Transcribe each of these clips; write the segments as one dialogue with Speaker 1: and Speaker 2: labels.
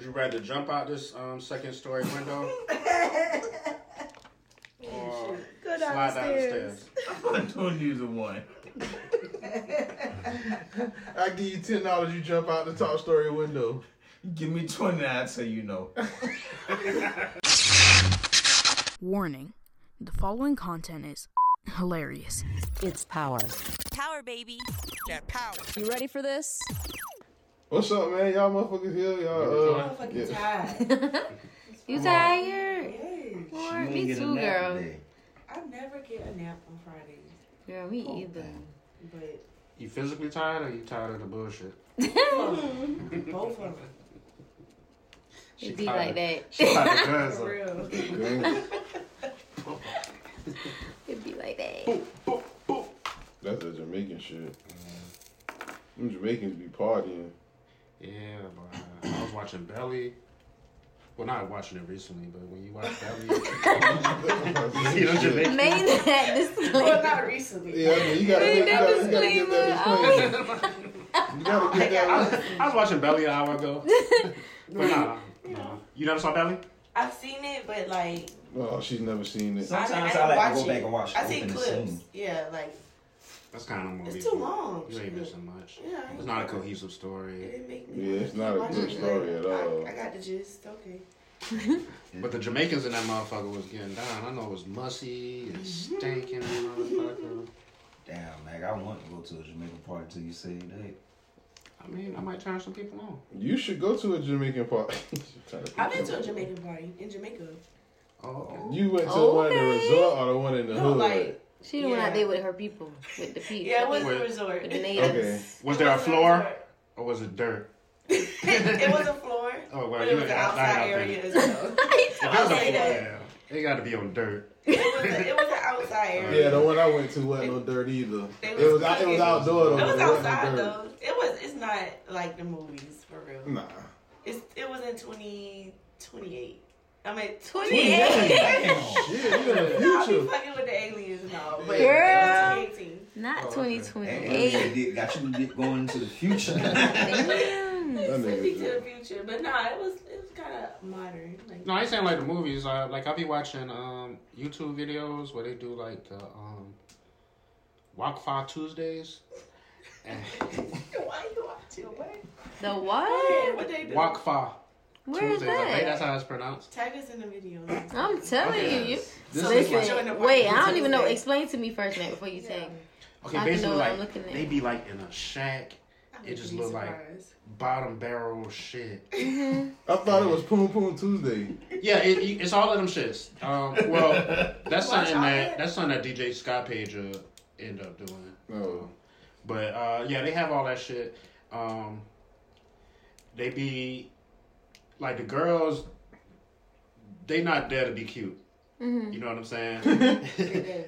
Speaker 1: you rather jump out this um, second story window or
Speaker 2: Go
Speaker 1: slide down the
Speaker 2: downstairs.
Speaker 1: stairs?
Speaker 3: I'm doing you the one.
Speaker 4: I give you ten dollars. You jump out the top story window.
Speaker 3: Give me 20, I'd say you know.
Speaker 5: Warning the following content is hilarious.
Speaker 6: It's power.
Speaker 7: Power, baby.
Speaker 6: You ready for this?
Speaker 4: What's up, man? Y'all motherfuckers here. Y'all. Uh,
Speaker 2: Fucking
Speaker 4: yeah.
Speaker 2: tired.
Speaker 8: You tired?
Speaker 2: Hey,
Speaker 8: Lord, me too, girl.
Speaker 2: I never get a nap on Fridays,
Speaker 8: Girl, me either.
Speaker 2: but
Speaker 1: You physically tired or you tired of the bullshit?
Speaker 2: both of them.
Speaker 8: It be like that.
Speaker 1: She tired of guns.
Speaker 2: For real.
Speaker 8: It be like that.
Speaker 4: That's a Jamaican shit. Them Jamaicans be partying.
Speaker 1: Yeah, but I was watching Belly. Well, not watching it recently, but when you watch Belly, you see them Jamaicans.
Speaker 8: Made that
Speaker 2: Well,
Speaker 8: disclaimer.
Speaker 2: not recently.
Speaker 4: Yeah, I mean, you gotta,
Speaker 8: Ain't
Speaker 4: you
Speaker 8: that
Speaker 4: gotta, you gotta get that
Speaker 8: disclaimer?
Speaker 4: disclaimer. You gotta get
Speaker 1: I
Speaker 4: that.
Speaker 1: was, I was watching Belly an hour ago. But nah, nah. You never saw Belly?
Speaker 2: I've seen it, but like
Speaker 4: Oh, she's never seen it.
Speaker 2: I,
Speaker 9: Sometimes
Speaker 2: didn't
Speaker 9: I, like to
Speaker 2: watch
Speaker 9: go
Speaker 2: it.
Speaker 9: back and watch
Speaker 2: I seen
Speaker 9: open
Speaker 2: clips.
Speaker 9: and soon.
Speaker 2: Yeah, like
Speaker 1: That's kind of a movie.
Speaker 2: it's too long.
Speaker 1: You ain't
Speaker 2: Shit.
Speaker 1: missing much.
Speaker 2: Yeah, I
Speaker 1: It's not a
Speaker 2: ain't-
Speaker 1: cohesive
Speaker 2: It
Speaker 1: story.
Speaker 2: didn't make me
Speaker 4: Yeah,
Speaker 2: wanna
Speaker 4: it's not a
Speaker 2: keep
Speaker 4: good
Speaker 2: watching it.
Speaker 4: story at all.
Speaker 2: I, I got the gist. Okay.
Speaker 1: But the Jamaicans in that motherfucker was getting down. I know it was musty and
Speaker 2: Mm-hmm.
Speaker 1: stinking motherfucker.
Speaker 9: Damn, like I want to go to a Jamaican party till you say that.
Speaker 1: I mean, I might turn some people on.
Speaker 4: You should go to a Jamaican party.
Speaker 2: I've been to a Jamaican party in Jamaica.
Speaker 1: Oh,
Speaker 4: You went to the one in the resort or the one in the
Speaker 2: No,
Speaker 4: hood?
Speaker 2: like
Speaker 8: She went out
Speaker 2: Yeah.
Speaker 8: there with her people, with the people.
Speaker 2: yeah, it was
Speaker 1: Wait.
Speaker 2: a resort.
Speaker 8: with the
Speaker 2: It
Speaker 8: natives.
Speaker 4: Okay.
Speaker 1: was there a
Speaker 2: was a
Speaker 1: floor
Speaker 2: resort.
Speaker 1: or was it dirt?
Speaker 2: it was a floor.
Speaker 1: Oh well,
Speaker 2: But
Speaker 1: you
Speaker 2: it was
Speaker 1: look
Speaker 2: an
Speaker 1: outside
Speaker 2: outside
Speaker 1: out
Speaker 2: area
Speaker 1: there.
Speaker 2: as well.
Speaker 1: If there's a
Speaker 2: Okay,
Speaker 1: floor, yeah,
Speaker 2: then.
Speaker 1: they got to be on dirt.
Speaker 2: It was, a, it was an outside area.
Speaker 4: Yeah, the one I went to wasn't no dirt either.
Speaker 2: They
Speaker 4: It
Speaker 2: was
Speaker 4: was out- it was
Speaker 2: cooking.
Speaker 4: outdoor though.
Speaker 2: It was
Speaker 4: but wasn't
Speaker 2: outside
Speaker 4: dirt.
Speaker 2: though. It was. It's not like the movies for real.
Speaker 4: Nah.
Speaker 2: It's. It was in twenty twenty eight. I mean twenty eight.
Speaker 4: Shit,
Speaker 9: Damn.
Speaker 4: you in the
Speaker 2: I'll be
Speaker 4: future.
Speaker 2: fucking with the aliens and all, but
Speaker 8: Yeah.
Speaker 2: it was 2018.
Speaker 8: Not
Speaker 9: Damn,
Speaker 8: 2028.
Speaker 9: they did- got you dip going into the future.
Speaker 8: Damn.
Speaker 4: That
Speaker 2: Send me
Speaker 4: nigga
Speaker 2: to the future, but nah, it was it was kind of modern. Like
Speaker 1: No, I ain't saying like the movies. I, like I be watching um, YouTube videos where they do like the um, Wakfa Tuesdays.
Speaker 2: why you watching? What?
Speaker 8: The
Speaker 2: What?
Speaker 8: what?
Speaker 2: What they do?
Speaker 1: Wakfa
Speaker 8: Where is
Speaker 1: Tuesdays. I think that's
Speaker 8: that?
Speaker 1: how it's pronounced.
Speaker 2: Tag us in the video.
Speaker 8: I'm telling
Speaker 1: Okay.
Speaker 8: you. you
Speaker 1: This
Speaker 2: they
Speaker 1: is
Speaker 2: can
Speaker 1: like,
Speaker 2: join
Speaker 8: Listen, wait, I don't even know.
Speaker 2: Tuesday.
Speaker 8: Explain to me first, Nate, before you say.
Speaker 1: okay,
Speaker 8: I
Speaker 1: basically
Speaker 8: know what I'm
Speaker 1: like
Speaker 8: looking at.
Speaker 1: they be like in a shack,
Speaker 2: I
Speaker 1: It just
Speaker 2: wouldn't be
Speaker 1: looked like-
Speaker 2: surprised.
Speaker 1: bottom barrel shit.
Speaker 4: I thought it was Poom Poom Tuesday.
Speaker 1: Yeah, it, it- it's all of them shits. Um, well, that's
Speaker 2: Watch
Speaker 1: something
Speaker 2: all
Speaker 1: that
Speaker 2: that.
Speaker 1: that's something that DJ Scott Page uh, end up doing.
Speaker 4: No.
Speaker 1: But uh, yeah, they have all that shit. Um, they be like the girls. They not there to be cute.
Speaker 8: Mm-hmm.
Speaker 1: You know what I'm saying?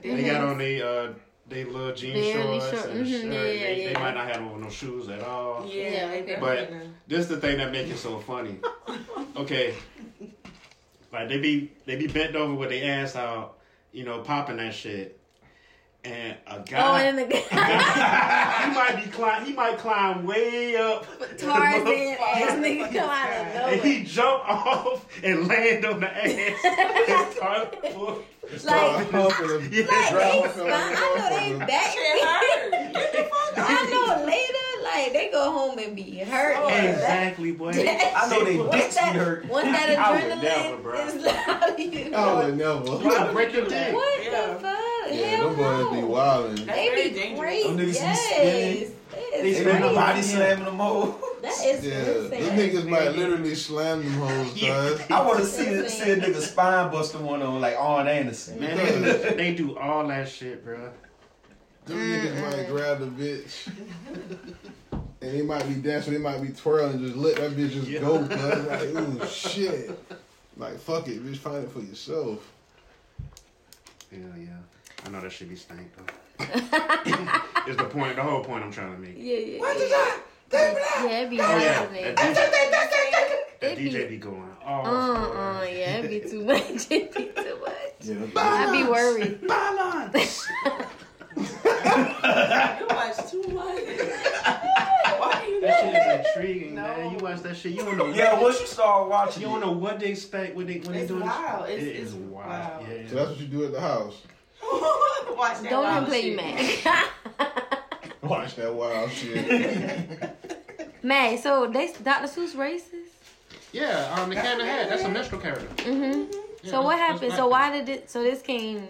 Speaker 1: they got on they uh, they little jean
Speaker 8: Barely
Speaker 1: shorts
Speaker 8: short.
Speaker 1: and
Speaker 8: Mhm,
Speaker 1: shirt.
Speaker 8: yeah,
Speaker 1: they,
Speaker 8: yeah,
Speaker 1: they
Speaker 8: yeah.
Speaker 1: might not have on no shoes at all.
Speaker 2: Yeah,
Speaker 8: Yeah,
Speaker 2: they
Speaker 8: okay.
Speaker 1: But
Speaker 2: definitely know.
Speaker 1: this is the thing that make it so funny. Okay, like they be they be bent over with their ass out, you know, popping that shit, and a
Speaker 8: Oh,
Speaker 1: guy.
Speaker 8: and the
Speaker 1: he might be climb. He might climb way up.
Speaker 8: Tarzan ass nigga come out
Speaker 1: And
Speaker 8: of nowhere.
Speaker 1: he jump off and land on the ass. And start-
Speaker 8: Like,
Speaker 4: Pumping
Speaker 1: yeah.
Speaker 8: like they spy, I know they back.
Speaker 2: Shit hurt.
Speaker 8: I know later, like they go home and be hurt.
Speaker 1: Exactly, boy.
Speaker 9: I know they
Speaker 8: Once
Speaker 9: dicks be
Speaker 8: that,
Speaker 9: hurt.
Speaker 8: once
Speaker 1: I
Speaker 8: that
Speaker 1: would never, bro.
Speaker 8: adrenaline is loud, you
Speaker 4: I
Speaker 8: know.
Speaker 4: would never.
Speaker 1: Why break your dick?
Speaker 8: What
Speaker 2: Yeah.
Speaker 8: the fuck?
Speaker 4: Yeah,
Speaker 8: Hell
Speaker 4: them boys be
Speaker 8: no.
Speaker 4: wildin'.
Speaker 2: That's
Speaker 8: They
Speaker 2: very
Speaker 8: be
Speaker 2: dangerous.
Speaker 9: Them niggas
Speaker 8: crazy.
Speaker 9: be
Speaker 8: Yes.
Speaker 9: spinning.
Speaker 8: That
Speaker 9: They
Speaker 8: is
Speaker 9: been
Speaker 8: crazy.
Speaker 9: body slamming them all.
Speaker 8: That is
Speaker 4: Yeah, them
Speaker 8: insane.
Speaker 4: niggas might literally slam them hoes, cuz.
Speaker 9: I want to see see a nigga spine buster one on like Arn Anderson.
Speaker 1: Man, they, they do all that shit, bro.
Speaker 4: Them niggas might grab the bitch. And they might be dancing, they might be twirling, just let that bitch just go, cuz. Like, ooh, shit. Like, fuck it, bitch, find it for yourself.
Speaker 1: Yeah, yeah. I know that shit be stank though. It's the point, the whole point I'm trying to make.
Speaker 8: Yeah, yeah. What Yeah, it be
Speaker 1: Oh
Speaker 8: hard,
Speaker 1: yeah,
Speaker 8: man.
Speaker 1: that DJ, that
Speaker 8: It be-
Speaker 1: DJ be going off.
Speaker 8: Uh uh,
Speaker 1: bruh.
Speaker 8: yeah, it'd be too much. It'd be too
Speaker 4: Yeah,
Speaker 8: much. I'd be worried.
Speaker 2: You watch too much. Why do you
Speaker 1: That
Speaker 2: know?
Speaker 1: shit is intriguing, man. You watch that shit, you don't know.
Speaker 9: Yeah, once you start watching,
Speaker 1: you don't
Speaker 9: it,
Speaker 1: know what they expect when they when they
Speaker 2: It's
Speaker 1: do this.
Speaker 2: wild. It's-
Speaker 1: It is
Speaker 2: it's
Speaker 1: wild.
Speaker 2: wild.
Speaker 1: Yeah, yeah.
Speaker 4: So that's what you do at the house.
Speaker 2: Watch that.
Speaker 8: Don't even
Speaker 2: wild
Speaker 8: play
Speaker 2: shit.
Speaker 8: Mac.
Speaker 4: Watch that wild shit.
Speaker 8: Mac, so they Dr. Seuss racist?
Speaker 1: yeah. Um, the cat in the hat. That's a minstrel character. Yeah,
Speaker 8: Mm-hmm. so what
Speaker 1: that's-
Speaker 8: happened?
Speaker 1: that's
Speaker 8: So
Speaker 1: why-
Speaker 8: why did it? So this came.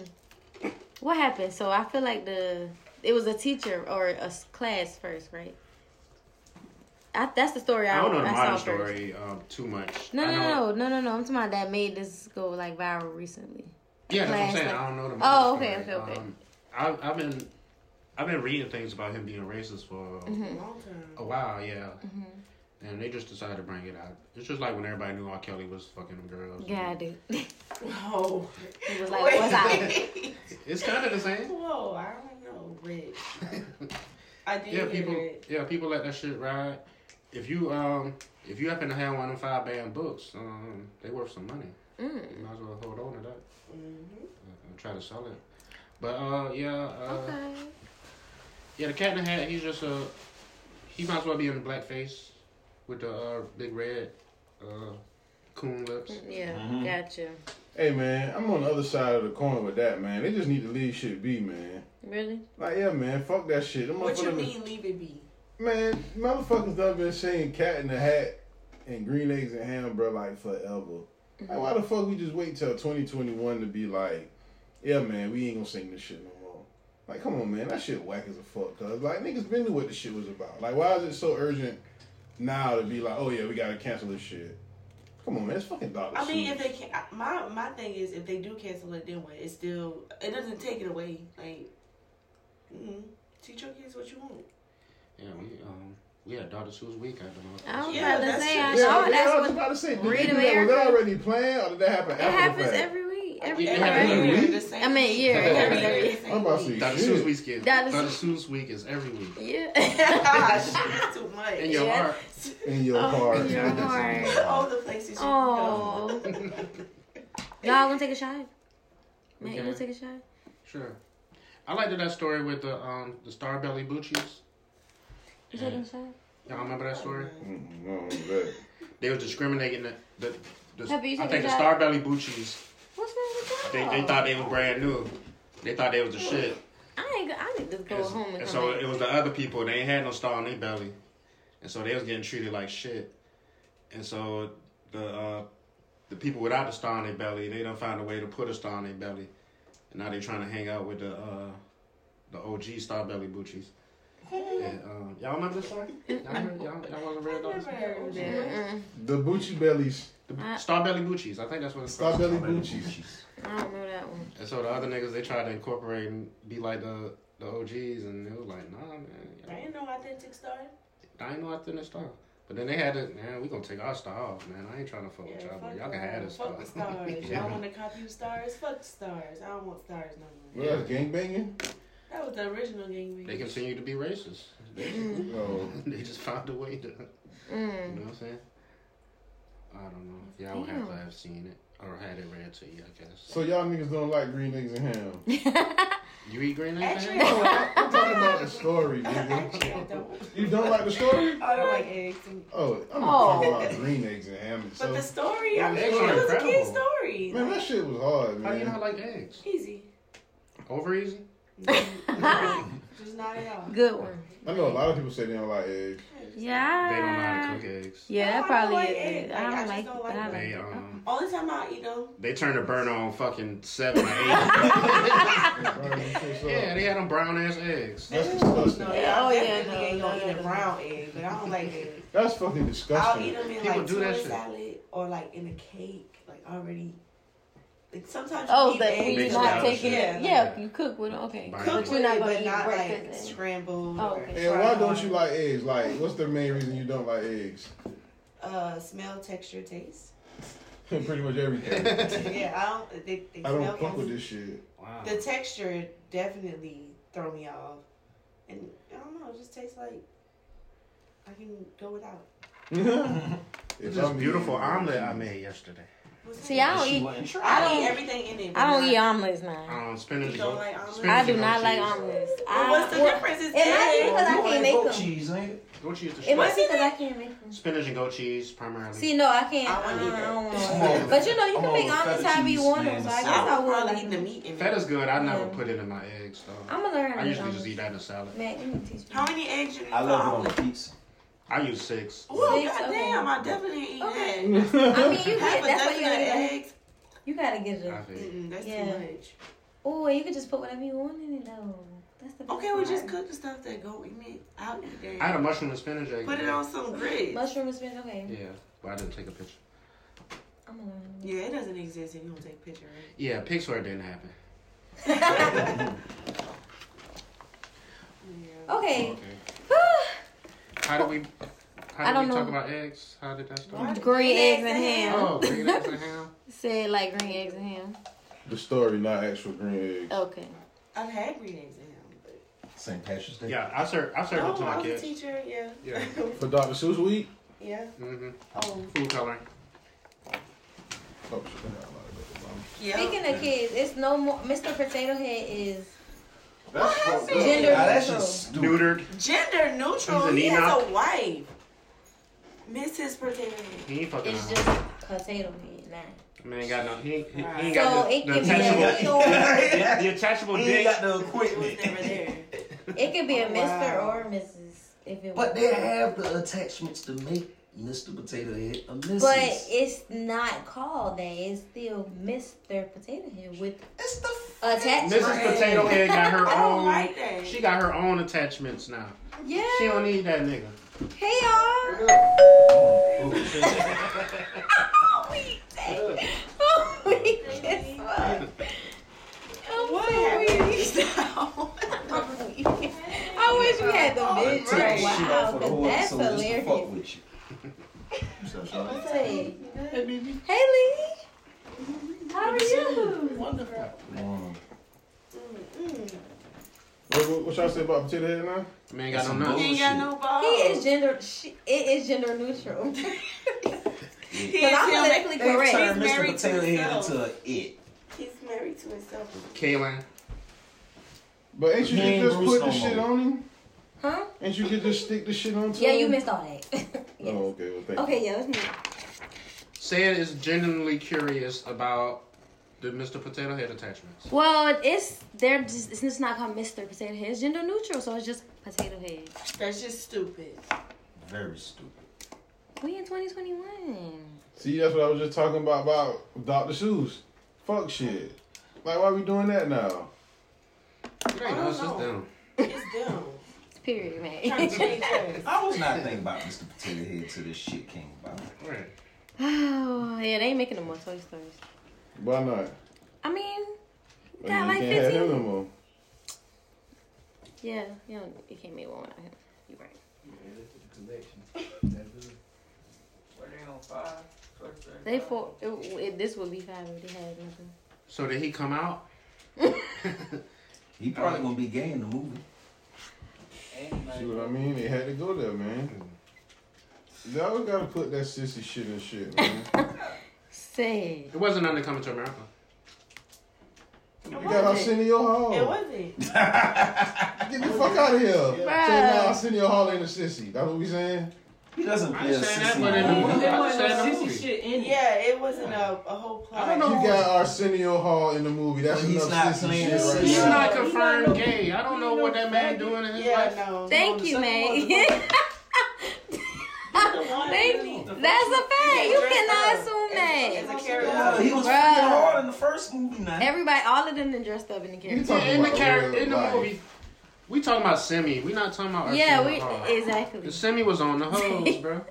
Speaker 8: What happened? So I feel like the it was a teacher or a s- class first, right? I, that's the story I,
Speaker 1: I don't know the
Speaker 8: saw
Speaker 1: modern
Speaker 8: first.
Speaker 1: story um, too much.
Speaker 8: No,
Speaker 1: I
Speaker 8: no,
Speaker 1: know,
Speaker 8: no, no, no, no. I'm talking about that made this go like viral recently.
Speaker 1: Yeah, that's what I'm
Speaker 8: Class,
Speaker 1: saying.
Speaker 8: like-
Speaker 1: I don't know the.
Speaker 8: Oh,
Speaker 1: modern
Speaker 8: okay,
Speaker 1: story.
Speaker 8: okay, okay.
Speaker 1: Um, I, I've been, I've been reading things about him being racist for
Speaker 8: Mm-hmm.
Speaker 2: Long time.
Speaker 1: a while. Yeah. And they just decided to bring it out. It's just like when everybody knew R. Kelly was fucking them girls.
Speaker 8: God, it
Speaker 2: Oh.
Speaker 8: it was like what's up?
Speaker 1: It's kind of the same.
Speaker 2: Whoa, I don't know, Rich. I did
Speaker 1: Yeah,
Speaker 2: hear
Speaker 1: people.
Speaker 2: it.
Speaker 1: Yeah, people let that shit ride. If you um, if you happen to have one of them five band books, um, they worth some money.
Speaker 8: Mm.
Speaker 1: You might as well hold on to that uh, and try to sell it. But uh, yeah. Uh,
Speaker 8: Okay.
Speaker 1: Yeah, the cat in the hat. He's just a. He might as well be in blackface with the uh, big red uh, coon lips.
Speaker 8: Yeah,
Speaker 1: Mm-hmm.
Speaker 8: gotcha.
Speaker 4: hey man, I'm on the other side of the coin with that man. They just need to leave shit be, man.
Speaker 8: Really?
Speaker 4: Like yeah, man, fuck that shit. Them
Speaker 2: What you
Speaker 4: motherfuckers-
Speaker 2: mean, leave it be?
Speaker 4: Man, motherfuckers done been saying cat in the hat and green eggs and ham, bro, like forever.
Speaker 8: Mm-hmm.
Speaker 4: Like, why the fuck we just wait till 2021 to be like, yeah, man, we ain't gonna sing this shit no more. Like, come on, man, that shit whack as a fuck, cuz. Like, niggas been knew what the shit was about. Like, why is it so urgent now to be like, oh, yeah, we gotta cancel this shit? Come on, man, it's fucking Dr.
Speaker 2: I mean,
Speaker 4: Seuss.
Speaker 2: if they can, I- my my thing is if they do cancel it, then what? It's still it doesn't take it away. Like, mm, teach your kids what you want.
Speaker 1: Yeah, we um, we had Dr. Seuss week at the
Speaker 8: I
Speaker 1: motherfucker.
Speaker 8: was
Speaker 2: Yeah,
Speaker 8: about to
Speaker 2: that's
Speaker 8: say
Speaker 2: true.
Speaker 8: I
Speaker 4: yeah,
Speaker 8: saw
Speaker 4: yeah, I was
Speaker 8: that's what
Speaker 4: about to say, did
Speaker 8: Read
Speaker 4: they do that? Was
Speaker 8: America.
Speaker 4: that already planned or did that happen after
Speaker 8: it happens
Speaker 4: the fact?
Speaker 8: every week. Every
Speaker 1: Yeah.
Speaker 8: every
Speaker 1: Every
Speaker 8: year.
Speaker 1: week?
Speaker 2: the same
Speaker 8: I mean, yeah,
Speaker 2: Every
Speaker 1: every
Speaker 2: year,
Speaker 8: week.
Speaker 2: the same
Speaker 4: I'm about to
Speaker 2: week.
Speaker 4: say,
Speaker 1: Dr.
Speaker 4: shit.
Speaker 1: Seuss week is
Speaker 8: Dr.
Speaker 1: Dr.
Speaker 8: Seuss-
Speaker 1: Seuss week is every week.
Speaker 8: Yeah.
Speaker 2: Oh Gosh, that's too much.
Speaker 1: In your
Speaker 8: Yeah.
Speaker 1: heart,
Speaker 4: in your
Speaker 8: Oh,
Speaker 4: car.
Speaker 8: in your heart.
Speaker 2: All the places you
Speaker 8: Oh.
Speaker 2: can go.
Speaker 8: Y'all gonna take a shot?
Speaker 1: We
Speaker 8: Man, you gonna
Speaker 1: can.
Speaker 8: take a shot?
Speaker 1: sure. I liked that story with the um the star belly boochies.
Speaker 8: You taking a shot?
Speaker 1: Y'all remember that story?
Speaker 4: Mm, no, that-
Speaker 1: They were discriminating the the. the
Speaker 8: Have you
Speaker 1: I
Speaker 8: taken
Speaker 1: think the
Speaker 8: that-
Speaker 1: star belly boochies.
Speaker 8: What's wrong with
Speaker 1: They
Speaker 8: y'all?
Speaker 1: they thought they was brand new. They thought they was the shit.
Speaker 8: I ain't. go- I need to go home and
Speaker 1: And
Speaker 8: come
Speaker 1: so
Speaker 8: back.
Speaker 1: it was the other people. They ain't had no star on their belly, and so they was getting treated like shit. And so the uh, the people without the star on their belly, they done found a way to put a star on their belly, and now they trying to hang out with the uh, the OG star belly boochies. And, um, y'all remember this song? Y'all, heard, y'all, y'all wasn't real about this?
Speaker 8: Mm, Mm-mm.
Speaker 4: The Bucci Bellies.
Speaker 1: The Star Belly Boochies, I think that's what it's
Speaker 4: Star
Speaker 1: called.
Speaker 4: Belly Bucci.
Speaker 8: I don't know that one.
Speaker 1: And so the other niggas, they tried to incorporate and be like the the OGs, and it was like, nah, man. y'all-
Speaker 2: I ain't no authentic star.
Speaker 1: I ain't know I didn't star. But then they had it, man, we gonna take our star off, man. I ain't trying to fuck with y'all, but y'all can have
Speaker 2: the
Speaker 1: this star.
Speaker 2: Fuck the stars. Y'all want to copy you stars? Fuck the stars. I don't want stars no more.
Speaker 4: Well, that's gangbanging?
Speaker 2: That was the original game.
Speaker 1: they continue to be racist. They,
Speaker 4: Oh.
Speaker 1: they just found a way to, you
Speaker 8: Mm.
Speaker 1: know what I'm saying? I don't know. Y'all would have to have seen it or had it read to you, I guess.
Speaker 4: So y'all niggas don't like green eggs and ham.
Speaker 2: Mm.
Speaker 1: You eat green eggs?
Speaker 2: Actually,
Speaker 1: man?
Speaker 4: I'm talking about the story,
Speaker 2: actually, I
Speaker 4: nigga.
Speaker 2: don't.
Speaker 4: You don't like the story?
Speaker 2: I don't like eggs. And,
Speaker 4: Oh, I'm not
Speaker 8: Oh.
Speaker 4: talking about green eggs and ham
Speaker 2: but the
Speaker 4: itself.
Speaker 2: story, I mean,
Speaker 1: Eggs are
Speaker 2: it was a kid's
Speaker 1: incredible.
Speaker 2: story.
Speaker 4: Man, that shit was hard,
Speaker 1: How do you
Speaker 4: man.
Speaker 1: not like eggs?
Speaker 2: Easy.
Speaker 1: Over easy?
Speaker 2: Just not at all.
Speaker 8: Mm. Good one.
Speaker 4: I know a lot of people say they don't like eggs.
Speaker 1: They don't know how
Speaker 8: Yeah.
Speaker 1: to cook eggs.
Speaker 8: Yeah,
Speaker 2: No,
Speaker 8: that
Speaker 2: I
Speaker 8: probably
Speaker 2: don't like
Speaker 8: is.
Speaker 2: it. Like,
Speaker 8: I
Speaker 2: I
Speaker 8: don't
Speaker 2: just
Speaker 8: like.
Speaker 2: don't like
Speaker 8: I
Speaker 2: it.
Speaker 1: They
Speaker 8: like. it.
Speaker 1: um
Speaker 2: Only time I eat them,
Speaker 1: they turned the burner on fucking seven or eight. yeah, they had them brown ass eggs.
Speaker 4: That's disgusting.
Speaker 2: no,
Speaker 8: Yeah,
Speaker 2: yeah,
Speaker 8: oh,
Speaker 2: oh
Speaker 8: yeah,
Speaker 2: yeah,
Speaker 8: no,
Speaker 2: ain't gonna
Speaker 8: no,
Speaker 2: eat
Speaker 8: no.
Speaker 2: a brown egg, but I don't like eggs.
Speaker 4: That's fucking
Speaker 2: I'll eat
Speaker 4: disgusting.
Speaker 2: them in
Speaker 1: People
Speaker 2: like
Speaker 1: do that
Speaker 2: tuna
Speaker 1: shit.
Speaker 2: salad or like in a cake, like already. Like sometimes you
Speaker 8: Oh,
Speaker 2: eat
Speaker 8: that
Speaker 2: eggs,
Speaker 8: we
Speaker 1: Mixed
Speaker 8: not
Speaker 1: out and
Speaker 8: taking
Speaker 1: shit.
Speaker 8: it. Yeah, you cook with it. Okay,
Speaker 1: Cook
Speaker 2: Cook
Speaker 8: but you're
Speaker 2: with
Speaker 8: not
Speaker 2: it,
Speaker 8: gonna
Speaker 2: but
Speaker 8: eat
Speaker 2: not like
Speaker 8: breakfast. egg.
Speaker 2: scrambled.
Speaker 8: Oh,
Speaker 2: or
Speaker 8: okay.
Speaker 4: And why
Speaker 2: fried
Speaker 4: don't you
Speaker 2: or,
Speaker 4: like eggs? Like, what's the main reason you don't like eggs?
Speaker 2: uh, smell, texture, taste?
Speaker 4: Pretty much everything.
Speaker 2: yeah, I don't. They, they
Speaker 4: I
Speaker 2: smell
Speaker 4: don't fuck
Speaker 2: kinda-
Speaker 4: with this shit.
Speaker 1: Wow.
Speaker 2: The texture definitely throw me off, and I don't know. It just tastes like I can go without.
Speaker 4: It's
Speaker 1: This beautiful omelet I made yesterday.
Speaker 8: See, I don't
Speaker 9: She
Speaker 8: eat.
Speaker 9: wasn't
Speaker 2: I
Speaker 9: trying.
Speaker 2: don't eat everything in it. but
Speaker 8: I don't
Speaker 2: not-
Speaker 8: eat omelets now.
Speaker 1: Um, spinach.
Speaker 2: You don't like omelets?
Speaker 8: I do not like omelets.
Speaker 2: Well,
Speaker 8: I-
Speaker 2: what's the
Speaker 8: well,
Speaker 2: difference? It's
Speaker 8: It might be
Speaker 2: egg.
Speaker 8: because I
Speaker 9: You
Speaker 8: can't
Speaker 9: ain't
Speaker 8: make
Speaker 9: goat
Speaker 8: them.
Speaker 9: cheese, nigga.
Speaker 1: Goat cheese is
Speaker 8: It might
Speaker 1: the
Speaker 8: be because I can't make them.
Speaker 1: spinach and goat cheese primarily.
Speaker 8: See, no, I can't.
Speaker 2: I wouldn't
Speaker 8: I
Speaker 2: eat that.
Speaker 8: don't want
Speaker 9: I'm
Speaker 8: it.
Speaker 9: all-
Speaker 8: But you know, you
Speaker 9: I'm
Speaker 8: can
Speaker 9: all
Speaker 8: make
Speaker 9: about
Speaker 8: omelets
Speaker 9: feta
Speaker 8: however you
Speaker 9: cheese,
Speaker 8: want
Speaker 9: man.
Speaker 8: them. So I guess
Speaker 9: Salad.
Speaker 8: I
Speaker 2: I would
Speaker 8: would
Speaker 2: probably
Speaker 8: like
Speaker 2: eat the meat in it.
Speaker 1: Feta's good. I never
Speaker 8: Yeah.
Speaker 1: put it in my eggs though.
Speaker 8: I'm gonna learn. how
Speaker 1: I
Speaker 8: to
Speaker 1: usually
Speaker 8: make
Speaker 1: just eat
Speaker 8: omelets.
Speaker 1: that in salad.
Speaker 8: Mac, you need to teach me.
Speaker 2: How many eggs you need
Speaker 9: I
Speaker 2: for
Speaker 9: love it
Speaker 2: omelet?
Speaker 9: on pizza.
Speaker 1: I use six.
Speaker 2: Well,
Speaker 8: Six,
Speaker 2: goddamn,
Speaker 8: okay.
Speaker 2: I definitely didn't eat
Speaker 8: Okay.
Speaker 2: that.
Speaker 8: I mean, you
Speaker 2: Half
Speaker 8: get.
Speaker 2: a
Speaker 8: That's what
Speaker 2: dozen
Speaker 8: you gotta
Speaker 2: of
Speaker 8: get.
Speaker 2: eggs?
Speaker 8: You gotta get
Speaker 1: I
Speaker 8: them.
Speaker 1: think.
Speaker 2: Mm-mm, that's
Speaker 8: Yeah.
Speaker 2: too much.
Speaker 1: Uh.
Speaker 8: Oh, you could just put whatever you want in it though. That's the best
Speaker 2: Okay, we just
Speaker 8: part.
Speaker 2: cook the stuff that go in it. I'll eat
Speaker 1: I had
Speaker 2: that.
Speaker 1: a mushroom and spinach egg.
Speaker 2: Put it on some grits.
Speaker 8: Mushroom and spinach. Okay,
Speaker 1: Yeah, but I didn't take a picture.
Speaker 8: I'm gonna learn.
Speaker 2: Yeah, it doesn't exist if you don't take a picture, right?
Speaker 1: Yeah, Pixar didn't happen.
Speaker 2: Yeah.
Speaker 8: Okay.
Speaker 1: How did we? How
Speaker 8: I
Speaker 1: did
Speaker 8: don't
Speaker 1: we talk
Speaker 8: know.
Speaker 1: about eggs? How did that
Speaker 2: Why
Speaker 1: start?
Speaker 2: did
Speaker 8: Green
Speaker 2: you
Speaker 8: eggs
Speaker 2: ask
Speaker 8: and
Speaker 2: that?
Speaker 8: ham.
Speaker 1: Oh, green eggs and ham.
Speaker 8: Said like green eggs and ham.
Speaker 4: The story, not actual green eggs.
Speaker 8: Okay.
Speaker 2: I've had green eggs and ham. but-
Speaker 9: St. Patrick's Day.
Speaker 1: Yeah, I serve. I serve it to
Speaker 2: Oh, I
Speaker 1: my
Speaker 2: was a
Speaker 1: kids.
Speaker 2: teacher, yeah.
Speaker 1: Yeah.
Speaker 4: For Dr. Seuss week?
Speaker 2: Yeah.
Speaker 1: Mm-hmm.
Speaker 2: Oh,
Speaker 1: Food coloring.
Speaker 4: Oh, shit, I got a lot of that. Wow.
Speaker 2: yeah.
Speaker 8: Speaking of kids, it's no more. Mr. Potato Head is
Speaker 4: That's fucked up.
Speaker 8: gender
Speaker 9: Now, that's
Speaker 8: neutral.
Speaker 9: just stupid.
Speaker 1: Neutered.
Speaker 2: Gender neutral.
Speaker 1: He's an
Speaker 2: He has
Speaker 1: Enoch.
Speaker 2: a wife. Mrs. Potato Head.
Speaker 1: He ain't fucking.
Speaker 8: It's
Speaker 1: around.
Speaker 8: just potato head now.
Speaker 1: Man, ain't got no. He, ain't- he, he ain't
Speaker 8: So
Speaker 1: got
Speaker 8: it
Speaker 1: the, the
Speaker 8: can be a he
Speaker 1: attachable.
Speaker 8: or
Speaker 1: The, the attachable
Speaker 9: He ain't
Speaker 1: dick.
Speaker 9: got the
Speaker 2: It was never
Speaker 9: equipment.
Speaker 2: there.
Speaker 8: it could be a Mr.
Speaker 2: Wow.
Speaker 8: or a Mrs. If it
Speaker 9: But
Speaker 8: was.
Speaker 9: they have the attachments to make Mr. Potato Head a Mrs.
Speaker 8: But it's not called that. It's still Mr. Potato Head with
Speaker 9: it's the
Speaker 8: attachments.
Speaker 1: Mrs. Potato Head got her
Speaker 2: I don't
Speaker 1: own.
Speaker 2: like that.
Speaker 1: She got her own attachments now.
Speaker 8: Yeah.
Speaker 1: She don't need that nigga.
Speaker 8: Hey y'all. Oh, we did. Oh, we just fucked. Oh, we did. I wish we had the
Speaker 9: Take the
Speaker 8: video.
Speaker 9: shit off
Speaker 8: Wow,
Speaker 9: of the
Speaker 8: 'cause
Speaker 9: horse
Speaker 8: that's
Speaker 9: so it's to fuck
Speaker 8: hilarious.
Speaker 9: with you.
Speaker 8: Hey, Haley. How are you?
Speaker 1: Wonderful.
Speaker 9: Um,
Speaker 2: Mm.
Speaker 4: What, what, what y'all say about potato head now?
Speaker 1: Man, ain't got no
Speaker 9: Some
Speaker 1: nuts.
Speaker 9: bullshit.
Speaker 2: Ain't got no balls.
Speaker 8: He is gender. She, it is gender neutral.
Speaker 2: He
Speaker 8: Because
Speaker 2: is
Speaker 8: I'm
Speaker 2: him.
Speaker 8: politically
Speaker 9: They've
Speaker 8: correct.
Speaker 9: turned
Speaker 2: He's
Speaker 9: Mr.
Speaker 2: married to
Speaker 9: Potato Head
Speaker 2: himself.
Speaker 9: into an it.
Speaker 2: He's married to himself.
Speaker 1: Kaylin.
Speaker 4: But ain't you
Speaker 9: He ain't
Speaker 4: just
Speaker 9: Bruce
Speaker 4: put the
Speaker 9: no
Speaker 4: shit
Speaker 9: more.
Speaker 4: on him?
Speaker 8: Huh?
Speaker 4: Ain't you could just stick the shit on to
Speaker 8: Yeah,
Speaker 4: him?
Speaker 8: you missed all that.
Speaker 4: Oh,
Speaker 8: yes.
Speaker 4: okay. Well, thank you.
Speaker 8: Okay, yeah, let's move.
Speaker 1: Said is genuinely curious about the Mr. Potato Head attachments.
Speaker 8: Well, it's they're just it's just not called Mr. Potato Head. It's gender neutral, so it's just potato head.
Speaker 2: That's just stupid.
Speaker 9: Very stupid.
Speaker 8: We in 2021.
Speaker 4: See, that's what I was just talking about about Dr. Seuss. Fuck shit. Like, why we doing that now?
Speaker 1: It ain't us, it's
Speaker 2: know.
Speaker 1: them.
Speaker 2: It's dumb.
Speaker 8: Period,
Speaker 2: Trying to
Speaker 8: man.
Speaker 2: change us.
Speaker 9: I was not thinking about Mr. Potato Head till this shit came about.
Speaker 1: Right.
Speaker 8: oh, yeah, they ain't making no more Toy Stories.
Speaker 4: Why not?
Speaker 8: I mean,
Speaker 4: Like,
Speaker 8: Got
Speaker 4: you
Speaker 8: like
Speaker 4: can't have him
Speaker 8: 15.
Speaker 4: no more.
Speaker 8: yeah, you know, you can't make one without him. You right. They four. It, it, this would be five if they had nothing.
Speaker 1: So did he come out?
Speaker 9: He probably gonna be gay in the movie.
Speaker 4: See what I mean? They had to go there, man. They always gotta put that sissy shit in shit, man.
Speaker 8: Sad.
Speaker 1: It wasn't under Coming to America.
Speaker 4: you
Speaker 2: It
Speaker 4: got
Speaker 2: wasn't.
Speaker 4: Arsenio Hall.
Speaker 2: It wasn't.
Speaker 4: Get the fuck out of here. So now
Speaker 8: Bruh.
Speaker 4: Arsenio Hall ain't a sissy. That's what we saying?
Speaker 9: He doesn't
Speaker 1: I
Speaker 9: play a
Speaker 1: ain't saying that,
Speaker 9: sissy.
Speaker 1: but in
Speaker 9: in
Speaker 1: the
Speaker 9: the movie.
Speaker 1: movie, I just said in the movie.
Speaker 2: Yeah, it wasn't a, a whole plot.
Speaker 1: I don't know.
Speaker 4: You got Arsenio Hall in the movie. That's
Speaker 9: But he's
Speaker 4: enough
Speaker 9: not
Speaker 4: sissy
Speaker 9: playing
Speaker 4: shit
Speaker 9: a
Speaker 4: right
Speaker 9: sissy.
Speaker 1: He's
Speaker 4: now.
Speaker 1: not confirmed gay. I don't know what that man doing in his
Speaker 2: Yeah,
Speaker 1: life.
Speaker 2: no.
Speaker 8: Thank you, man. Thank you. That's a fact. You cannot assume
Speaker 2: As a
Speaker 8: that.
Speaker 9: Yeah,
Speaker 2: character.
Speaker 9: he was
Speaker 8: Bruh.
Speaker 9: freaking hard in the first movie now.
Speaker 8: Everybody, all of them, done dressed up in the
Speaker 4: You
Speaker 8: character.
Speaker 1: Yeah,
Speaker 4: talking
Speaker 1: in the
Speaker 4: about
Speaker 1: character,
Speaker 4: real
Speaker 1: in the
Speaker 4: life.
Speaker 1: movie, we talking about Simi. We not talking about
Speaker 8: Yeah,
Speaker 1: Arsenio
Speaker 8: we
Speaker 1: Hall.
Speaker 8: exactly.
Speaker 1: Simi was on the hose, bro.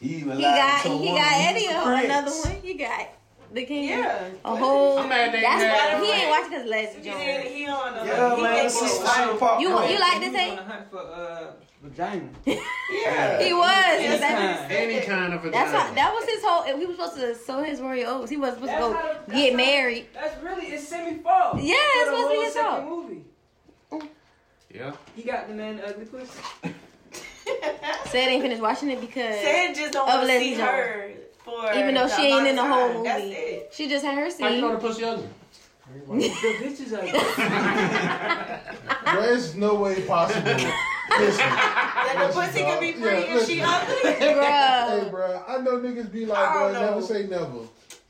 Speaker 9: he even lied
Speaker 8: He got
Speaker 9: to a
Speaker 8: he
Speaker 9: woman.
Speaker 8: got Eddie on
Speaker 9: Prince.
Speaker 8: another one. He got the king.
Speaker 2: Yeah.
Speaker 8: A whole.
Speaker 1: I'm mad they
Speaker 8: That's
Speaker 1: had-
Speaker 8: why he ain't watching his last
Speaker 2: He
Speaker 8: Jones.
Speaker 2: did- He on the.
Speaker 9: Yeah,
Speaker 2: he
Speaker 9: man,
Speaker 2: make
Speaker 9: this is
Speaker 2: it
Speaker 9: Slim
Speaker 2: work.
Speaker 9: Pop.
Speaker 8: You
Speaker 9: Punk.
Speaker 8: you like to say
Speaker 7: uh,
Speaker 2: Yeah.
Speaker 8: he was. That's,
Speaker 1: Any kind of vagina.
Speaker 8: that's why that was his whole. He was supposed to sow his royal oats. He was supposed to go get married.
Speaker 7: That's really it's semi fault.
Speaker 8: Yeah, it's supposed to be his fault.
Speaker 7: movie.
Speaker 1: yeah.
Speaker 7: He got the man ugly pussy.
Speaker 8: Said ain't finished watching it because
Speaker 2: Sand just don't
Speaker 8: Of
Speaker 2: want to
Speaker 8: Leslie
Speaker 2: see
Speaker 8: Jones.
Speaker 2: her for
Speaker 8: Even though
Speaker 2: the
Speaker 8: she ain't in the
Speaker 2: amount
Speaker 8: whole
Speaker 2: of
Speaker 8: movie.
Speaker 2: time. That's it.
Speaker 8: She just had her
Speaker 1: How you know the pussy
Speaker 8: scene.
Speaker 1: ugly?
Speaker 7: The bitches are.
Speaker 4: There's no way possible. Listen,
Speaker 2: That the pussy can be
Speaker 4: Yeah,
Speaker 2: free if she
Speaker 4: listen.
Speaker 2: ugly.
Speaker 4: hey,
Speaker 8: Bruh.
Speaker 4: bro, I know niggas be like,
Speaker 2: I
Speaker 4: bro,
Speaker 2: don't
Speaker 4: never
Speaker 2: know.
Speaker 4: say never.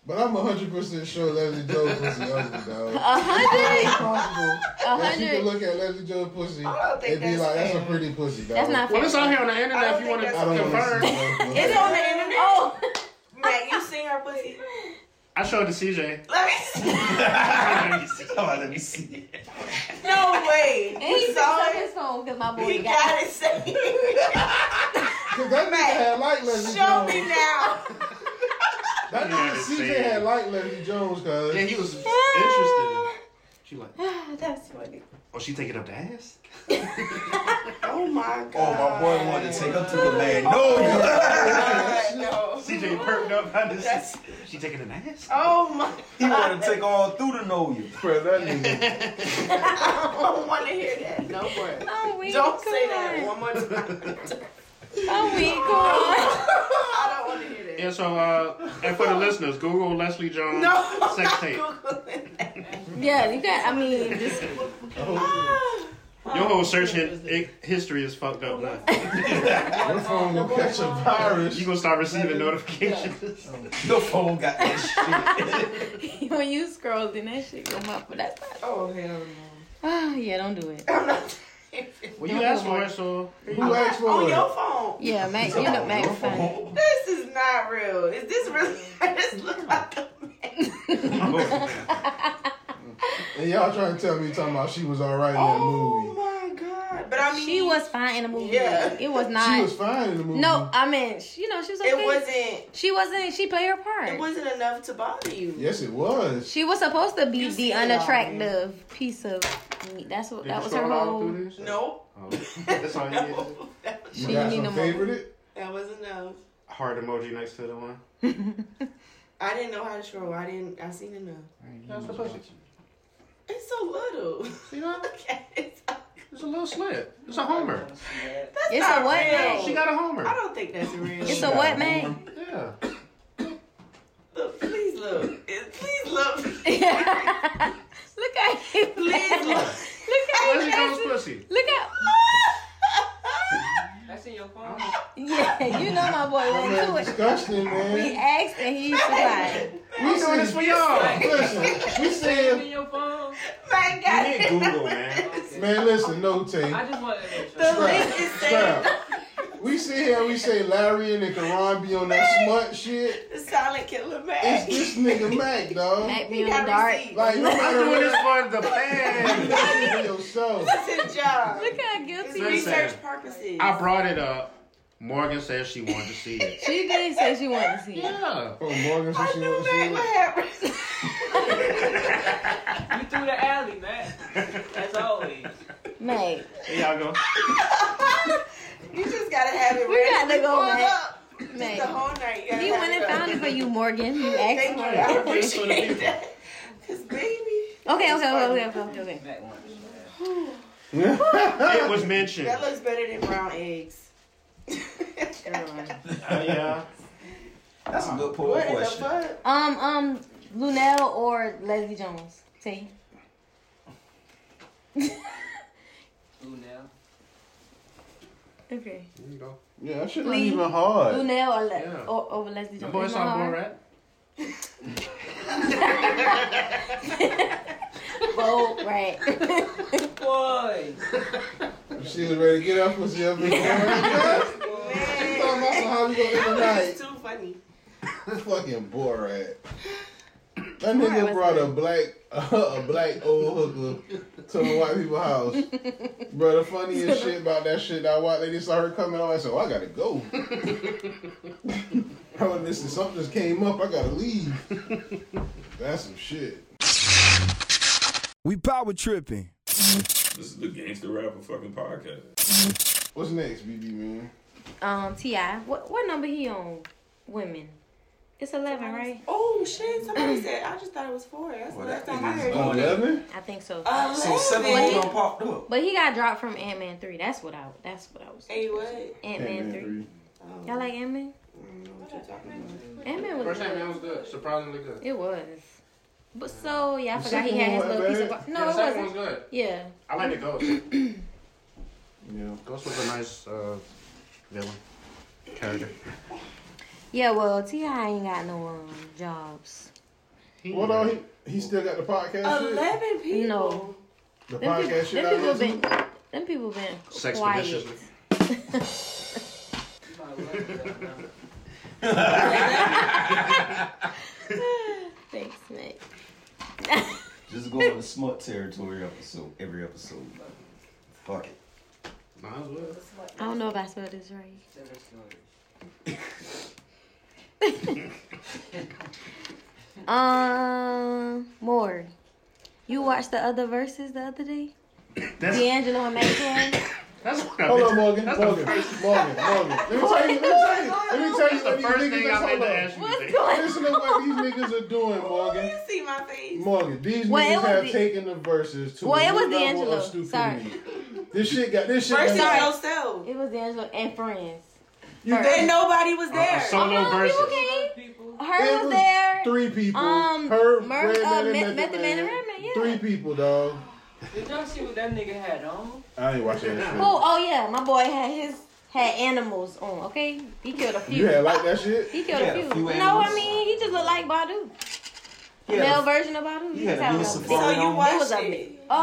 Speaker 4: But I'm 100% sure Leslie Joe pussy ugly, dog.
Speaker 8: A hundred.
Speaker 4: possible
Speaker 8: A
Speaker 4: that she can
Speaker 8: hundred.
Speaker 4: look at Leslie Joe's pussy
Speaker 2: I don't
Speaker 4: and
Speaker 2: think
Speaker 4: be
Speaker 2: that's
Speaker 4: like, that's a
Speaker 2: fair.
Speaker 4: pretty pussy, dog.
Speaker 8: That's not fair.
Speaker 1: Well, it's out here on the internet if you want to
Speaker 4: I don't want
Speaker 1: confirm.
Speaker 4: to see that. pussy.
Speaker 2: It's on the internet.
Speaker 8: Oh.
Speaker 2: Matt, you seen her pussy?
Speaker 1: I showed it to CJ.
Speaker 2: Let me see.
Speaker 9: Come on, let me see.
Speaker 2: No way.
Speaker 8: And he
Speaker 2: You
Speaker 8: picked
Speaker 2: saw
Speaker 8: up his
Speaker 2: it?
Speaker 8: phone because my boy
Speaker 2: He
Speaker 8: got
Speaker 2: got
Speaker 8: it.
Speaker 2: it saved.
Speaker 4: Cause that nigga had like Leslie
Speaker 2: Show
Speaker 4: Jones.
Speaker 2: me now.
Speaker 4: That
Speaker 1: Yeah,
Speaker 4: nigga CJ
Speaker 1: see.
Speaker 4: had like Leslie Jones, cause
Speaker 1: Yeah, he was interested. She like,
Speaker 8: That's funny.
Speaker 1: oh, she taking up the ass?
Speaker 2: Oh my god.
Speaker 9: Oh, my boy wanted to take up to the man. No,
Speaker 2: God, no.
Speaker 1: CJ perked up. I just-
Speaker 2: That's-
Speaker 1: she taking an ass?
Speaker 2: Oh my.
Speaker 9: he wanted to take all through to know you.
Speaker 4: bro, that nigga.
Speaker 2: I don't want to hear that. No more.
Speaker 8: Oh, we
Speaker 2: Don't
Speaker 8: come
Speaker 2: say
Speaker 8: on.
Speaker 2: that one more time.
Speaker 8: Oh, we come on.
Speaker 2: I don't want to hear that.
Speaker 1: Yeah, so, uh, and for the listeners, Google Leslie Jones
Speaker 2: No,
Speaker 1: sex
Speaker 2: I'm
Speaker 1: tape.
Speaker 2: not Googling that.
Speaker 8: Yeah, you got. I mean, just
Speaker 1: Your whole search hi- i- history is fucked up now.
Speaker 4: Your phone gonna catch a virus.
Speaker 1: You gonna start receiving notifications.
Speaker 9: Your phone got that shit.
Speaker 8: when you scroll, then that shit come up. But that's not.
Speaker 2: Oh, hell no.
Speaker 8: Oh, yeah, don't do it.
Speaker 2: I'm not.
Speaker 1: Well, you asked for it, so
Speaker 4: Who asked for
Speaker 2: On
Speaker 4: it?
Speaker 2: your phone.
Speaker 8: Yeah, Mac, you know Mac fine.
Speaker 2: This is not real. Is this really? this look like a man.
Speaker 4: And y'all trying to tell me talking about she was alright in that
Speaker 2: Oh
Speaker 4: movie.
Speaker 2: my god. But I mean,
Speaker 8: She was fine in the movie.
Speaker 2: Yeah.
Speaker 8: It was
Speaker 4: She
Speaker 8: not.
Speaker 4: was fine in the movie.
Speaker 8: no, I mean, she, you know, she was okay.
Speaker 2: It wasn't.
Speaker 8: She wasn't. She played her part.
Speaker 2: It wasn't enough to bother you.
Speaker 4: Yes, it was.
Speaker 8: She was supposed to be
Speaker 2: You see
Speaker 8: the
Speaker 2: it all, man.
Speaker 8: unattractive piece of meat. That's what.
Speaker 1: Did
Speaker 8: that
Speaker 1: you
Speaker 8: was her
Speaker 1: scroll all
Speaker 8: whole.
Speaker 1: through this?
Speaker 2: No.
Speaker 1: Oh, that's all you did.
Speaker 2: No. That was-
Speaker 4: You
Speaker 8: She
Speaker 4: got
Speaker 8: need
Speaker 4: some
Speaker 8: no more.
Speaker 4: favorite it?
Speaker 2: That was enough.
Speaker 1: Heart emoji next to the one.
Speaker 2: I didn't know how to scroll. I didn't. I seen enough.
Speaker 1: That's the pussy.
Speaker 2: It's so little.
Speaker 1: You know,
Speaker 2: Look at it.
Speaker 1: it's a little slit. It's a homer.
Speaker 2: That's
Speaker 8: It's
Speaker 2: not
Speaker 8: a what,
Speaker 2: real.
Speaker 1: She got a homer.
Speaker 2: I don't think that's real.
Speaker 8: It's a what, man?
Speaker 1: Yeah.
Speaker 2: Look, please look. It- Please look.
Speaker 8: Look at you.
Speaker 2: Please look.
Speaker 8: Look at
Speaker 1: Leslie
Speaker 8: you.
Speaker 1: Jones
Speaker 8: Jackson.
Speaker 1: pussy.
Speaker 8: Look at.
Speaker 7: That's in your phone.
Speaker 8: Yeah, you know my boy
Speaker 4: That
Speaker 8: went to
Speaker 4: man
Speaker 8: it.
Speaker 4: disgusting,
Speaker 8: We
Speaker 4: man.
Speaker 8: asked and he supplied.
Speaker 4: We
Speaker 1: I'm doing this for y'all.
Speaker 4: Listen, we
Speaker 7: It's
Speaker 4: saying,
Speaker 7: in your phone.
Speaker 2: My
Speaker 1: You
Speaker 2: God.
Speaker 1: need Google, man.
Speaker 4: man, listen, no tape.
Speaker 7: I just wanted to make sure.
Speaker 2: The link is saying
Speaker 4: Stop. We sit here, we say Larry and the Karan be on that smut shit.
Speaker 2: the silent killer
Speaker 4: It's
Speaker 2: man.
Speaker 4: this nigga Mac, dog.
Speaker 8: Mac
Speaker 2: He
Speaker 8: be on
Speaker 2: got
Speaker 8: the dark.
Speaker 2: receipts.
Speaker 4: Like, no
Speaker 1: I'm
Speaker 4: matter
Speaker 1: doing
Speaker 4: what,
Speaker 1: this for the fans.
Speaker 4: you do yourself.
Speaker 2: It's his job.
Speaker 8: Look how
Speaker 2: It's
Speaker 8: guilty.
Speaker 1: Listen.
Speaker 2: research purposes.
Speaker 1: I brought it up. Morgan said she wanted to see it.
Speaker 8: She did say she wanted to see it.
Speaker 1: Yeah.
Speaker 4: Oh, Morgan, so
Speaker 2: I
Speaker 4: she
Speaker 2: knew
Speaker 4: wants
Speaker 2: that
Speaker 4: to
Speaker 2: would happen.
Speaker 7: You through the alley, man. That's always.
Speaker 8: Mate,
Speaker 1: Here y'all go.
Speaker 2: You just gotta have it
Speaker 8: We
Speaker 2: ready.
Speaker 8: gotta
Speaker 2: to
Speaker 8: go,
Speaker 2: pull
Speaker 8: man.
Speaker 2: up.
Speaker 8: mate.
Speaker 2: The whole night. You, gotta
Speaker 8: He
Speaker 2: have
Speaker 8: went and
Speaker 2: up.
Speaker 8: found it for you, Morgan. You
Speaker 2: Thank
Speaker 8: asked
Speaker 2: you.
Speaker 8: for
Speaker 2: I
Speaker 8: it.
Speaker 2: appreciate that. Cause baby,
Speaker 8: Okay, okay, okay, okay, okay, okay.
Speaker 1: It was mentioned.
Speaker 2: that looks better than brown eggs.
Speaker 1: Uh, yeah.
Speaker 9: That's a good poll
Speaker 2: what in the
Speaker 9: question.
Speaker 2: fuck?
Speaker 8: Um, um, Lunel or Leslie Jones? See?
Speaker 7: Who now?
Speaker 1: Here
Speaker 8: Okay.
Speaker 1: you go.
Speaker 4: Yeah, that shit not
Speaker 8: Lee.
Speaker 4: even hard.
Speaker 8: Lunel or, Le-
Speaker 1: Yeah.
Speaker 8: or over Leslie
Speaker 1: The
Speaker 8: Jones? Uh-huh.
Speaker 1: boy
Speaker 8: Am I
Speaker 1: saw
Speaker 8: hard?
Speaker 1: boy rat.
Speaker 8: Bold rat.
Speaker 7: Boy.
Speaker 4: She was ready to get up pussy up in the morning. She talking about some how we gonna end the
Speaker 2: It's
Speaker 4: night.
Speaker 2: too funny.
Speaker 4: Fucking Borat. That
Speaker 8: Borat
Speaker 4: nigga
Speaker 8: was
Speaker 4: brought a black a black old hooker to a white people's house. Bro, the funniest shit about that shit, that white lady saw her coming on. I said, oh, I gotta go. Bro, listen, something just came up. I gotta leave. That's some shit.
Speaker 10: We power tripping.
Speaker 11: This is the Gangsta Rapper fucking podcast.
Speaker 4: What's next, BB man?
Speaker 8: um, T.I. What, what number he on? Women. It's 11, right?
Speaker 2: Oh shit! Somebody said I just thought it was four. That's the last time I heard.
Speaker 4: On
Speaker 9: Going up.
Speaker 4: eleven?
Speaker 8: I think so.
Speaker 2: Uh,
Speaker 9: So seven
Speaker 2: Eleven.
Speaker 9: of them popped up.
Speaker 8: But he got dropped from Ant Man three. That's what I. That's what I was.
Speaker 2: Hey, what?
Speaker 8: Ant Man
Speaker 4: Ant-Man
Speaker 8: three.
Speaker 4: three.
Speaker 8: Y'all like Ant Man?
Speaker 2: Mm,
Speaker 8: Ant-Man was
Speaker 1: First
Speaker 8: good.
Speaker 1: Ant-Man was good. Surprisingly good.
Speaker 8: It was. But so yeah, I
Speaker 1: The
Speaker 8: forgot he
Speaker 1: second
Speaker 8: had his
Speaker 1: one
Speaker 8: little piece
Speaker 1: wasn't
Speaker 8: of
Speaker 1: bad.
Speaker 8: bar- no,
Speaker 1: Yeah, the
Speaker 8: it
Speaker 1: second
Speaker 8: wasn't.
Speaker 1: one's good.
Speaker 8: Yeah,
Speaker 1: I like the Ghost.
Speaker 4: yeah,
Speaker 1: Ghost was a nice uh, villain character.
Speaker 8: yeah. Well, Ti ain't got no um, jobs.
Speaker 4: What on he? He still got the podcast. shit?
Speaker 2: Eleven people.
Speaker 8: No,
Speaker 4: The
Speaker 8: Oh, them
Speaker 4: podcast
Speaker 8: people,
Speaker 4: shit.
Speaker 8: them
Speaker 4: I
Speaker 8: people
Speaker 4: listen
Speaker 8: been, them people been quiet.
Speaker 4: Sexpeditiously.
Speaker 8: Thanks, Nick.
Speaker 9: Just going to smut territory episode every episode. Fuck it.
Speaker 1: Might as well.
Speaker 8: I don't know if I spelled this right. Um, more. You watched the other verses the other day. D'Angelo and Maxwell.
Speaker 1: That's
Speaker 4: Hold on, Morgan. Morgan. Morgan. Morgan. Let me tell you. Let me tell you. Let me tell you
Speaker 1: That's the first
Speaker 4: what these niggas
Speaker 1: thing I meant to ask you. today.
Speaker 4: are hold on. Listen to what these niggas are doing, Morgan.
Speaker 2: See my face.
Speaker 4: Morgan, these
Speaker 8: Well, it
Speaker 4: niggas
Speaker 8: was
Speaker 4: have
Speaker 8: the-
Speaker 4: taken the verses to a
Speaker 8: Well, it was
Speaker 4: new level
Speaker 8: D'Angelo.
Speaker 4: of stupidity.
Speaker 8: Sorry.
Speaker 4: This shit got this shit.
Speaker 2: Versus
Speaker 4: got,
Speaker 2: yourself.
Speaker 8: It was D'Angelo and friends.
Speaker 4: You
Speaker 8: First.
Speaker 2: Then nobody was there.
Speaker 8: Oh,
Speaker 1: solo verses.
Speaker 8: Her
Speaker 4: It
Speaker 8: was
Speaker 4: was
Speaker 8: there.
Speaker 4: Three people.
Speaker 8: Um,
Speaker 4: her,
Speaker 8: Mur-
Speaker 4: Red
Speaker 8: uh,
Speaker 4: Man, and
Speaker 8: Me-
Speaker 4: Method
Speaker 8: Method Man and
Speaker 4: Man.
Speaker 8: Redman, yeah.
Speaker 4: Three people, dog.
Speaker 7: Did y'all see what that nigga had on?
Speaker 4: I ain't watching that shit.
Speaker 8: Who? Oh yeah, my boy had his had animals on. Okay, he killed a few.
Speaker 4: You had like that shit?
Speaker 8: He killed
Speaker 9: Yeah,
Speaker 8: a few.
Speaker 9: a few
Speaker 8: no, I
Speaker 9: animals.
Speaker 8: mean he just looked like Badu.
Speaker 9: Yeah.
Speaker 8: Male version of Badu.
Speaker 9: You had a
Speaker 8: just had
Speaker 9: little
Speaker 8: a-
Speaker 9: safari
Speaker 2: So you
Speaker 9: on.
Speaker 2: watched
Speaker 8: It was a
Speaker 2: it?
Speaker 8: um no, I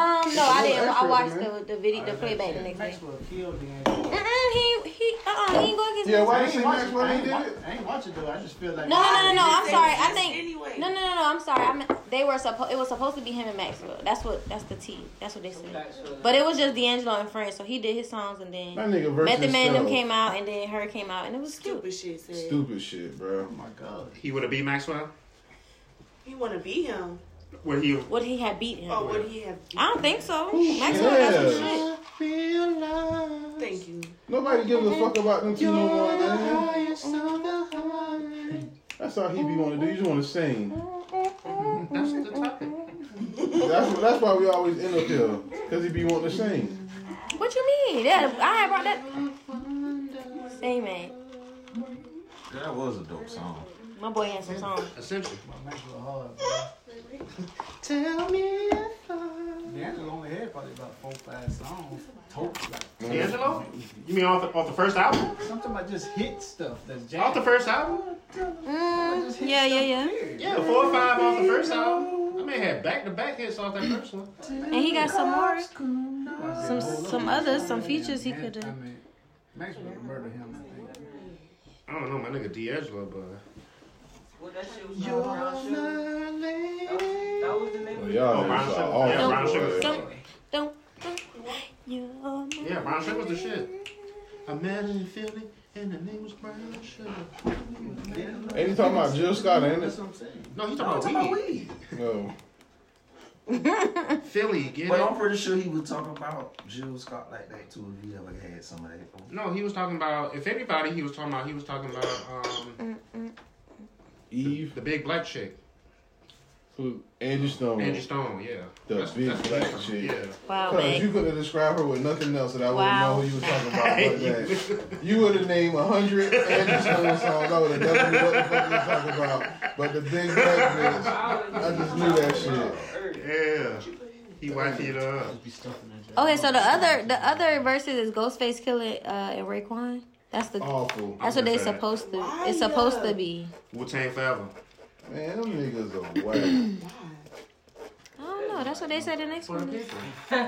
Speaker 8: didn't. I
Speaker 4: That's
Speaker 8: watched
Speaker 4: pretty,
Speaker 8: the the video, the playback the next day.
Speaker 12: Maxwell killed D'Angelo.
Speaker 8: Mm-mm, he he uh uh he ain't going against
Speaker 4: Yeah,
Speaker 8: me.
Speaker 4: why
Speaker 12: I
Speaker 4: did
Speaker 12: ain't
Speaker 4: she
Speaker 12: watch
Speaker 4: match
Speaker 12: it.
Speaker 4: what
Speaker 12: I
Speaker 4: he
Speaker 12: ain't
Speaker 4: did? it?
Speaker 12: watch it. I ain't watch it though. I just feel like
Speaker 8: No, no, no, no, no. I'm
Speaker 2: They
Speaker 8: sorry. I
Speaker 2: exist
Speaker 8: think
Speaker 2: anyway.
Speaker 8: no, no, no, no. I'm sorry. I'm, they were supposed. It was supposed to be him and Maxwell. That's what. That's the T. That's what they said. But it was just D'Angelo and friends. So he did his songs and then
Speaker 4: That nigga versus
Speaker 8: Method Man them
Speaker 4: Stella.
Speaker 8: came out and then her came out and it was cute.
Speaker 2: Stupid shit said.
Speaker 4: Stupid shit, bro.
Speaker 12: Oh my god.
Speaker 1: He would have beat Maxwell.
Speaker 2: He want to be him.
Speaker 1: Would he?
Speaker 8: Would he have beat him?
Speaker 2: Or would he have?
Speaker 8: I don't think so. Maxwell got some shit.
Speaker 2: Thank you.
Speaker 4: Nobody gives a fuck about them two no more, man. That's all he be want to do. You just want to sing.
Speaker 1: That's the topic.
Speaker 4: That's that's why we always end up here, cause he be wanting to sing.
Speaker 8: What you mean? That I had brought that. Same man.
Speaker 9: That was a dope song.
Speaker 8: My boy had some songs.
Speaker 1: Essentially.
Speaker 12: Tell me if I. D'Angelo only had probably about four, five songs. Total. Like,
Speaker 1: D'Angelo? You mean off the, off the first album?
Speaker 12: sometimes I just hit stuff that's jam.
Speaker 1: Off the first album?
Speaker 8: Mm, yeah, yeah, yeah.
Speaker 1: Yeah, four or five off the first album. I mean, had back to back hits off that first one.
Speaker 8: And he got some more, some some others, some features he could
Speaker 12: I
Speaker 8: have.
Speaker 12: mean, Maxwell murdered him, I think.
Speaker 1: I don't know, my nigga D'Angelo, but.
Speaker 7: What that shit was called? Brown Sugar? That was- that was the name of it.
Speaker 4: Y'all
Speaker 1: Oh, Brown
Speaker 4: niggas
Speaker 1: Sugar.
Speaker 4: are all
Speaker 1: Yeah, Brown
Speaker 4: boy.
Speaker 1: Sugar.
Speaker 8: Don't don't. don't. You're my-
Speaker 1: Yeah, Brown Sugar was the shit. I met her in Philly, and her name was Brown Sugar.
Speaker 4: Ain't he talking about Jill Scott, ain't it?
Speaker 12: That's what I'm saying.
Speaker 1: No, he's talking about weed.
Speaker 4: No.
Speaker 1: Philly, get
Speaker 9: But
Speaker 1: it?
Speaker 9: I'm pretty sure he was talking about Jill Scott like that too if he ever had somebody.
Speaker 1: No, he was talking about. If anybody, he was talking about. He was talking about um,
Speaker 4: Eve,
Speaker 1: the big black chick,
Speaker 4: who Angie Stone,
Speaker 1: Angie Stone. Yeah,
Speaker 4: the big black chick.
Speaker 1: yeah.
Speaker 8: Wow,
Speaker 4: Cause you
Speaker 8: man.
Speaker 4: could have described her with nothing else that I wouldn't
Speaker 8: Wow.
Speaker 4: know who you was talking about. But that. You would have named a hundred Angie Stone songs. I would have never knew what the fuck you was talking about. But the big black bitch, I just knew that shit.
Speaker 1: Yeah, he wiped it up.
Speaker 12: Just be stuffing that jam.
Speaker 8: Okay, so the other the other verses is Ghostface Killah uh, and Raekwon. That's the
Speaker 4: Awful.
Speaker 8: that's what they supposed to. It's supposed to be.
Speaker 1: Wu Tang Forever.
Speaker 4: Man, them niggas are whack.
Speaker 8: I don't know. That's what they said the next
Speaker 1: For the
Speaker 8: one. is.
Speaker 1: people.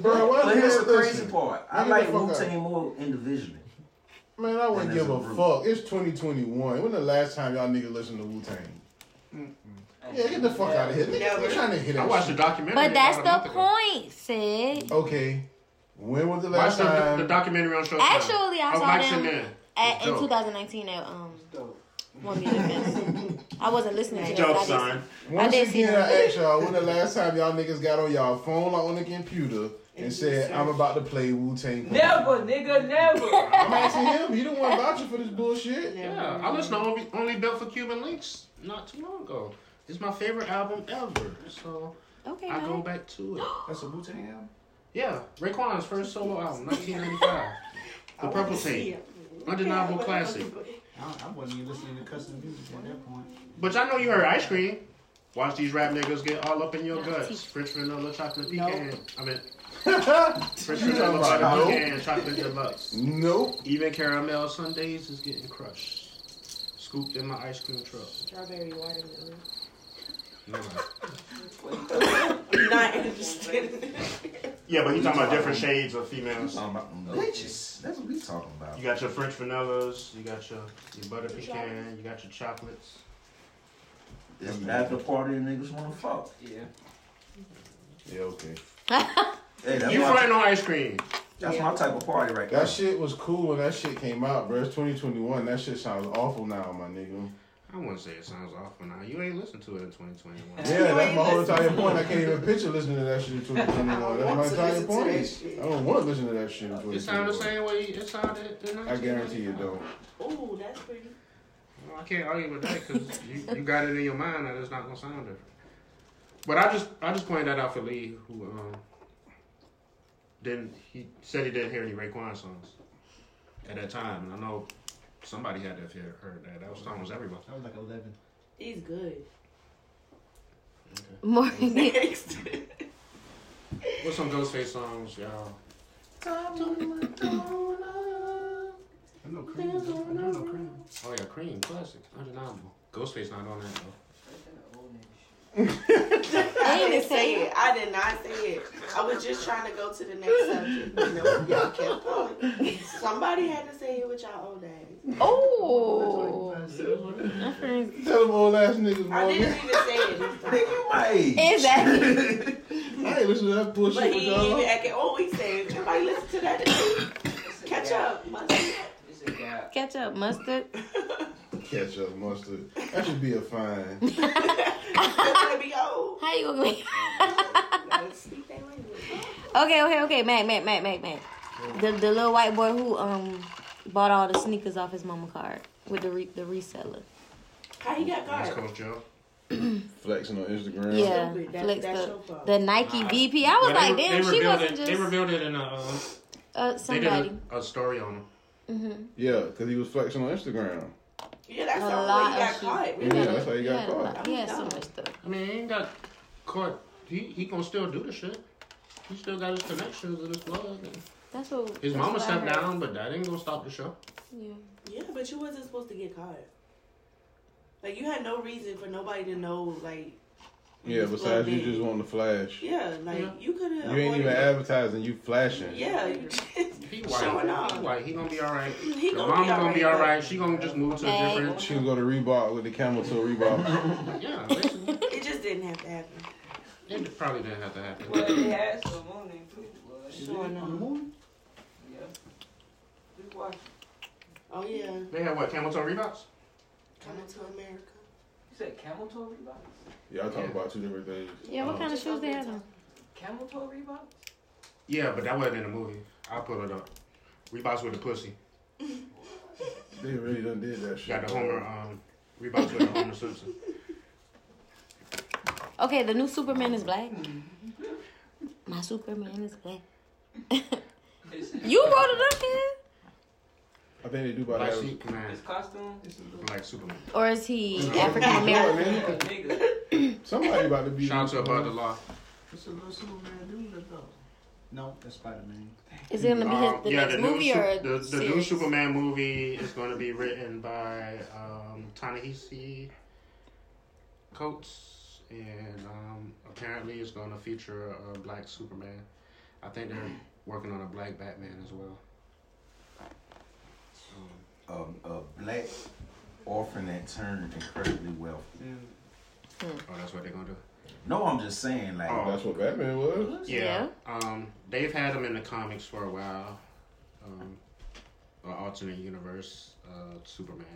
Speaker 4: Bro, why
Speaker 9: But
Speaker 4: the
Speaker 9: here's
Speaker 4: hell
Speaker 9: the crazy
Speaker 4: listen?
Speaker 9: part. I
Speaker 4: Nigga,
Speaker 9: like
Speaker 4: the fuck
Speaker 9: Wu
Speaker 4: up.
Speaker 9: Tang more individually.
Speaker 4: Man, I wouldn't
Speaker 9: And as
Speaker 4: give
Speaker 9: a
Speaker 4: a
Speaker 9: group.
Speaker 4: fuck. It's 2021. When the last time y'all niggas listened to Wu Tang? Yeah, get the fuck out of here. Niggas ain't trying to hit
Speaker 1: I
Speaker 4: that
Speaker 1: watched the
Speaker 4: shit.
Speaker 1: documentary.
Speaker 8: But that's
Speaker 1: about a
Speaker 8: the
Speaker 1: month ago.
Speaker 8: point, Sid.
Speaker 4: Okay. When was the
Speaker 1: Watch
Speaker 4: last
Speaker 1: the,
Speaker 4: time?
Speaker 1: the documentary on Showtime.
Speaker 8: Actually, I
Speaker 1: Of
Speaker 8: saw
Speaker 1: Mike
Speaker 8: them-
Speaker 1: Chinnan.
Speaker 8: At, in
Speaker 1: Dope.
Speaker 8: 2019 at um
Speaker 12: Dope.
Speaker 8: One Music Fest. I wasn't listening to it. but I
Speaker 1: Dope
Speaker 8: did see-
Speaker 1: sign.
Speaker 4: Once
Speaker 8: did see
Speaker 4: again,
Speaker 8: that.
Speaker 4: I asked y'all when the last time y'all niggas got on y'all phone or on the computer and said, I'm about to play Wu Tang.
Speaker 7: Never, nigga, never.
Speaker 4: I'm asking him. You don't want voucher for this bullshit.
Speaker 1: Yeah, I listened to only, only Built for Cuban Links not too long ago. It's my favorite album ever. So
Speaker 8: Okay,
Speaker 1: I go
Speaker 8: man.
Speaker 1: back to it.
Speaker 12: That's a Wu Tang album?
Speaker 1: Yeah, Raekwon's first solo album, 1995. The Purple Tape. Undeniable classic.
Speaker 12: I, I wasn't even listening to custom music at that point.
Speaker 1: But y'all know you heard ice cream. Watch these rap niggas get all up in your guts. French vanilla chocolate pecan. I mean, French vanilla chocolate
Speaker 4: Nope.
Speaker 1: pecan chocolate deluxe.
Speaker 4: Nope.
Speaker 1: Even caramel sundaes is getting crushed. Scooped in my ice cream truck.
Speaker 2: Strawberry watermelon.
Speaker 7: I'm
Speaker 2: not interested.
Speaker 1: Yeah, but he's talking about different shades of females.
Speaker 9: Bitches. That's what we talking about.
Speaker 1: You got your French vanillas. You got your, your butter pecan. You got your chocolates.
Speaker 9: It's the after party and niggas wanna fuck. Yeah.
Speaker 4: Yeah, okay.
Speaker 9: Hey, that's
Speaker 1: you
Speaker 9: my-
Speaker 1: running on ice cream.
Speaker 9: That's my type of party right
Speaker 4: That
Speaker 9: there.
Speaker 4: shit was cool when that shit came out, bro. It's 2021. That shit sounds awful now, my nigga.
Speaker 1: I wouldn't say it sounds awful now. You ain't listened to it in 2021.
Speaker 4: Yeah, that's my whole entire point. I can't even picture listening to that shit in 2021. That's my
Speaker 1: want to
Speaker 4: entire
Speaker 1: listen to that
Speaker 4: point.
Speaker 1: shit.
Speaker 4: I don't want to listen to that shit in
Speaker 1: It sounded the
Speaker 4: 2021.
Speaker 1: same way it sounded in
Speaker 4: I guarantee you don't.
Speaker 2: Ooh, that's pretty.
Speaker 1: Well, I can't argue with that because you, you got it in your mind that it's not gonna sound different. But I just I just pointed that out for Lee, who um didn't he said he didn't hear any Raekwon songs at that time, and I know somebody had to have hear- heard that. That was almost everybody.
Speaker 12: That was like eleven.
Speaker 2: He's good.
Speaker 8: More
Speaker 2: next.
Speaker 1: What's some Ghostface songs, y'all?
Speaker 12: I know cream. I know no cream.
Speaker 1: Oh yeah, Cream, classic, undeniable. Ghostface not on that though.
Speaker 2: I didn't say it. I did not say it. I was just trying to go to the next subject. You know, y'all kept going. Somebody had to say it with y'all old ass.
Speaker 8: Oh.
Speaker 4: Tell them old ass niggas,
Speaker 2: I
Speaker 4: boy.
Speaker 2: didn't even say it. this time.
Speaker 8: Exactly.
Speaker 4: I ain't listening to that bullshit
Speaker 2: But
Speaker 4: with
Speaker 2: he
Speaker 4: y'all.
Speaker 2: even acting always saying, everybody listen to that. Catch up.
Speaker 8: Ketchup, mustard.
Speaker 4: Ketchup, mustard. That should be a fine.
Speaker 8: How you gonna make? okay, okay, okay. Mac, Mac, Mac, Mac, Mac. The the little white boy who um bought all the sneakers off his mama card with the re- the reseller.
Speaker 2: How he got
Speaker 1: East
Speaker 2: caught?
Speaker 1: Coast Joe.
Speaker 4: Flexing on Instagram.
Speaker 8: Yeah,
Speaker 2: Stupid. That-
Speaker 8: flex
Speaker 2: that's
Speaker 8: the,
Speaker 2: your fault.
Speaker 8: the Nike VP. I was
Speaker 1: But
Speaker 8: like,
Speaker 1: they, they
Speaker 8: damn, she
Speaker 1: revealed
Speaker 8: wasn't
Speaker 1: it,
Speaker 8: just
Speaker 1: They revealed it in a uh,
Speaker 8: uh,
Speaker 1: They
Speaker 8: somebody.
Speaker 1: did a, a story on him.
Speaker 8: Mm-hmm.
Speaker 4: Yeah, because he was flexing on Instagram.
Speaker 2: Yeah, that's
Speaker 8: A
Speaker 2: how
Speaker 8: lot
Speaker 2: he
Speaker 8: of
Speaker 2: got
Speaker 8: shit.
Speaker 2: caught.
Speaker 4: Yeah, that's how he got caught.
Speaker 8: He had so much stuff.
Speaker 1: I mean, he ain't got caught. He he gonna still do the shit. He still got his connections and his plug.
Speaker 8: That's what
Speaker 1: His
Speaker 8: that's
Speaker 1: mama
Speaker 8: what I
Speaker 1: stepped
Speaker 8: heard.
Speaker 1: down, but that ain't gonna stop the show.
Speaker 8: Yeah.
Speaker 2: Yeah, but you wasn't supposed to get caught. Like you had no reason for nobody to know. Like
Speaker 4: Yeah, besides you
Speaker 2: Well,
Speaker 4: just want to flash.
Speaker 2: yeah, like you could have.
Speaker 4: You ain't even advertising, you flashing.
Speaker 2: Yeah, you just
Speaker 1: He white.
Speaker 2: showing
Speaker 1: He
Speaker 2: off.
Speaker 1: white. He gonna be all right.
Speaker 2: He
Speaker 1: the
Speaker 2: gonna
Speaker 1: mama
Speaker 2: be
Speaker 1: gonna be
Speaker 2: all
Speaker 1: all
Speaker 2: right.
Speaker 1: right. She gonna just move to a
Speaker 2: Hey.
Speaker 1: different.
Speaker 4: She can go to Reebok with the camel toe Reebok.
Speaker 1: Yeah,
Speaker 2: It just didn't have to happen.
Speaker 1: it probably didn't have to happen.
Speaker 7: Well, they had some on their poop, boy.
Speaker 2: Showing off.
Speaker 7: Yeah. We watched.
Speaker 2: Oh yeah,
Speaker 1: They had what? Camel toe Reeboks.
Speaker 2: coming to America.
Speaker 7: You said camel toe Reeboks?
Speaker 4: Y'all talking about two different things.
Speaker 8: Yeah.
Speaker 1: Oh.
Speaker 8: What kind of shoes they had on?
Speaker 7: Camel toe Reeboks?
Speaker 1: Yeah, but that wasn't in the movie. I'll pull it up. Reeboks with the pussy.
Speaker 4: They really done did that shit.
Speaker 1: Got the Homer. Um, Reeboks with the Homer Simpson.
Speaker 8: Okay, the new Superman is black.
Speaker 1: Mm-hmm.
Speaker 8: My Superman is black. you wrote it up here,
Speaker 4: I think they do by
Speaker 1: Black
Speaker 4: that.
Speaker 1: Superman.
Speaker 7: His costume?
Speaker 1: Black Superman.
Speaker 8: or is he African American?
Speaker 4: Somebody about to be.
Speaker 1: Shout out to Above the Law.
Speaker 12: It's a little Superman dude that though. No, that's Spider Man.
Speaker 8: Is it gonna be his
Speaker 1: Um,
Speaker 8: the
Speaker 1: yeah,
Speaker 8: next
Speaker 1: the new,
Speaker 8: movie
Speaker 1: Sup-
Speaker 8: or
Speaker 1: the, the new
Speaker 8: series?
Speaker 1: Superman movie is going to be written by um, Ta-Nehisi Coates, and um, apparently it's going to feature a black Superman. I think they're working on a black Batman as well.
Speaker 9: Um, a black orphan that turned incredibly wealthy.
Speaker 1: Oh, that's what they're going to do.
Speaker 9: No, I'm just saying, like,
Speaker 1: Oh.
Speaker 4: That's what Batman was.
Speaker 1: Yeah. Um, they've had him in the comics for a while. Um, an alternate universe, uh, Superman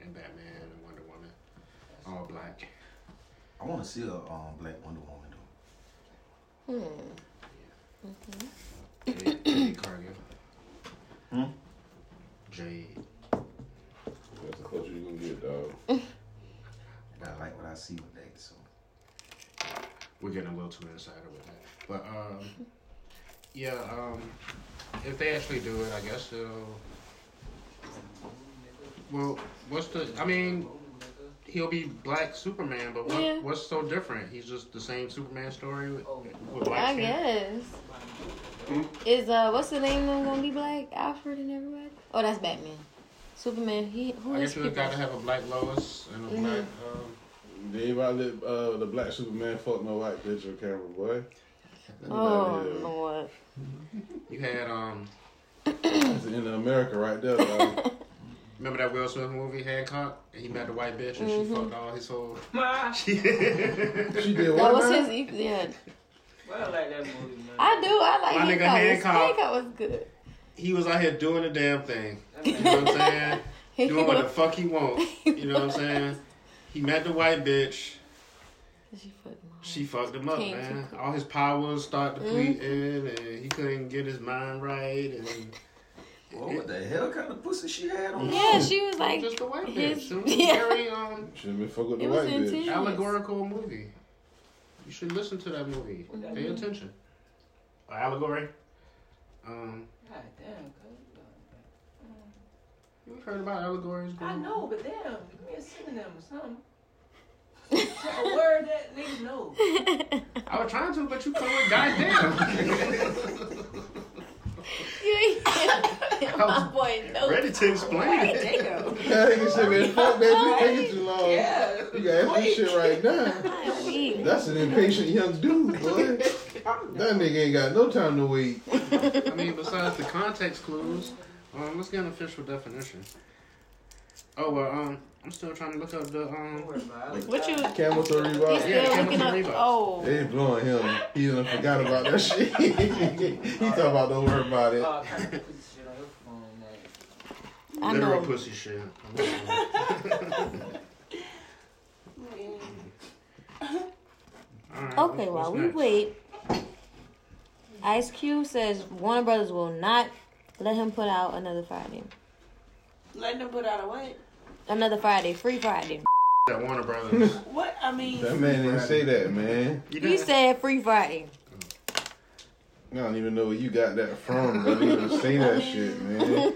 Speaker 1: and Batman and Wonder Woman, all black.
Speaker 9: I want to see a um, black Wonder Woman though.
Speaker 8: Hmm.
Speaker 1: Jade, Jade Cargill.
Speaker 9: Hmm?
Speaker 1: Jade.
Speaker 4: That's the closest you can get, dog.
Speaker 9: But I like what I see with that. So
Speaker 1: We're getting a little too insider with that. But um, yeah, um, if they actually do it, I guess it'll Well, what's the? I mean, he'll be Black Superman, but what,
Speaker 8: Yeah.
Speaker 1: what's so different? He's just the same Superman story with, with black Hmm?
Speaker 8: I
Speaker 1: skin.
Speaker 8: guess. Is uh, what's the name? of gonna be black Alfred and everybody. Oh, that's Batman. Superman. He who
Speaker 1: I
Speaker 8: is Mm-hmm.
Speaker 1: guess we
Speaker 8: people?
Speaker 1: gotta have a black Lois and a black. um,
Speaker 4: They about let uh, the black Superman fuck my white bitch on camera, boy.
Speaker 8: Oh
Speaker 4: Yeah.
Speaker 8: Lord.
Speaker 1: You had um.
Speaker 4: That's the end of America right there. dog.
Speaker 1: Remember that Will Smith movie Hancock? And he met the white bitch and she
Speaker 8: Mhm.
Speaker 1: fucked all his whole.
Speaker 7: she
Speaker 4: did
Speaker 8: That was his. e-, Yeah,
Speaker 7: Well, I like that movie, man.
Speaker 8: I do. I like
Speaker 1: My nigga
Speaker 8: Hancock.
Speaker 1: Hancock.
Speaker 8: Hancock was good.
Speaker 1: He was out here doing the damn thing. You know what I'm saying? doing what the fuck he want. You know what I'm saying? He met the white bitch.
Speaker 8: She fucked him up.
Speaker 1: She fucked him up,
Speaker 8: Came too Mm-hmm.
Speaker 1: man. All his powers start depleting, and he couldn't get his mind right. And
Speaker 9: what the hell kind of pussy she had on?
Speaker 8: Yeah, she was like
Speaker 1: just the white
Speaker 8: his-
Speaker 1: bitch. She was
Speaker 8: yeah.
Speaker 1: very um,
Speaker 4: Shouldn't been fuck with the
Speaker 8: It was
Speaker 4: white bitch.
Speaker 8: intense.
Speaker 1: allegorical movie. You should listen to that movie.
Speaker 7: that
Speaker 1: Pay
Speaker 8: Mm-hmm.
Speaker 7: mean?
Speaker 1: attention. An allegory. Um,
Speaker 7: God damn, cuz.
Speaker 1: you heard about allegories?
Speaker 7: I
Speaker 1: girl?
Speaker 7: know, but damn, give me a synonym or something. a word that niggas know.
Speaker 1: I was trying to, but you come with goddamn.
Speaker 8: My boy, no.
Speaker 1: Ready to explain
Speaker 8: Right,
Speaker 1: it.
Speaker 8: damn.
Speaker 4: That nigga said, man, fuck that bitch, take it too long.
Speaker 7: Yeah.
Speaker 4: You gotta ask this shit right now. That's an impatient young dude, boy. That nigga ain't got no time to wait.
Speaker 1: I mean, besides the context clues, um, let's get an official definition. Oh well, um, I'm still trying to look up the um.
Speaker 8: What you?
Speaker 4: Camel to
Speaker 8: You
Speaker 4: Reebok.
Speaker 8: still
Speaker 1: Yeah,
Speaker 8: looking up?
Speaker 1: Hamilton Reebok.
Speaker 8: Oh,
Speaker 4: They blowing him. He done forgot about that shit. he talking about don't worry about it.
Speaker 7: Uh, kind of pussy shit on your phone, man.
Speaker 8: I
Speaker 1: Literal
Speaker 8: know.
Speaker 1: pussy shit. Alright,
Speaker 8: Okay,
Speaker 1: what's- what's
Speaker 8: while we
Speaker 1: next?
Speaker 8: wait, Ice Cube says Warner Brothers will not let him put out another Friday.
Speaker 2: Letting them put out a what?
Speaker 8: Another Friday, free Friday.
Speaker 1: That Warner Brothers.
Speaker 2: What? I mean,
Speaker 4: That man didn't say that, man.
Speaker 1: You
Speaker 8: He said free Friday.
Speaker 4: I don't even know where you got that from, but you didn't say that shit, man.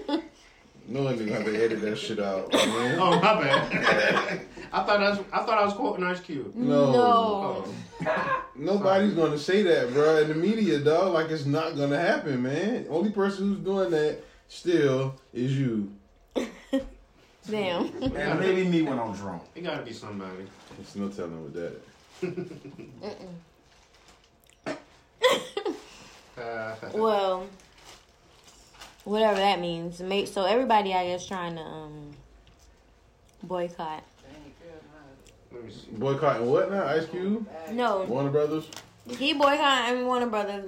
Speaker 4: No one gonna have to edit that shit out, man.
Speaker 1: Oh my bad. I thought I was, I thought I was quoting Ice Cube.
Speaker 4: No.
Speaker 8: No.
Speaker 1: Oh.
Speaker 4: Nobody's gonna say that, bro. In the media, dog, like it's not gonna happen, man. Only person who's doing that still is you.
Speaker 8: Damn.
Speaker 3: And maybe me when I'm drunk.
Speaker 1: It gotta be somebody.
Speaker 4: It's no telling with that.
Speaker 1: Uh,
Speaker 8: Well, whatever that means. Ma- So everybody, I guess, trying to um boycott.
Speaker 1: let me see.
Speaker 4: Boycotting what now? Ice Cube,
Speaker 8: No,
Speaker 4: Warner Brothers.
Speaker 8: he boycotting I mean, Warner Brothers.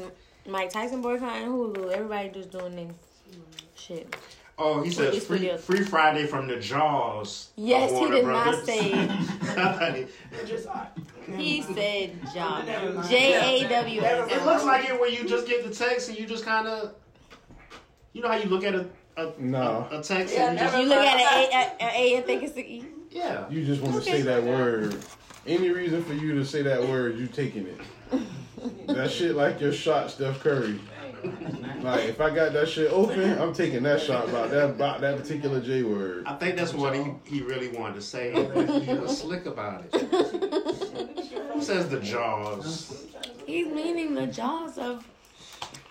Speaker 8: Mike Tyson boycotting Hulu. Everybody just doing this shit.
Speaker 1: Oh, he says
Speaker 8: It's
Speaker 1: free,
Speaker 8: video.
Speaker 1: free Friday from the Jaws. of
Speaker 8: Yes, he
Speaker 1: Warner
Speaker 8: did
Speaker 1: Brothers.
Speaker 8: not say.
Speaker 1: say.
Speaker 2: just
Speaker 8: He said Jaws.
Speaker 2: Never mind.
Speaker 8: J A W S.
Speaker 1: It looks like it when you just get the text and you just kind of, you know how you look at a a,
Speaker 4: No.
Speaker 1: a, a text
Speaker 2: Yeah,
Speaker 1: and you
Speaker 2: never-
Speaker 1: just
Speaker 8: You look at an A, a, a and think it's an E.
Speaker 1: yeah.
Speaker 4: You just want to say that word. Any reason for you to say that word, you taking it. that shit like your shot, Steph Curry. Like if I got that shit open, I'm taking that shot about that about that particular J word.
Speaker 1: I think that's what he, he really wanted to say. He was slick about it. Who says the Jaws?
Speaker 8: He's meaning the jaws of.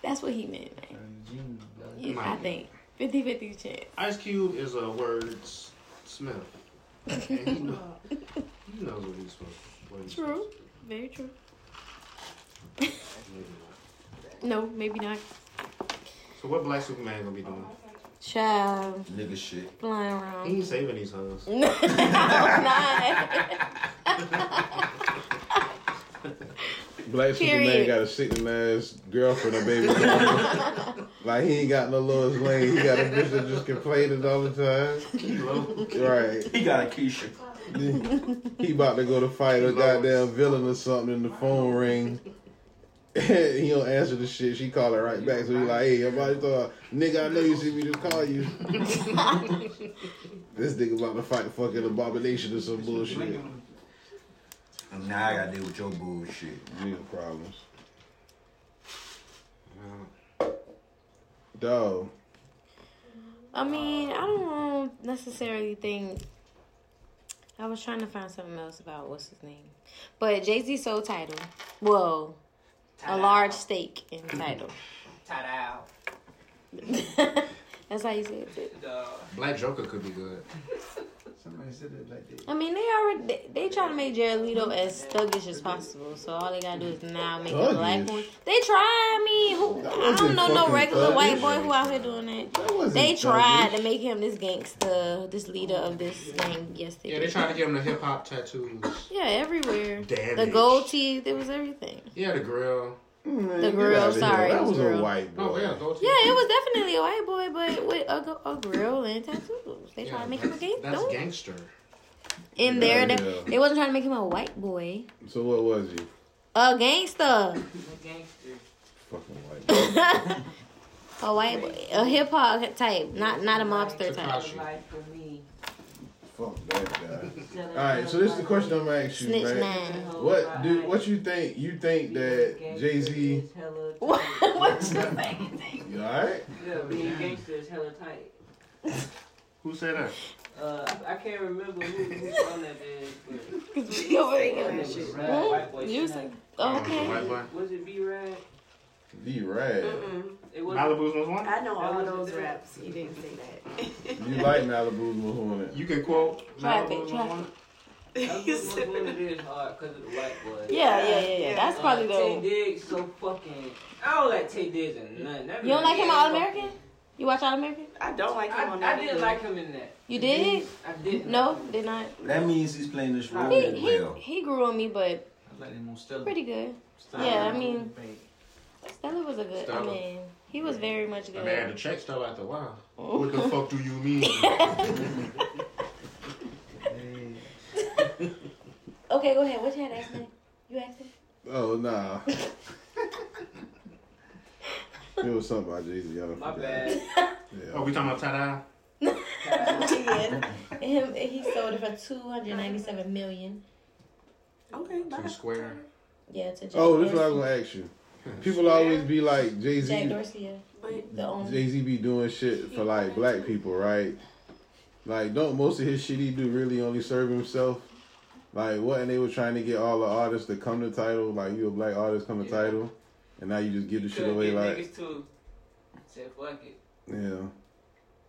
Speaker 8: That's what he meant. man. Yeah, I think 50-50 chance.
Speaker 1: Ice Cube is a wordsmith. And he, know, he knows what he's supposed what he's
Speaker 8: True. Very true. no, maybe not.
Speaker 1: So what Black Superman gonna be doing?
Speaker 8: Child
Speaker 9: Nigga shit.
Speaker 8: flying
Speaker 1: He
Speaker 8: around.
Speaker 1: ain't saving these hoes.
Speaker 8: no, not.
Speaker 4: Black Superman
Speaker 8: Period.
Speaker 4: got a sitting ass girlfriend or baby. mama. like he ain't got no Lois Lane. He got a bitch that just complaining all the
Speaker 1: Low.
Speaker 4: time. Right.
Speaker 9: He got a Keisha.
Speaker 4: He about to go to fight a goddamn villain or something, and the phone ring. he don't answer the shit. She call it right back. So he like, hey, I'm about to throw a- nigga. I know you see me just call you. this nigga about to fight fucking abomination or some bullshit.
Speaker 9: Now I gotta deal with your bullshit.
Speaker 4: Real problems. Dog.
Speaker 8: I mean, I don't necessarily think. I was trying to find something else about what's his name, but Jay Z sold title. Whoa, a large stake in title.
Speaker 7: Ta-da.
Speaker 8: That's how you say it.
Speaker 1: Black Joker could be good.
Speaker 12: Somebody said it like that.
Speaker 8: I mean, they already they, they trying to make Jared Leto as thuggish as possible. So all they gotta do is now make a black
Speaker 12: Thuggish?
Speaker 8: one. They try me. Who I don't
Speaker 12: wasn't
Speaker 8: know no
Speaker 12: fucking
Speaker 8: regular white
Speaker 12: thuggish.
Speaker 8: boy who out here doing that.
Speaker 1: wasn't
Speaker 8: They tried
Speaker 1: thuggish.
Speaker 8: to make him this gangster, this leader of this thing. Yes, they
Speaker 1: Yeah, they
Speaker 8: did.
Speaker 1: tried to give him the hip hop tattoos.
Speaker 8: Yeah, everywhere.
Speaker 1: Damn
Speaker 8: the
Speaker 1: it.
Speaker 8: gold teeth, it was everything.
Speaker 1: Yeah, the grill.
Speaker 4: Mm,
Speaker 8: The get grill, out of here. sorry, That was a grill.
Speaker 1: white boy. yeah, go to
Speaker 8: Yeah, it was definitely a white boy, but with a, go- a grill and tattoos. They tried to make him a
Speaker 1: That's
Speaker 8: gangster.
Speaker 1: gangster.
Speaker 8: In there,
Speaker 4: Yeah,
Speaker 8: they,
Speaker 4: yeah.
Speaker 8: they wasn't trying to make him a white boy.
Speaker 4: So what was he?
Speaker 8: A gangster.
Speaker 4: Fucking white.
Speaker 8: A white boy. A hip hop type. Not not a mobster type.
Speaker 7: Life for me.
Speaker 4: Fuck that guy. All right, so this is the question I'm gonna ask you,
Speaker 8: Snitch
Speaker 4: man.
Speaker 8: man.
Speaker 4: What do what you think? You think that Jay Z?
Speaker 7: What?
Speaker 8: What you
Speaker 4: You all right?
Speaker 7: Yeah, being gangster is hella tight.
Speaker 1: Who said that?
Speaker 7: Uh, I can't remember who who's on that band.
Speaker 8: Cause we over here giving
Speaker 7: shit.
Speaker 8: Hmm?
Speaker 7: White boy.
Speaker 8: You
Speaker 7: Snap.
Speaker 8: say- oh, okay.
Speaker 1: White boy.
Speaker 7: Was it B Rad?
Speaker 4: D Rad.
Speaker 7: It
Speaker 1: Malibu's was one.
Speaker 2: I know all those raps. He didn't say that.
Speaker 4: You like Malibu's was on it.
Speaker 1: You can quote
Speaker 2: Traffic,
Speaker 1: Malibu's was
Speaker 2: traffic.
Speaker 1: one.
Speaker 7: That's what it is hard because of the white boy. Oh,
Speaker 8: Yeah, yeah, yeah, yeah. That's probably the-
Speaker 7: Tay Diggs so fucking. I don't like Tay Diggs in nothing. That
Speaker 8: You don't like him
Speaker 7: man-
Speaker 8: All American? You watch All American?
Speaker 2: I don't like
Speaker 7: I, I did like him in that.
Speaker 8: You did?
Speaker 7: I did.
Speaker 8: No, did not.
Speaker 9: That means he's playing this role
Speaker 8: He he,
Speaker 9: well.
Speaker 8: he grew on me, but pretty good. Yeah, I mean, Stella was a good. I
Speaker 1: Stella.
Speaker 8: mean, he was very much
Speaker 1: I mean, the
Speaker 8: good.
Speaker 1: check stuff after a while. What the fuck do you mean?
Speaker 8: Okay, go ahead. What you had asked me? You asked me.
Speaker 4: Oh nah. it was something about Jay Z. I don't
Speaker 7: My
Speaker 4: forget.
Speaker 7: bad.
Speaker 4: Yeah.
Speaker 1: Oh, we talking about Tada?
Speaker 8: Him, he sold it for two hundred ninety-seven million.
Speaker 2: Okay,
Speaker 1: To the square.
Speaker 8: Yeah, to Jack
Speaker 4: Oh, this is what I
Speaker 8: Dorsey.
Speaker 4: was gonna ask you. People always be like Jay
Speaker 8: Jack
Speaker 4: Z.
Speaker 8: Dorsey, yeah. the owner.
Speaker 4: Jay Z be doing shit for like black people, right? Like, don't most of his shit he do really only serve himself? Like, what? And they were trying to get all the artists to come to title. Like, you a black artist, come to title, and now you just give the shit
Speaker 7: Couldn't
Speaker 4: away.
Speaker 7: get
Speaker 4: Like,
Speaker 7: niggas to say fuck it.
Speaker 4: yeah,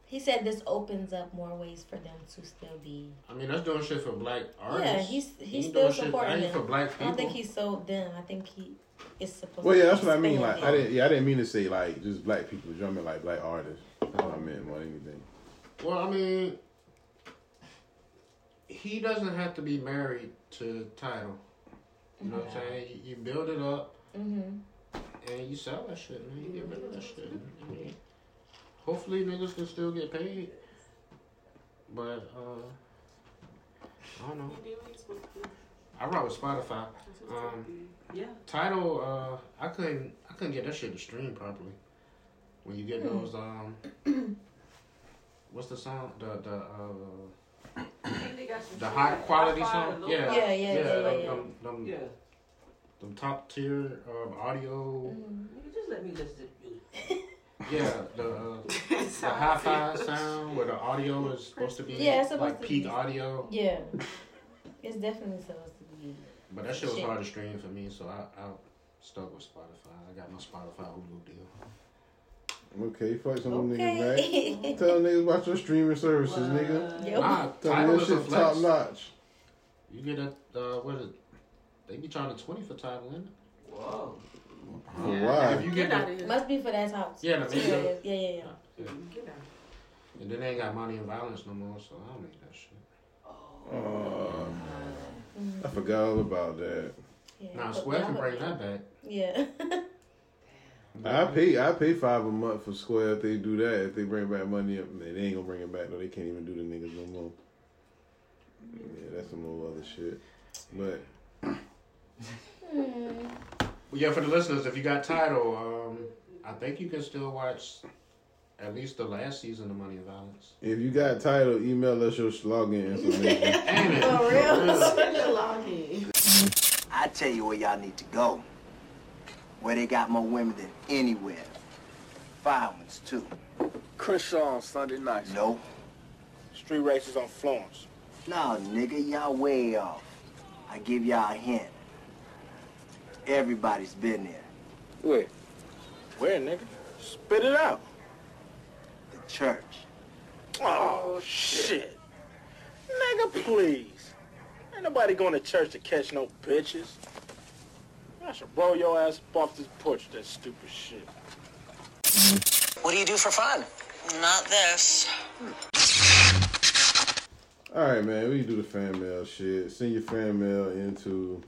Speaker 8: He said this opens up more ways for them to still be.
Speaker 1: I mean, that's doing shit for black artists.
Speaker 8: Yeah, he's
Speaker 1: He
Speaker 8: he's
Speaker 1: ain't
Speaker 8: still
Speaker 1: doing shit-
Speaker 8: supporting
Speaker 1: that
Speaker 8: them.
Speaker 1: ain't for black people.
Speaker 8: I don't think he sold them. I think he is supposed.
Speaker 4: Well,
Speaker 8: to
Speaker 4: yeah, that's what I mean.
Speaker 8: expand
Speaker 4: Like, I
Speaker 8: it.
Speaker 4: didn't, yeah, I didn't mean to say like just black people drumming like black artists. That's what I meant more than anything.
Speaker 1: Well, I mean, he doesn't have to be married to title. You know what I'm saying? You, you build it up
Speaker 8: Mhm.
Speaker 1: and you sell that shit, man. You get rid of that shit. I mean, hopefully niggas can still get paid, but uh, I don't know. I rock with Spotify. Um,
Speaker 7: Yeah.
Speaker 1: title, uh, I couldn't, I couldn't get that shit to stream properly. When you get
Speaker 7: Hmm.
Speaker 1: those, um, what's the song? The the uh, the high quality song. Yeah,
Speaker 7: Yeah, yeah, yeah, yeah,
Speaker 1: them,
Speaker 7: yeah.
Speaker 1: Them, them,
Speaker 7: Yeah.
Speaker 1: them top tier um, audio.
Speaker 8: Mm-hmm.
Speaker 7: Nigga, just let me listen to you.
Speaker 1: Yeah, the uh, the hi-fi sound where the audio is supposed to be
Speaker 8: Yeah, it's supposed
Speaker 1: like
Speaker 8: to
Speaker 1: peak
Speaker 8: be-
Speaker 1: audio.
Speaker 8: Yeah, it's definitely supposed to be.
Speaker 1: But that shit was hard to stream for me, so I, I stuck with Spotify. I got my Spotify Hulu deal.
Speaker 4: Okay, fuck some of them
Speaker 1: Okay.
Speaker 4: niggas back. Tell them niggas about your streaming services, nigga.
Speaker 1: Yep. Nah,
Speaker 4: Tell
Speaker 1: title
Speaker 4: them
Speaker 1: is
Speaker 4: that
Speaker 1: a
Speaker 4: shit
Speaker 1: flex.
Speaker 4: top notch.
Speaker 1: You get a uh, what is it? They be charging twenty for title, is
Speaker 7: Whoa.
Speaker 4: Yeah. Why?
Speaker 1: If you get, the-
Speaker 8: Must be for that top.
Speaker 1: Yeah, the
Speaker 8: tier.
Speaker 1: video.
Speaker 8: yeah, yeah, yeah.
Speaker 1: and then they ain't got money and violence no more, so I don't need that shit.
Speaker 4: Oh, I forgot all about that.
Speaker 1: Nah, Square can bring that back.
Speaker 8: Yeah.
Speaker 4: I pay I pay five a month for Square if they do that. If they bring back money up, they ain't gonna bring it back though. They can't even do the niggas no more. Yeah, that's some little other shit. But
Speaker 1: Well, yeah, for the listeners, if you got title, um, I think you can still watch at least the last season of Money and Violence.
Speaker 4: if you got title, email us your login information.
Speaker 1: For
Speaker 13: I tell you where y'all need to go. Where they got more women than anywhere. Fire ones, too. Crenshaw on Sunday nights. No. Street races on Florence. No, nigga, y'all way off. I give y'all a hint. Everybody's been there. Wait. Where, nigga? Spit it out. The church. Oh, shit. Nigga, please. Ain't nobody going to church to catch no bitches. I should blow your ass up off this porch, that stupid shit.
Speaker 14: What do you do for fun? Not this.
Speaker 4: All right, man. We can do the fan mail shit. Send your fan mail into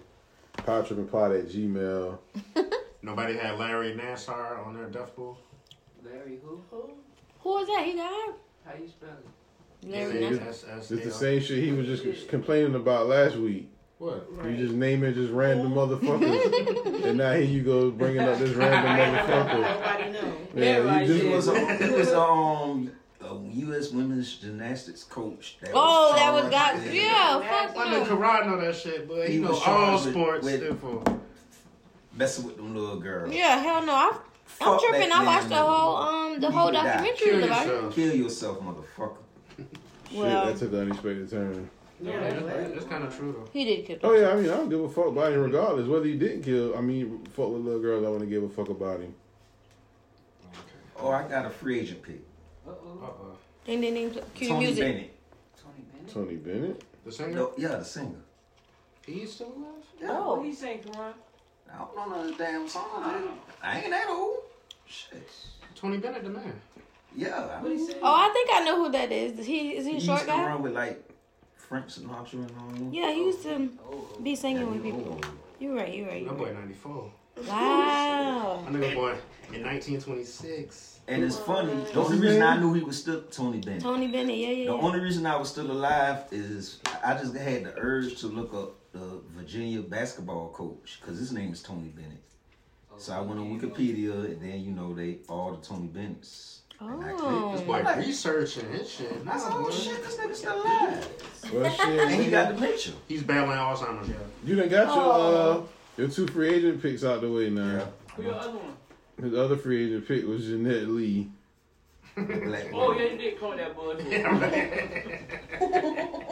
Speaker 4: powtrippingpod at gmail.
Speaker 1: Nobody had Larry Nassar on their death pool.
Speaker 7: Larry who?
Speaker 8: Who was that? He died?
Speaker 7: How you spell it?
Speaker 4: It's it's the same shit he was just complaining about last week.
Speaker 1: What?
Speaker 4: You just naming just random motherfuckers, and now here you go bringing up this random motherfucker.
Speaker 2: Nobody knows.
Speaker 4: Yeah, you
Speaker 9: He was
Speaker 4: just
Speaker 9: a, he was a, um, a U.S. women's gymnastics coach. That
Speaker 8: Oh,
Speaker 9: was
Speaker 8: that was
Speaker 9: charged
Speaker 8: God.
Speaker 9: with-
Speaker 8: Yeah, fuck
Speaker 1: I know
Speaker 8: no.
Speaker 1: Karan know that shit, but he,
Speaker 9: He
Speaker 1: knows
Speaker 9: was
Speaker 1: all
Speaker 9: charged with-
Speaker 1: sports.
Speaker 9: with-
Speaker 1: therefore.
Speaker 9: Messing with them little girls.
Speaker 8: Yeah, hell no. I, I'm
Speaker 9: Fuck
Speaker 8: tripping.
Speaker 9: that
Speaker 8: I watched the
Speaker 9: man.
Speaker 8: whole um the
Speaker 9: You
Speaker 8: whole
Speaker 9: need to die.
Speaker 8: documentary about it.
Speaker 9: Kill yourself, motherfucker.
Speaker 8: Well-
Speaker 4: Shit, that took an unexpected turn.
Speaker 1: Yeah, that's, that's kind of true though.
Speaker 8: He did kill.
Speaker 4: Oh yeah, I mean I don't give a fuck about him regardless whether he didn't kill. I mean, fuck with little girls, I want to give a fuck about him.
Speaker 9: Oh, I got a free agent pick.
Speaker 1: Uh,
Speaker 8: And then they cue
Speaker 9: Tony
Speaker 8: music.
Speaker 9: Bennett.
Speaker 4: Tony Bennett,
Speaker 1: the singer.
Speaker 9: No, yeah, the singer.
Speaker 1: He's still alive.
Speaker 7: Oh, he sang Quran.
Speaker 9: I don't know none of the damn song, dude. I ain't that old. Shit.
Speaker 1: Tony Bennett, the man.
Speaker 9: Yeah. I
Speaker 7: What he said?
Speaker 8: Oh, I think I know who that is. He is he a
Speaker 9: He
Speaker 8: short
Speaker 9: used to
Speaker 8: guy?
Speaker 9: run with like Frank Sinatra and all them.
Speaker 8: Yeah, he used to be singing with people. You're right. You're right. You're
Speaker 1: That
Speaker 8: right.
Speaker 1: boy ninety four.
Speaker 8: Wow.
Speaker 1: I knew that boy in nineteen twenty six.
Speaker 9: And it's funny. The only reason I knew he was still Tony Bennett.
Speaker 8: Tony Bennett. Yeah, yeah.
Speaker 9: The
Speaker 8: yeah.
Speaker 9: only reason I was still alive is I just had the urge to look up the Virginia basketball coach because his name is Tony Bennett. So I went on Wikipedia and then you know they all the Tony Bennett's.
Speaker 1: This boy researching his shit.
Speaker 9: That's
Speaker 1: Nah,
Speaker 9: oh
Speaker 1: boy.
Speaker 9: shit, this nigga still alive.
Speaker 4: Well, shit,
Speaker 9: And he
Speaker 4: nigga.
Speaker 9: got the picture.
Speaker 1: He's battling Alzheimer's. Yeah.
Speaker 4: you done got your uh,
Speaker 1: Oh.
Speaker 4: your two free agent picks out the way now.
Speaker 7: Who your other one?
Speaker 4: His other free agent pick was Jeanette Lee.
Speaker 7: Oh, yeah, you did call that boy.
Speaker 1: Oh,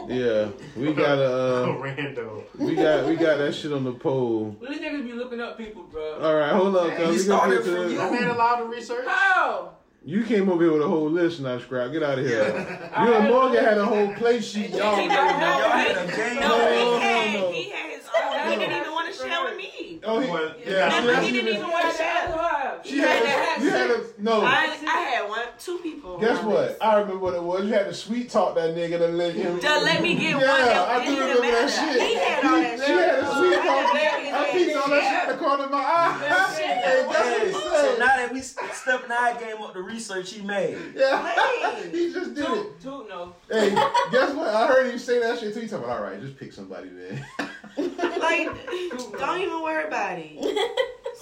Speaker 4: Yeah, we got a uh,
Speaker 1: Rando.
Speaker 4: we got we got that shit on the poll.
Speaker 7: Well, these niggas be looking up people, bro.
Speaker 4: All right, hold up, cuz we gonna get to
Speaker 1: That man
Speaker 4: the,
Speaker 1: allowed to research.
Speaker 7: How?
Speaker 4: You came over here with a whole list, now scrap. Get out of here. You and Morgan had a whole play sheet. Y'all already
Speaker 2: He never
Speaker 4: know.
Speaker 2: had
Speaker 4: Y'all had
Speaker 2: one.
Speaker 4: a game.
Speaker 2: No,
Speaker 4: No,
Speaker 2: he had.
Speaker 4: no, no.
Speaker 2: He had his own. He didn't even want to share with me.
Speaker 4: Oh, he, yeah,
Speaker 2: Remember, he didn't even want to share.
Speaker 4: She had a- you had a- no.
Speaker 2: I, I had one, two people.
Speaker 4: Guess what? I remember what it was. You had to sweet talk that nigga to let him.
Speaker 2: To let me get one
Speaker 4: Yeah,
Speaker 2: that
Speaker 4: I do
Speaker 2: didn't
Speaker 4: remember that
Speaker 2: matter.
Speaker 4: shit.
Speaker 2: He had all that
Speaker 4: she
Speaker 2: shit.
Speaker 4: had a sweet talk.
Speaker 2: Yeah.
Speaker 4: I peeped on that shit in the corner of my eye. Hey,
Speaker 9: Hey,
Speaker 4: that's what
Speaker 9: so
Speaker 4: I'm
Speaker 9: now that we stepping our game up, the research he made.
Speaker 4: Yeah. he just did it.
Speaker 7: Toot, toot, no.
Speaker 4: Hey, guess what? I heard you say that shit too. You talking about, all right, just pick somebody then.
Speaker 2: Like, don't even worry about it.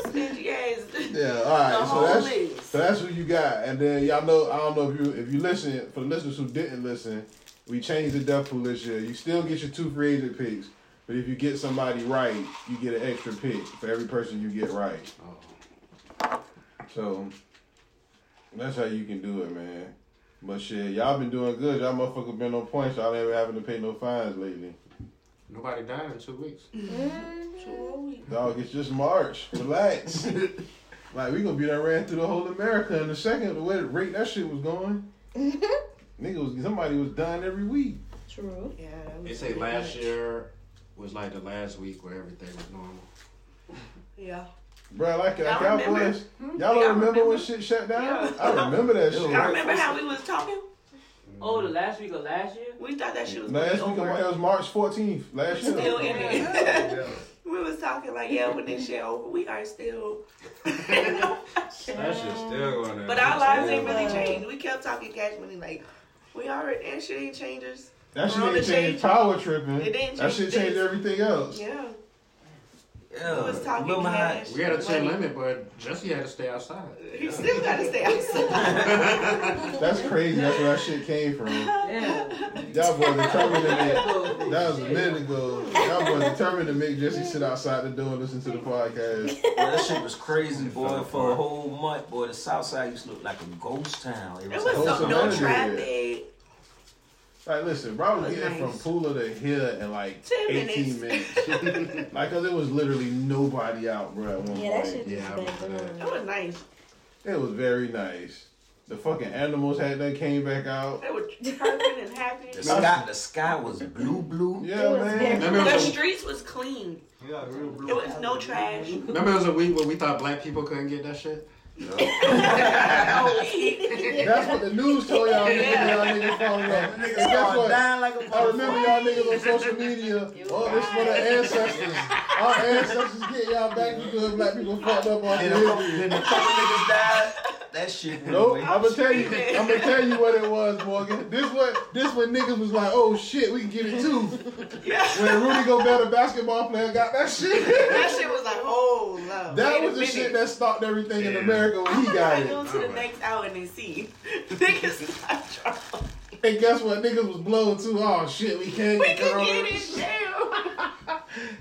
Speaker 2: Spend your ass.
Speaker 4: Yeah, all right.
Speaker 2: The
Speaker 4: so
Speaker 2: whole
Speaker 4: that's
Speaker 2: list.
Speaker 4: so that's what you got, and then y'all know I don't know if you if you listen for the listeners who didn't listen, we changed the death pool this year. You still get your two free agent picks, but if you get somebody right, you get an extra pick for every person you get right. So that's how you can do it, man. But shit, y'all been doing good. Y'all motherfucker been on points. Y'all ain't having to pay no fines lately.
Speaker 1: Nobody died in two weeks.
Speaker 8: Mm,
Speaker 4: Dog, it's just March. Relax. like we gonna be done ran through the whole America in a second. The way the rate that shit was going, nigga was somebody was dying every week.
Speaker 8: True.
Speaker 2: Yeah, that was
Speaker 1: They say
Speaker 2: pretty
Speaker 1: last
Speaker 2: much.
Speaker 1: year was like the last week where everything was normal.
Speaker 2: Yeah.
Speaker 4: Bruh, like
Speaker 2: Y'all
Speaker 4: like y'all
Speaker 2: remember?
Speaker 4: boys,
Speaker 2: Hmm?
Speaker 4: y'all
Speaker 2: Y'all
Speaker 4: don't remember, when shit shut down? I remember that shit.
Speaker 2: Y'all remember how we was talking?
Speaker 7: Oh, the last week of last year?
Speaker 2: We thought that shit was
Speaker 4: Last
Speaker 2: gonna
Speaker 4: week
Speaker 2: be over.
Speaker 4: it was March 14th. Last year.
Speaker 2: still in it. we was talking like, yeah, when this shit over, we are still.
Speaker 15: That shit's still going on.
Speaker 2: But our lives ain't really changed. We kept talking cash money like, we already that shit ain't changers.
Speaker 4: That shit
Speaker 2: Corona
Speaker 4: didn't change
Speaker 2: changed.
Speaker 4: power tripping.
Speaker 2: It didn't
Speaker 4: that
Speaker 2: change
Speaker 4: shit changed
Speaker 2: this.
Speaker 4: everything else.
Speaker 2: Yeah.
Speaker 9: Yeah,
Speaker 4: Uh,
Speaker 2: We was talking
Speaker 9: Lil
Speaker 2: cash.
Speaker 1: We had a ten
Speaker 2: money.
Speaker 1: limit, but Jesse had to stay outside.
Speaker 2: He still gotta stay outside.
Speaker 4: That's crazy. That's where that shit came from. Y'all boys determined to make. That was a minute ago. Y'all boys determined to make Jesse sit outside the door and listen to the podcast.
Speaker 9: Well, that shit was crazy, boy. For a whole month, boy, the South Side used to look like a ghost town. It was,
Speaker 4: Ghost
Speaker 9: like,
Speaker 4: of America. Like, listen, bro, I was getting from Pula to here in like
Speaker 2: 10
Speaker 4: 18 minutes. like, cause there was literally nobody out, bro. At one
Speaker 2: Yeah, that
Speaker 4: point.
Speaker 2: shit
Speaker 4: yeah, I remember that.
Speaker 2: That was nice.
Speaker 4: It was very nice. The fucking animals had that came back out.
Speaker 2: They were chirping and happy.
Speaker 4: The sky-
Speaker 9: the sky was blue, blue.
Speaker 4: Yeah, man.
Speaker 2: The streets was clean.
Speaker 12: Yeah, real blue.
Speaker 2: It was no trash.
Speaker 1: Remember, it was a week when we thought black people couldn't get that shit.
Speaker 4: That's what the news told y'all niggas. Y'all niggas found out. And guess what?
Speaker 9: Dying like a
Speaker 4: I remember y'all niggas on social media. Oh, this for the ancestors. Our ancestors get y'all back because black people fucked up on
Speaker 9: Then a couple- then a couple niggas died. That shit. went
Speaker 4: Nope.
Speaker 9: away.
Speaker 4: I'm gonna tell you. I'm gonna tell you what it was, Morgan. This what this when niggas was like, oh shit, we can get it too. When Rudy Gobert, the basketball player, got that shit.
Speaker 2: that shit was like, oh, love.
Speaker 4: That
Speaker 2: Wait a
Speaker 4: was the
Speaker 2: minute.
Speaker 4: shit that stopped everything in America when he got
Speaker 2: I go
Speaker 4: it.
Speaker 2: to the next hour and then see. Niggas not drunk.
Speaker 4: And guess what? Niggas was blown too. Oh shit, we can't
Speaker 2: We
Speaker 4: get
Speaker 2: can
Speaker 4: corona.
Speaker 2: get it too.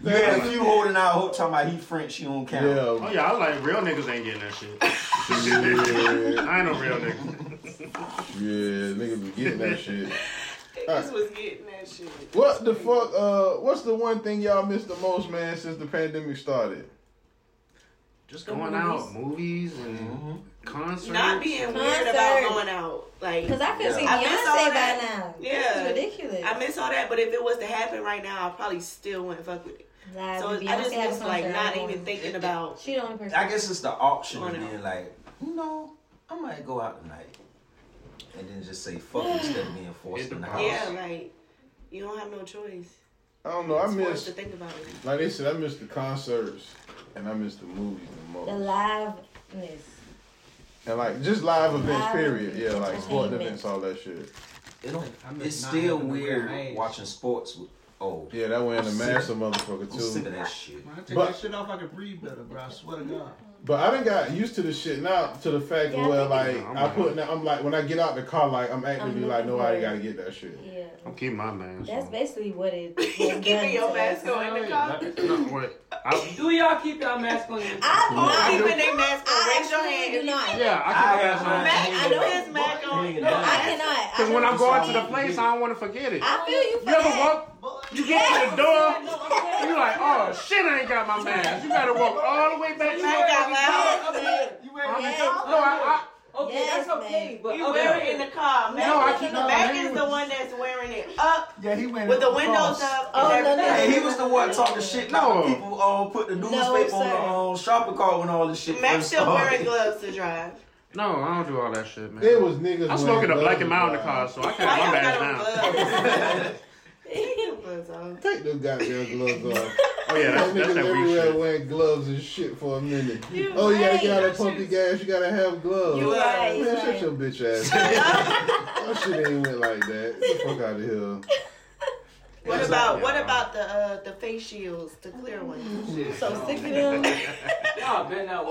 Speaker 9: You had a few holding out hope talking about he French, you don't count.
Speaker 4: Yeah. Oh
Speaker 1: yeah, I was like, real niggas ain't getting that shit. I ain't no real nigga.
Speaker 4: Yeah, niggas was getting that shit.
Speaker 2: Niggas was getting that shit.
Speaker 4: What the fuck? Uh, what's the one thing y'all missed the most, man, since the pandemic started?
Speaker 1: Just going out, movies Mm-hmm. and concerts.
Speaker 2: Not being weird
Speaker 8: Concert.
Speaker 2: about going out. Like,
Speaker 8: 'Cause I could see
Speaker 2: I miss
Speaker 8: Beyonce
Speaker 2: all
Speaker 8: by
Speaker 2: that.
Speaker 8: now.
Speaker 2: Yeah.
Speaker 8: That's ridiculous.
Speaker 2: I miss all that, but if it was to happen right now, I probably still wouldn't fuck with it.
Speaker 8: Nah,
Speaker 2: so
Speaker 8: Beyonce
Speaker 2: I just
Speaker 8: had
Speaker 2: miss,
Speaker 8: a
Speaker 2: like,
Speaker 8: concert,
Speaker 2: not
Speaker 8: I
Speaker 2: even
Speaker 8: wouldn't.
Speaker 2: thinking about.
Speaker 8: She the only person.
Speaker 9: I guess it's the option of
Speaker 2: Going out.
Speaker 9: being like, you know, I might go out tonight. And then just say fuck it instead of being forced in the
Speaker 4: Oh.
Speaker 9: house.
Speaker 2: Yeah, like, you don't have no choice.
Speaker 4: I don't know. I
Speaker 2: It's forced
Speaker 4: missed-
Speaker 2: to think about it.
Speaker 4: Like they said, I missed the concerts and I missed the movies the
Speaker 8: The
Speaker 4: most.
Speaker 8: liveness.
Speaker 4: And like just live events,
Speaker 8: Live
Speaker 4: period. Yeah, like sporting
Speaker 8: entertainment.
Speaker 4: events, all that shit.
Speaker 9: It don't,
Speaker 12: miss
Speaker 9: it's
Speaker 12: not
Speaker 9: still
Speaker 12: having to wear
Speaker 9: weird
Speaker 12: a mask.
Speaker 9: watching sports with oh
Speaker 4: Yeah, that went in
Speaker 9: I'm
Speaker 4: the
Speaker 9: sick-
Speaker 4: master motherfucker
Speaker 9: I'm sick of
Speaker 4: too.
Speaker 9: that shit.
Speaker 12: When I take
Speaker 4: But-
Speaker 12: that shit off, I can breathe better, bro. I swear to God.
Speaker 4: But I done got used to the shit now to the fact
Speaker 12: Yeah, I
Speaker 4: where
Speaker 12: think-
Speaker 4: like
Speaker 12: No, I'm
Speaker 4: I put now I'm like when I get out the car like I'm actively
Speaker 8: I'm
Speaker 4: like
Speaker 8: looking
Speaker 4: nobody
Speaker 8: for it.
Speaker 4: gotta get that shit.
Speaker 8: Yeah.
Speaker 1: I'm keeping my man.
Speaker 8: That's basically what it.
Speaker 2: You keeping your mask on in the car?
Speaker 7: Do y'all keep y'all mask on?
Speaker 2: I'm keeping their mask on. Raise your hand.
Speaker 8: do not.
Speaker 1: Yeah, I keep my mask on.
Speaker 2: Mac, I know his mask on.
Speaker 1: No, I
Speaker 8: cannot.
Speaker 1: Because when I go out to the place, I don't want to forget it.
Speaker 8: I feel you.
Speaker 1: You ever walk? You get to the door, and you're like, oh shit, I ain't got my mask. You gotta walk all the way back.
Speaker 2: You wear it in the car?
Speaker 7: You
Speaker 1: wear it in the
Speaker 2: Yes,
Speaker 1: car? No, I.
Speaker 7: Okay,
Speaker 2: Yes,
Speaker 7: that's okay. But
Speaker 2: You
Speaker 7: okay.
Speaker 2: wear it in the car. Mac,
Speaker 7: No, I
Speaker 2: is-
Speaker 7: keep it on.
Speaker 2: Mac is the one that's wearing it up.
Speaker 9: Yeah, he went
Speaker 2: with the windows up.
Speaker 7: Oh,
Speaker 2: and
Speaker 9: Hey,
Speaker 2: everything.
Speaker 9: he was the one talking shit. No, people uh, put the newspaper on the um, shopping cart when all this shit
Speaker 2: Mac
Speaker 9: first
Speaker 2: still
Speaker 9: started.
Speaker 2: wearing gloves to drive.
Speaker 1: No, I don't do all that shit, man.
Speaker 4: It was niggas.
Speaker 1: I'm
Speaker 4: wearing
Speaker 1: smoking a black
Speaker 4: gloves,
Speaker 1: and mild in the
Speaker 4: bruh.
Speaker 1: car, so I can't my mask now.
Speaker 2: gloves on.
Speaker 4: Take those goddamn gloves off.
Speaker 1: Oh, yeah, that's-
Speaker 4: Those
Speaker 1: that's
Speaker 4: niggas
Speaker 1: that weak
Speaker 4: everywhere
Speaker 1: shit.
Speaker 4: wearing gloves and shit for a minute.
Speaker 2: You
Speaker 4: oh, you gotta
Speaker 2: right,
Speaker 4: get out
Speaker 2: don't
Speaker 4: of pumpy gas. You gotta have gloves.
Speaker 2: You right, you
Speaker 4: Man, shut
Speaker 2: right.
Speaker 4: your bitch ass. up. that shit ain't went like that. Get the fuck out of here.
Speaker 2: What
Speaker 4: It's
Speaker 2: about
Speaker 4: like-
Speaker 2: what about the uh, the face shields, the clear
Speaker 7: Mm-hmm.
Speaker 2: ones? so sick of them.
Speaker 7: Y'all been out.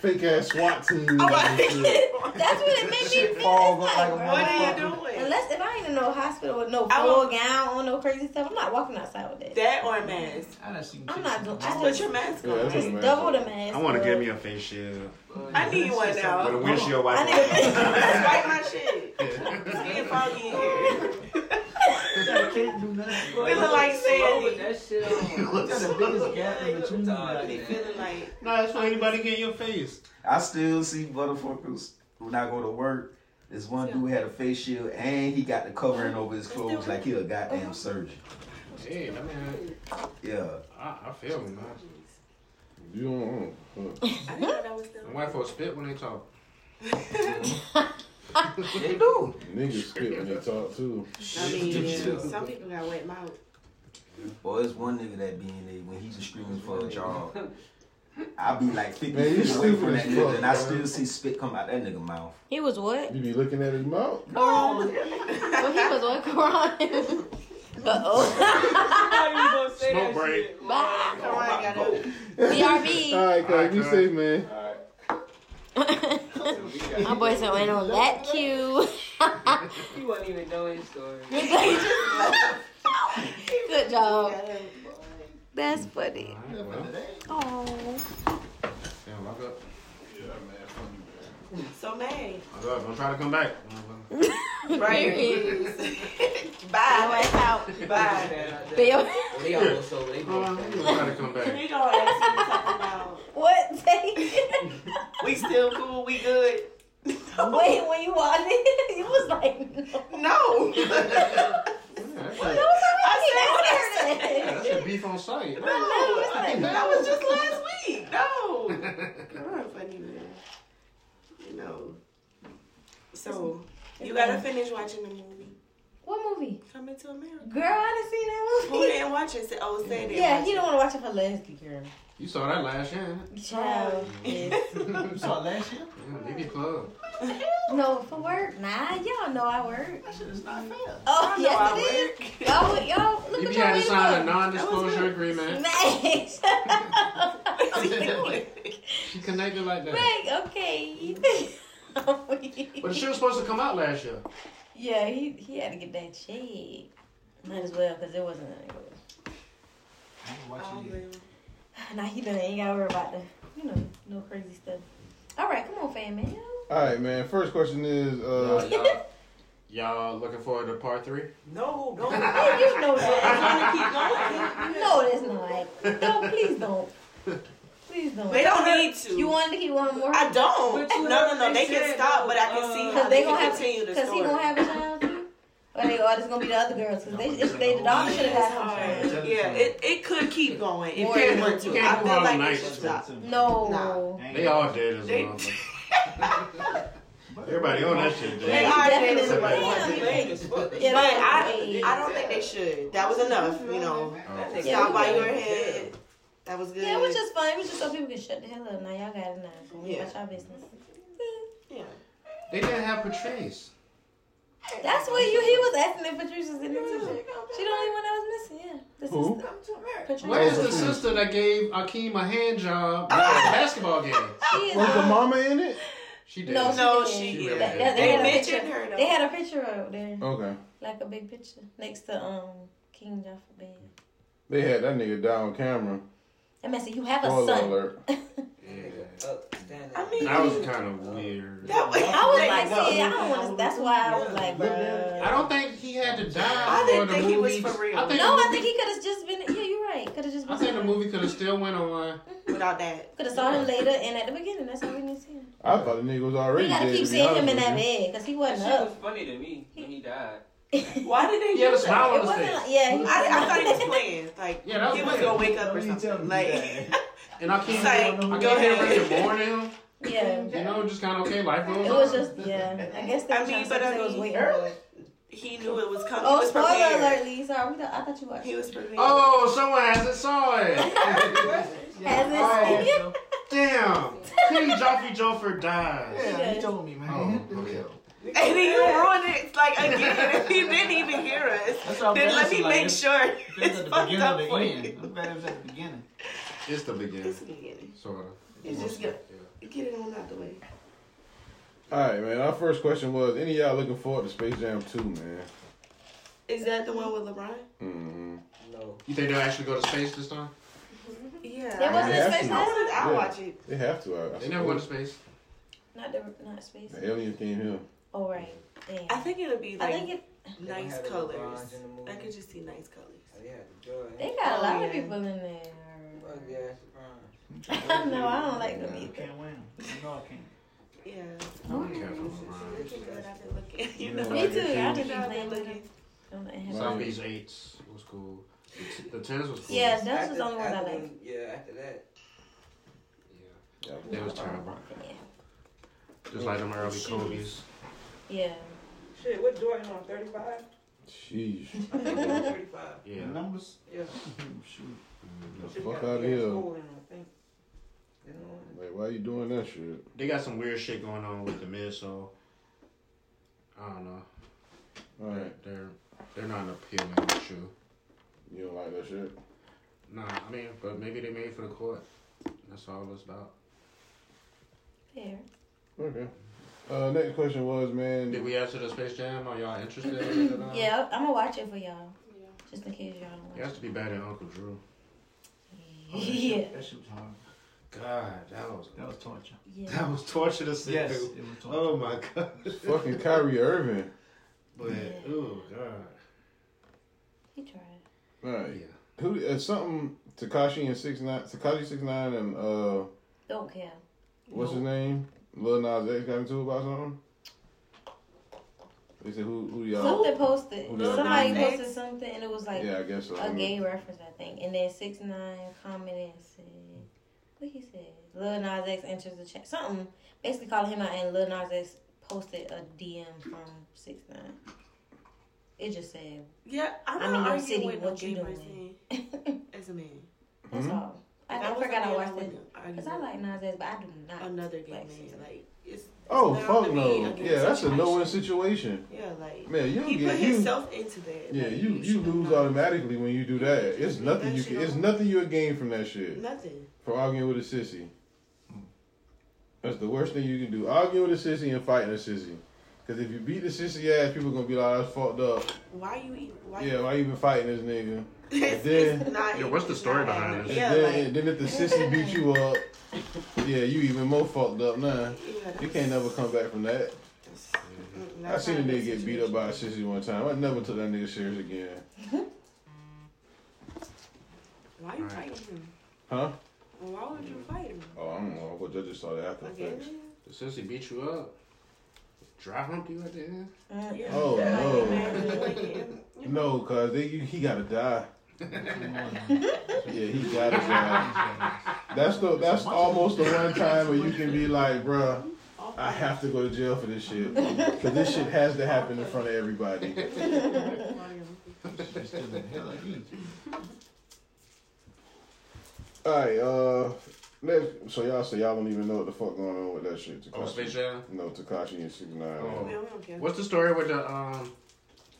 Speaker 4: Fake ass SWAT team.
Speaker 8: That's what it made me feel.
Speaker 9: Fog
Speaker 8: It's
Speaker 9: up
Speaker 8: like,
Speaker 9: like a
Speaker 8: bro,
Speaker 9: motherfucker.
Speaker 8: Unless if I ain't in no hospital with no
Speaker 2: I will-
Speaker 8: full gown on no crazy stuff, I'm not walking outside with that.
Speaker 2: That or a mask.
Speaker 8: I'm not doing. I
Speaker 2: Put your mask
Speaker 1: Yeah,
Speaker 2: on.
Speaker 1: that's what
Speaker 8: just
Speaker 1: I'm
Speaker 8: double the mask.
Speaker 1: I want to
Speaker 8: bro.
Speaker 1: give me a face shield.
Speaker 2: I need one now.
Speaker 1: With a windshield
Speaker 2: I
Speaker 1: wiper.
Speaker 2: need a Just wipe my shit. It's getting foggy in here.
Speaker 12: Can't do nothing.
Speaker 2: We look like Sandy.
Speaker 7: That shit on.
Speaker 12: That's the biggest gap in between.
Speaker 2: Be feeling like
Speaker 1: No, that's why anybody get in your face.
Speaker 9: I still see motherfuckers when I go to work. This one dude had a face shield and he got the covering over his clothes like he a goddamn surgeon.
Speaker 1: Hey, I mean,
Speaker 9: Yeah.
Speaker 1: I, I feel you, man.
Speaker 4: You don't. uh,
Speaker 2: I didn't know that was them.
Speaker 1: And White folks spit when they talk.
Speaker 9: they do.
Speaker 4: Niggas spit when they talk too.
Speaker 2: I mean, some people got wet mouth.
Speaker 9: Boy, it's one nigga that be in there when he's screaming for a job. I be like 50
Speaker 4: Man, you
Speaker 9: feet away
Speaker 4: stupid
Speaker 9: from that
Speaker 4: as
Speaker 9: nigga
Speaker 4: fuck,
Speaker 9: and I
Speaker 4: man.
Speaker 9: still see spit come out that nigga mouth.
Speaker 8: He was what?
Speaker 4: You be looking at his mouth.
Speaker 8: Well, he was what Quran.
Speaker 1: Uh-oh. Smoke break.
Speaker 8: Bye.
Speaker 4: BRB. All right, Craig, you safe, man.
Speaker 8: My boy said, "Wait on that cue."
Speaker 7: He wasn't even know his story.
Speaker 8: Good job. That's funny. Oh.
Speaker 1: Damn, lock up.
Speaker 2: So May.
Speaker 1: Lock up. Don't try to come back.
Speaker 2: Right. Bye. Bye.
Speaker 8: Bill.
Speaker 7: They almost over. They both.
Speaker 1: Try to come back.
Speaker 2: You don't ask me to talk about.
Speaker 8: What?
Speaker 2: We still cool. We good.
Speaker 8: Wait, when you walked in, you was like,
Speaker 2: no.
Speaker 8: I said what I said.
Speaker 1: That's your beef on site.
Speaker 2: That was just last week. No. God, funny man. You know. So you gotta finish watching the movie.
Speaker 8: What movie?
Speaker 2: Coming to America.
Speaker 8: Girl, I didn't
Speaker 2: Who
Speaker 8: see that
Speaker 2: didn't watch it? Say- Oh, say
Speaker 8: movie.
Speaker 2: they
Speaker 8: Yeah,
Speaker 2: watched
Speaker 8: he
Speaker 2: it.
Speaker 8: don't want to watch it for Leslie, girl.
Speaker 1: You saw that last year.
Speaker 8: Child. yes.
Speaker 1: Huh? you saw it last year? Yeah, leave your club.
Speaker 8: No, for work. Nah, y'all know I work.
Speaker 12: That shit is not fair.
Speaker 8: Oh,
Speaker 2: I know
Speaker 8: yes,
Speaker 2: I
Speaker 8: it is. Y'all, y'all, look
Speaker 1: You
Speaker 8: at
Speaker 1: be
Speaker 8: y'all.
Speaker 1: had to
Speaker 8: way
Speaker 1: sign a
Speaker 8: look.
Speaker 1: non-disclosure agreement.
Speaker 8: Max.
Speaker 1: She connected like that.
Speaker 8: Max, okay.
Speaker 1: But she was supposed to come out last year.
Speaker 8: yeah, he, he had to get that check. Might as well, because it wasn't. Now he done ain't got to worry about the, you know, no crazy stuff. All right, come on, fam, man.
Speaker 4: All right, man. First question is,
Speaker 1: Y'all,
Speaker 4: uh,
Speaker 1: y'all, y'all looking forward to part three?
Speaker 2: No, no.
Speaker 8: Hey, you know
Speaker 2: that.
Speaker 8: that. No, that's not. Don't, please don't. Please don't.
Speaker 2: They don't need to.
Speaker 8: You wanted to keep one more?
Speaker 2: I don't.
Speaker 7: But you
Speaker 2: No,
Speaker 7: know,
Speaker 2: no, no. They
Speaker 7: they
Speaker 2: can
Speaker 7: said,
Speaker 2: stop, but I can
Speaker 7: uh,
Speaker 2: see how
Speaker 8: Because
Speaker 2: they
Speaker 8: they
Speaker 2: can
Speaker 8: gonna have,
Speaker 2: continue the
Speaker 8: because he
Speaker 2: story.
Speaker 8: gonna have a child too? Or they, or it's gonna be the other girls? Because they, if they, the daughter should have got her child.
Speaker 2: Yeah, it, it could keep going. If
Speaker 8: Or-
Speaker 2: they
Speaker 8: You
Speaker 2: want to.
Speaker 1: can't
Speaker 2: I
Speaker 1: do
Speaker 2: feel
Speaker 1: all
Speaker 2: like
Speaker 1: night
Speaker 2: they should
Speaker 1: to-
Speaker 2: stop.
Speaker 8: No.
Speaker 1: They all dead as
Speaker 2: They-
Speaker 1: well. Everybody on that shit
Speaker 2: They
Speaker 1: dead.
Speaker 2: are dead
Speaker 8: definitely
Speaker 2: as a
Speaker 8: right.
Speaker 2: motherfucker.
Speaker 8: Yeah,
Speaker 2: But I,
Speaker 8: right.
Speaker 2: I don't think they should. That was enough, you know.
Speaker 1: Oh.
Speaker 8: Yeah,
Speaker 2: Stop
Speaker 8: we
Speaker 2: while
Speaker 8: good.
Speaker 2: you're ahead. That was good.
Speaker 8: Yeah, it was just fun. It was just so people could shut the hell up. Now y'all got it now. So we
Speaker 2: Yeah.
Speaker 8: watch our business.
Speaker 2: Yeah.
Speaker 1: They didn't have Patrice.
Speaker 8: That's what you. He was asking if Patrice was in it too. She the only one that was missing. Yeah. This
Speaker 4: Who?
Speaker 8: is
Speaker 2: Come to America.
Speaker 8: Patrice.
Speaker 1: What is the sister that gave Akeem a hand job at the basketball game?
Speaker 8: She is.
Speaker 4: was the mama in it?
Speaker 1: She did.
Speaker 8: No,
Speaker 2: No,
Speaker 8: she
Speaker 2: she
Speaker 8: didn't.
Speaker 1: is.
Speaker 8: That- that-
Speaker 2: They
Speaker 8: had a
Speaker 2: mentioned
Speaker 8: picture-
Speaker 2: her, though.
Speaker 8: They had a picture of there,
Speaker 4: Okay.
Speaker 8: like a big picture next to um King Joffrey bed.
Speaker 4: They had that nigga down camera.
Speaker 8: That man said, "You have a
Speaker 4: Spoiler
Speaker 8: son."
Speaker 4: alert.
Speaker 2: I mean,
Speaker 1: That was kind of weird.
Speaker 2: that was,
Speaker 8: I was like, "See, I don't want to." That's why I was like, bruh.
Speaker 1: I don't think he had to die.
Speaker 2: I didn't
Speaker 1: for
Speaker 2: think
Speaker 1: the
Speaker 2: he was
Speaker 1: movie.
Speaker 2: for real.
Speaker 1: I think,
Speaker 8: No,
Speaker 1: the
Speaker 8: I
Speaker 1: movie,
Speaker 8: think he could have just been. Yeah, you're right. Could have just.
Speaker 1: I think the
Speaker 8: Been
Speaker 1: movie could have still went on.
Speaker 2: without that.
Speaker 8: Could have saw him later and at the beginning. That's all we need to see him.
Speaker 4: I thought the nigga was
Speaker 8: We
Speaker 4: already
Speaker 8: gotta
Speaker 4: dead.
Speaker 8: keep
Speaker 4: to be
Speaker 8: seeing
Speaker 4: honest
Speaker 8: him in
Speaker 4: with
Speaker 8: that
Speaker 4: you.
Speaker 8: bed because he
Speaker 7: That
Speaker 8: wasn't
Speaker 7: shit was
Speaker 8: up.
Speaker 7: funny to me when he died.
Speaker 2: Why did they
Speaker 1: He had a
Speaker 2: do that?
Speaker 1: smile
Speaker 8: It
Speaker 1: on his
Speaker 8: wasn't.
Speaker 1: face,
Speaker 8: Like, yeah, he
Speaker 2: I, I thought he was
Speaker 8: was.
Speaker 2: playing. Like,
Speaker 1: Yeah, that was
Speaker 2: he was
Speaker 1: playing.
Speaker 2: gonna wake up or
Speaker 12: Don't you tell me
Speaker 2: something. Like,
Speaker 1: and Akeem,
Speaker 2: Like,
Speaker 1: I
Speaker 2: go
Speaker 1: can't
Speaker 2: ahead.
Speaker 1: hear him mourn him.
Speaker 8: yeah.
Speaker 1: You know, just kind of okay. Life goes
Speaker 8: It
Speaker 1: on.
Speaker 8: was just yeah. I guess they
Speaker 2: I
Speaker 8: were
Speaker 2: mean,
Speaker 8: trying to
Speaker 2: but
Speaker 8: say
Speaker 2: I
Speaker 8: it was
Speaker 2: mean,
Speaker 8: waiting. for it.
Speaker 2: he knew it was coming.
Speaker 8: Oh,
Speaker 2: he was
Speaker 8: spoiler
Speaker 2: prepared.
Speaker 8: alert, Lee. Sorry, we thought, I thought you watched.
Speaker 2: He was prepared.
Speaker 1: oh, someone hasn't saw it.
Speaker 8: Has it?
Speaker 1: Oh. Damn, King Joffrey Joffrey died.
Speaker 12: Yeah, he told me, man.
Speaker 1: Oh, okay.
Speaker 2: And then you ruined it like again. he didn't even hear us.
Speaker 12: That's how
Speaker 2: Then let
Speaker 12: embarrassing,
Speaker 2: me
Speaker 12: like,
Speaker 2: make
Speaker 12: it's-
Speaker 2: sure
Speaker 12: It was
Speaker 2: it's
Speaker 12: at the
Speaker 2: fucked
Speaker 12: beginning
Speaker 2: up
Speaker 12: of the
Speaker 2: for
Speaker 12: end.
Speaker 2: you.
Speaker 12: I'm glad it was at the beginning.
Speaker 1: It's the beginning,
Speaker 2: It's the beginning.
Speaker 1: sort of.
Speaker 2: It's just get, get it on out the way.
Speaker 4: All right, man. Our first question was: Any of y'all looking forward to Space Jam 2, man?
Speaker 2: Is that the one with LeBron?
Speaker 4: Mm-hmm.
Speaker 7: No.
Speaker 1: You think they'll actually go to space this time?
Speaker 2: Yeah.
Speaker 8: That wasn't
Speaker 4: Yeah,
Speaker 8: his face
Speaker 4: absolutely.
Speaker 8: last
Speaker 2: I
Speaker 8: time.
Speaker 2: I'll
Speaker 4: Yeah.
Speaker 2: watch it.
Speaker 4: They have to. I, I
Speaker 1: They never
Speaker 4: suppose.
Speaker 1: went to space.
Speaker 8: Not the not space.
Speaker 4: The alien came here.
Speaker 8: Oh right. Damn.
Speaker 2: I think it'll be
Speaker 8: I
Speaker 2: like
Speaker 8: think it,
Speaker 2: nice
Speaker 7: They had
Speaker 2: colors.
Speaker 7: LeBrons in the movie.
Speaker 2: I could just see nice colors.
Speaker 7: Yeah, the joy.
Speaker 8: they got a
Speaker 2: Oh,
Speaker 8: lot of
Speaker 2: yeah. Oh,
Speaker 8: people in there.
Speaker 7: Ugly ass LeBron.
Speaker 8: no, I don't like them
Speaker 12: You
Speaker 8: either.
Speaker 12: can't win. I know I can't.
Speaker 2: Yeah.
Speaker 1: I don't care for LeBron.
Speaker 2: Looking good. I've been looking. You
Speaker 4: Yeah.
Speaker 2: know.
Speaker 8: Me too. I
Speaker 2: You
Speaker 8: just
Speaker 2: know,
Speaker 8: be
Speaker 2: I've been
Speaker 8: playing with
Speaker 2: looking.
Speaker 8: them. Don't let him.
Speaker 4: Right.
Speaker 1: Southeast eights was cool. The t- The tens was cool.
Speaker 8: Yeah, that's
Speaker 7: After-
Speaker 8: the only one I
Speaker 7: after
Speaker 8: like.
Speaker 7: them- Yeah, after that.
Speaker 1: Yeah. They was terrible.
Speaker 8: Yeah.
Speaker 1: Just like them early
Speaker 8: Shoes.
Speaker 1: Kobe's.
Speaker 8: Yeah.
Speaker 7: Shit, what Jordan on? 35?
Speaker 4: Sheesh.
Speaker 7: I think he was 35.
Speaker 1: Yeah.
Speaker 12: The numbers.
Speaker 7: Yeah.
Speaker 12: Shoot.
Speaker 4: The
Speaker 7: Should've
Speaker 4: fuck
Speaker 7: got
Speaker 4: out of
Speaker 7: the ass
Speaker 4: here.
Speaker 7: hole in him, I think. You know,
Speaker 4: Like, why you doing that shit?
Speaker 1: They got some weird shit going on with the mid, so I don't know. Right. They're they're not an appealing shoe.
Speaker 4: You don't like that shit?
Speaker 1: Nah, I mean, but maybe they made for the court. That's all it's about.
Speaker 16: Fair.
Speaker 4: Okay. Uh, next question was, man.
Speaker 1: Did we answer the Space Jam? Are y'all interested? in it or not?
Speaker 8: Yeah, I'm gonna watch it for y'all. Just in case y'all don't
Speaker 1: It
Speaker 8: watch
Speaker 1: has to be better than Uncle Drew.
Speaker 8: it. yeah.
Speaker 7: That shit was hard.
Speaker 1: God, that was
Speaker 7: That was torture.
Speaker 1: that was torture to sit
Speaker 7: Yes,
Speaker 1: through.
Speaker 7: it was torture.
Speaker 1: Oh my god.
Speaker 4: Fucking Kyrie Irving.
Speaker 1: But oh god.
Speaker 8: He tried.
Speaker 4: All right. Who? Uh, something. Takashi and six nine. Takashi six nine and uh,
Speaker 8: Don't care.
Speaker 4: what's his name? Lil Nas X got into it about something. They said who who y'all?
Speaker 8: Something posted.
Speaker 4: who y'all
Speaker 8: Somebody
Speaker 4: dating?
Speaker 8: posted something and it was like
Speaker 4: Yeah, I guess so.
Speaker 8: a gay reference, I think. And then six nine commented and said, "What he said? Lil Nas X enters the chat. Something basically calling him out, and Lil Nas X posted a DM from six nine. It just said,
Speaker 2: Yeah, I'm not
Speaker 8: I'm in your
Speaker 2: arguing
Speaker 8: city.
Speaker 2: with
Speaker 8: What
Speaker 2: no gay
Speaker 8: you doing?
Speaker 2: person As a man.
Speaker 8: That's
Speaker 4: Mm-hmm.
Speaker 8: all. I,
Speaker 2: If
Speaker 8: I
Speaker 2: was a
Speaker 8: forgot
Speaker 2: man,
Speaker 8: I watched
Speaker 2: wouldn't
Speaker 8: it
Speaker 2: argue
Speaker 8: because I
Speaker 2: with
Speaker 8: like Nas X, but I do not.
Speaker 2: Another gay
Speaker 8: like
Speaker 2: man. Like, it's.
Speaker 4: Oh
Speaker 2: it's bound
Speaker 4: fuck
Speaker 2: to be
Speaker 4: no!
Speaker 2: gay
Speaker 4: Yeah, that's a
Speaker 2: situation.
Speaker 4: no win situation.
Speaker 2: Yeah, like.
Speaker 4: Man, you
Speaker 2: He
Speaker 4: don't
Speaker 2: put
Speaker 4: get- you-
Speaker 2: himself into that.
Speaker 4: Yeah,
Speaker 2: like,
Speaker 4: you you lose automatically when you do that. It's nothing you can, it's nothing you gain from that shit.
Speaker 2: Nothing.
Speaker 4: For arguing with a sissy. That's the worst thing you can do. Arguing with a sissy and fighting a sissy. Because if you beat the sissy ass, people gonna be like, that's fucked up.
Speaker 2: Why you even. Why
Speaker 4: Yeah, why you been fighting this nigga? And
Speaker 2: it's
Speaker 4: then,
Speaker 2: not Yeah, what's the
Speaker 1: story behind
Speaker 4: and
Speaker 1: this?
Speaker 4: then, then if the sissy beat you up, yeah, you even more fucked up now. You can't never come back from that.
Speaker 2: mm,
Speaker 4: I seen a nigga get beat up by a sissy one time. I never took that nigga serious again.
Speaker 2: Why you fighting him?
Speaker 4: Huh?
Speaker 2: Why would you fight him?
Speaker 4: Oh, I don't know. But I just saw the after
Speaker 2: Okay.
Speaker 4: effects.
Speaker 1: The sissy beat you up. Dry hump you at the end.
Speaker 8: Uh,
Speaker 2: Yeah.
Speaker 4: Oh
Speaker 2: Like,
Speaker 4: no, no, cause they, you, he gotta die. yeah, he gotta die. That's the that's almost the one time where you can be like, bruh, I have to go to jail for this shit, cause this shit has to happen in front of everybody. All right, uh, next, so y'all say y'all don't even know what the fuck going on with that shit.
Speaker 1: Oh, Space Jam?
Speaker 4: No, Takashi and Six Nine.
Speaker 1: Oh. What's the story with the um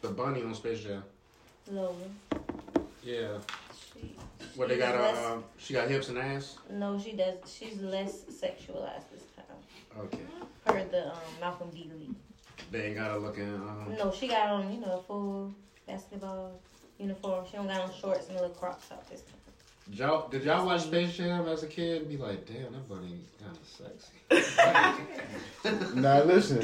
Speaker 1: the bunny on Space Jam?
Speaker 8: Lola.
Speaker 1: Yeah. Where they got
Speaker 8: Yes.
Speaker 1: uh, um, she got hips and ass.
Speaker 8: No, she does. She's less sexualized this time.
Speaker 1: Okay.
Speaker 8: Per the um, Malcolm D. Lee.
Speaker 1: They ain't got a looking. Um,
Speaker 8: No, she got on, you know, a full basketball uniform. She don't got on shorts and a little crop top this time.
Speaker 1: Did y'all, did y'all watch Space Jam as a kid and be like, damn, that bunny kind of sexy?
Speaker 4: Now listen.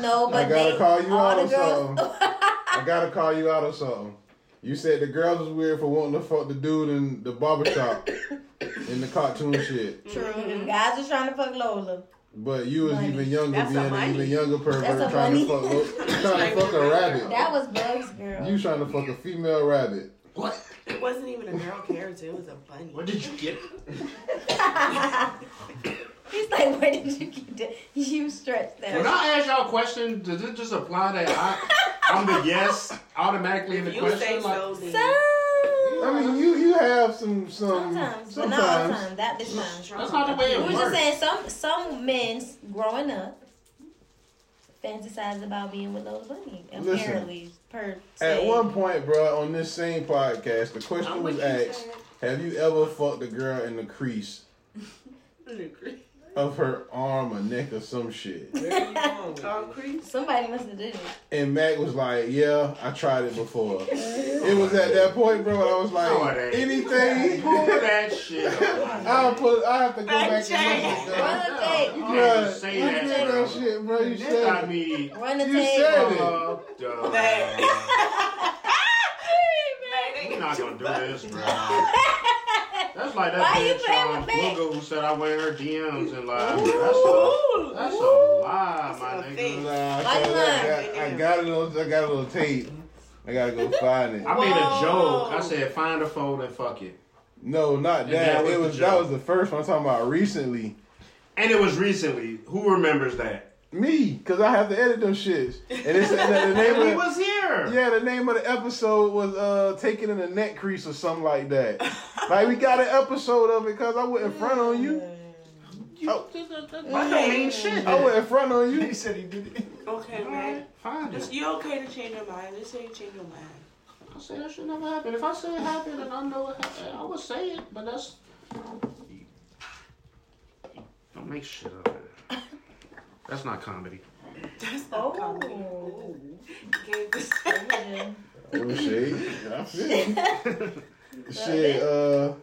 Speaker 8: No,
Speaker 4: I
Speaker 8: but
Speaker 4: gotta
Speaker 8: they-
Speaker 4: call you
Speaker 8: all
Speaker 4: out
Speaker 8: the
Speaker 4: on
Speaker 8: girls-
Speaker 4: something. I gotta call you out on something. You said the girls was weird for wanting to fuck the dude in the barbershop in the cartoon shit.
Speaker 8: True. The Mm-hmm. guys was trying to fuck Lola.
Speaker 4: But you was even younger,
Speaker 8: That's a
Speaker 4: being an
Speaker 8: money.
Speaker 4: even younger
Speaker 8: That's
Speaker 4: pervert
Speaker 8: a
Speaker 4: trying to
Speaker 8: money.
Speaker 4: fuck lo- trying to fuck a rabbit.
Speaker 8: That was Bugs girl.
Speaker 4: You trying to fuck a female rabbit.
Speaker 2: It wasn't even a girl character. It was a bunny. What
Speaker 1: did you get?
Speaker 8: He's like, where did you get that? You stretched that.
Speaker 1: When I ask y'all a question, does it just apply that I, I'm the yes automatically in the
Speaker 8: You
Speaker 1: question?
Speaker 8: say
Speaker 1: like,
Speaker 8: so, then. So-
Speaker 4: I mean, you you have some some
Speaker 8: Sometimes, but not all the
Speaker 4: sometimes.
Speaker 8: time. That this time.
Speaker 4: That's not the way it
Speaker 8: We was just
Speaker 4: works.
Speaker 8: saying some some men growing up fantasize about being with Lola Bunny.
Speaker 4: Listen.
Speaker 8: Apparently, per
Speaker 4: At
Speaker 8: se.
Speaker 4: one point, bro, on this same podcast, the question was asked: Have you ever fucked a girl in the crease
Speaker 7: Oh.
Speaker 4: of her arm or neck or some shit?
Speaker 8: Somebody must have did it.
Speaker 4: And Mac was like, "Yeah, I tried it before." it was at that point, bro. I was like,
Speaker 1: No, it ain't.
Speaker 4: "Anything."
Speaker 1: Pull that shit
Speaker 4: I'll put. I have to go back and look at that.
Speaker 1: You
Speaker 4: Bruh,
Speaker 1: can't just say
Speaker 4: look
Speaker 1: that,
Speaker 4: at that
Speaker 1: bro.
Speaker 4: shit, bro. You
Speaker 1: That
Speaker 4: said
Speaker 1: got
Speaker 4: it.
Speaker 1: me
Speaker 8: Run the
Speaker 4: You
Speaker 8: tape.
Speaker 4: said it.
Speaker 1: fucked up.
Speaker 12: Ah,
Speaker 1: You're not gonna do this, bro. That's like that
Speaker 8: Why you playing
Speaker 1: bitch, um,
Speaker 8: with me?
Speaker 1: Booger, who said I wear her DMs and like, that's a, that's a lie, my nigga.
Speaker 4: Nah, I,
Speaker 1: Why you
Speaker 4: got,
Speaker 1: lying?
Speaker 4: I, got, I got a little. I got a little tape. I gotta go find it.
Speaker 1: I made a joke. I said, find a phone and fuck it.
Speaker 4: No, not
Speaker 1: And that
Speaker 4: that.
Speaker 1: was
Speaker 4: it
Speaker 1: the
Speaker 4: was that
Speaker 1: joke.
Speaker 4: was the first one I'm talking about recently.
Speaker 1: And it was recently. Who remembers that?
Speaker 4: Me, cause I have to edit them shits. And it said that the name of
Speaker 1: He
Speaker 4: the-
Speaker 1: was here.
Speaker 4: Yeah, the name of the episode was uh taken in the neck crease or something like that. like we got an episode of it cause I went in front on you.
Speaker 1: That don't mean shit.
Speaker 4: I went in front on you. He said
Speaker 7: he did it.
Speaker 2: Okay, man.
Speaker 12: Fine.
Speaker 2: It's- You okay to change your mind? Just say you change your mind.
Speaker 12: I said that should never happen. If I said it happened and I know it happened, I would say it, but that's. Don't make shit up. That's not comedy.
Speaker 2: That's not comedy. Gave Oh. this.
Speaker 4: Oh, shit. I feel it. Shit, uh,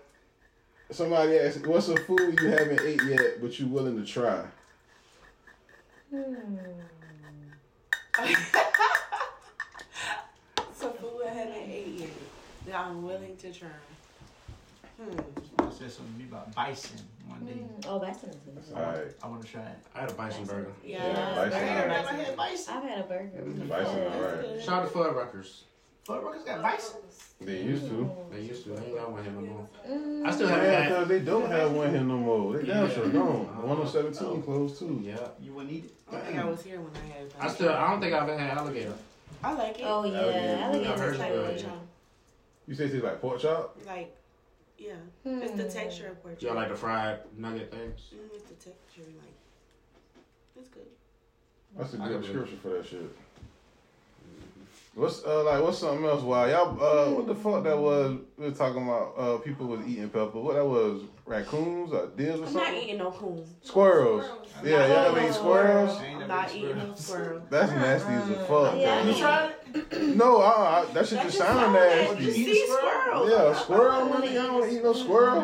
Speaker 4: somebody asked, what's a food you haven't ate yet, but you willing to try?
Speaker 2: So food I haven't ate yet that I'm willing to try. Hmm.
Speaker 9: I said something to me about bison one day.
Speaker 8: Oh, bison is good.
Speaker 9: I want- I want to try it.
Speaker 12: I had a bison burger.
Speaker 8: Yeah,
Speaker 9: bison.
Speaker 8: had bison. I've had a burger.
Speaker 4: Bison, alright.
Speaker 12: Shout out to Fuddruckers.
Speaker 9: Fuddruckers got bison.
Speaker 4: They used to.
Speaker 12: They used to. They ain't got one here no more.
Speaker 8: Mm.
Speaker 12: I still
Speaker 4: Yeah,
Speaker 12: haven't had.
Speaker 4: no, they don't have one here no more. They down
Speaker 12: Yeah.
Speaker 4: sure gone. 117 oh closed too.
Speaker 12: Yeah.
Speaker 9: You wouldn't eat it.
Speaker 2: I don't think I was here when I had.
Speaker 12: I still. I don't think I've ever had alligator.
Speaker 2: I like it.
Speaker 8: Oh, yeah.
Speaker 4: Alligator.
Speaker 8: Alligator
Speaker 12: Alligator.
Speaker 8: tastes like
Speaker 12: Alligator.
Speaker 8: mojo.
Speaker 4: You say it's like pork chop?
Speaker 2: Like, yeah. It's the texture of pork.
Speaker 12: Y'all like the fried nugget things?
Speaker 2: Mm, it's the texture, like. It's good.
Speaker 4: That's a
Speaker 12: I can
Speaker 4: good
Speaker 12: do it.
Speaker 4: description for that shit. What's uh like what's something else? Why y'all uh what the fuck that was? We were talking about uh people was eating pepper. What that was? Raccoons or deers or
Speaker 2: I'm not
Speaker 4: something?
Speaker 2: eating no coon.
Speaker 4: Squirrels. Yeah, y'all ever
Speaker 2: Oh,
Speaker 4: eat squirrels?
Speaker 2: I'm not eating no squirrel.
Speaker 4: That's nasty as a fuck.
Speaker 2: Yeah.
Speaker 4: man.
Speaker 2: You tried
Speaker 4: No, I, I, that shit just sound nasty.
Speaker 2: You see squirrels.
Speaker 4: Yeah, squirrel. Really? I don't wanna eat no squirrel.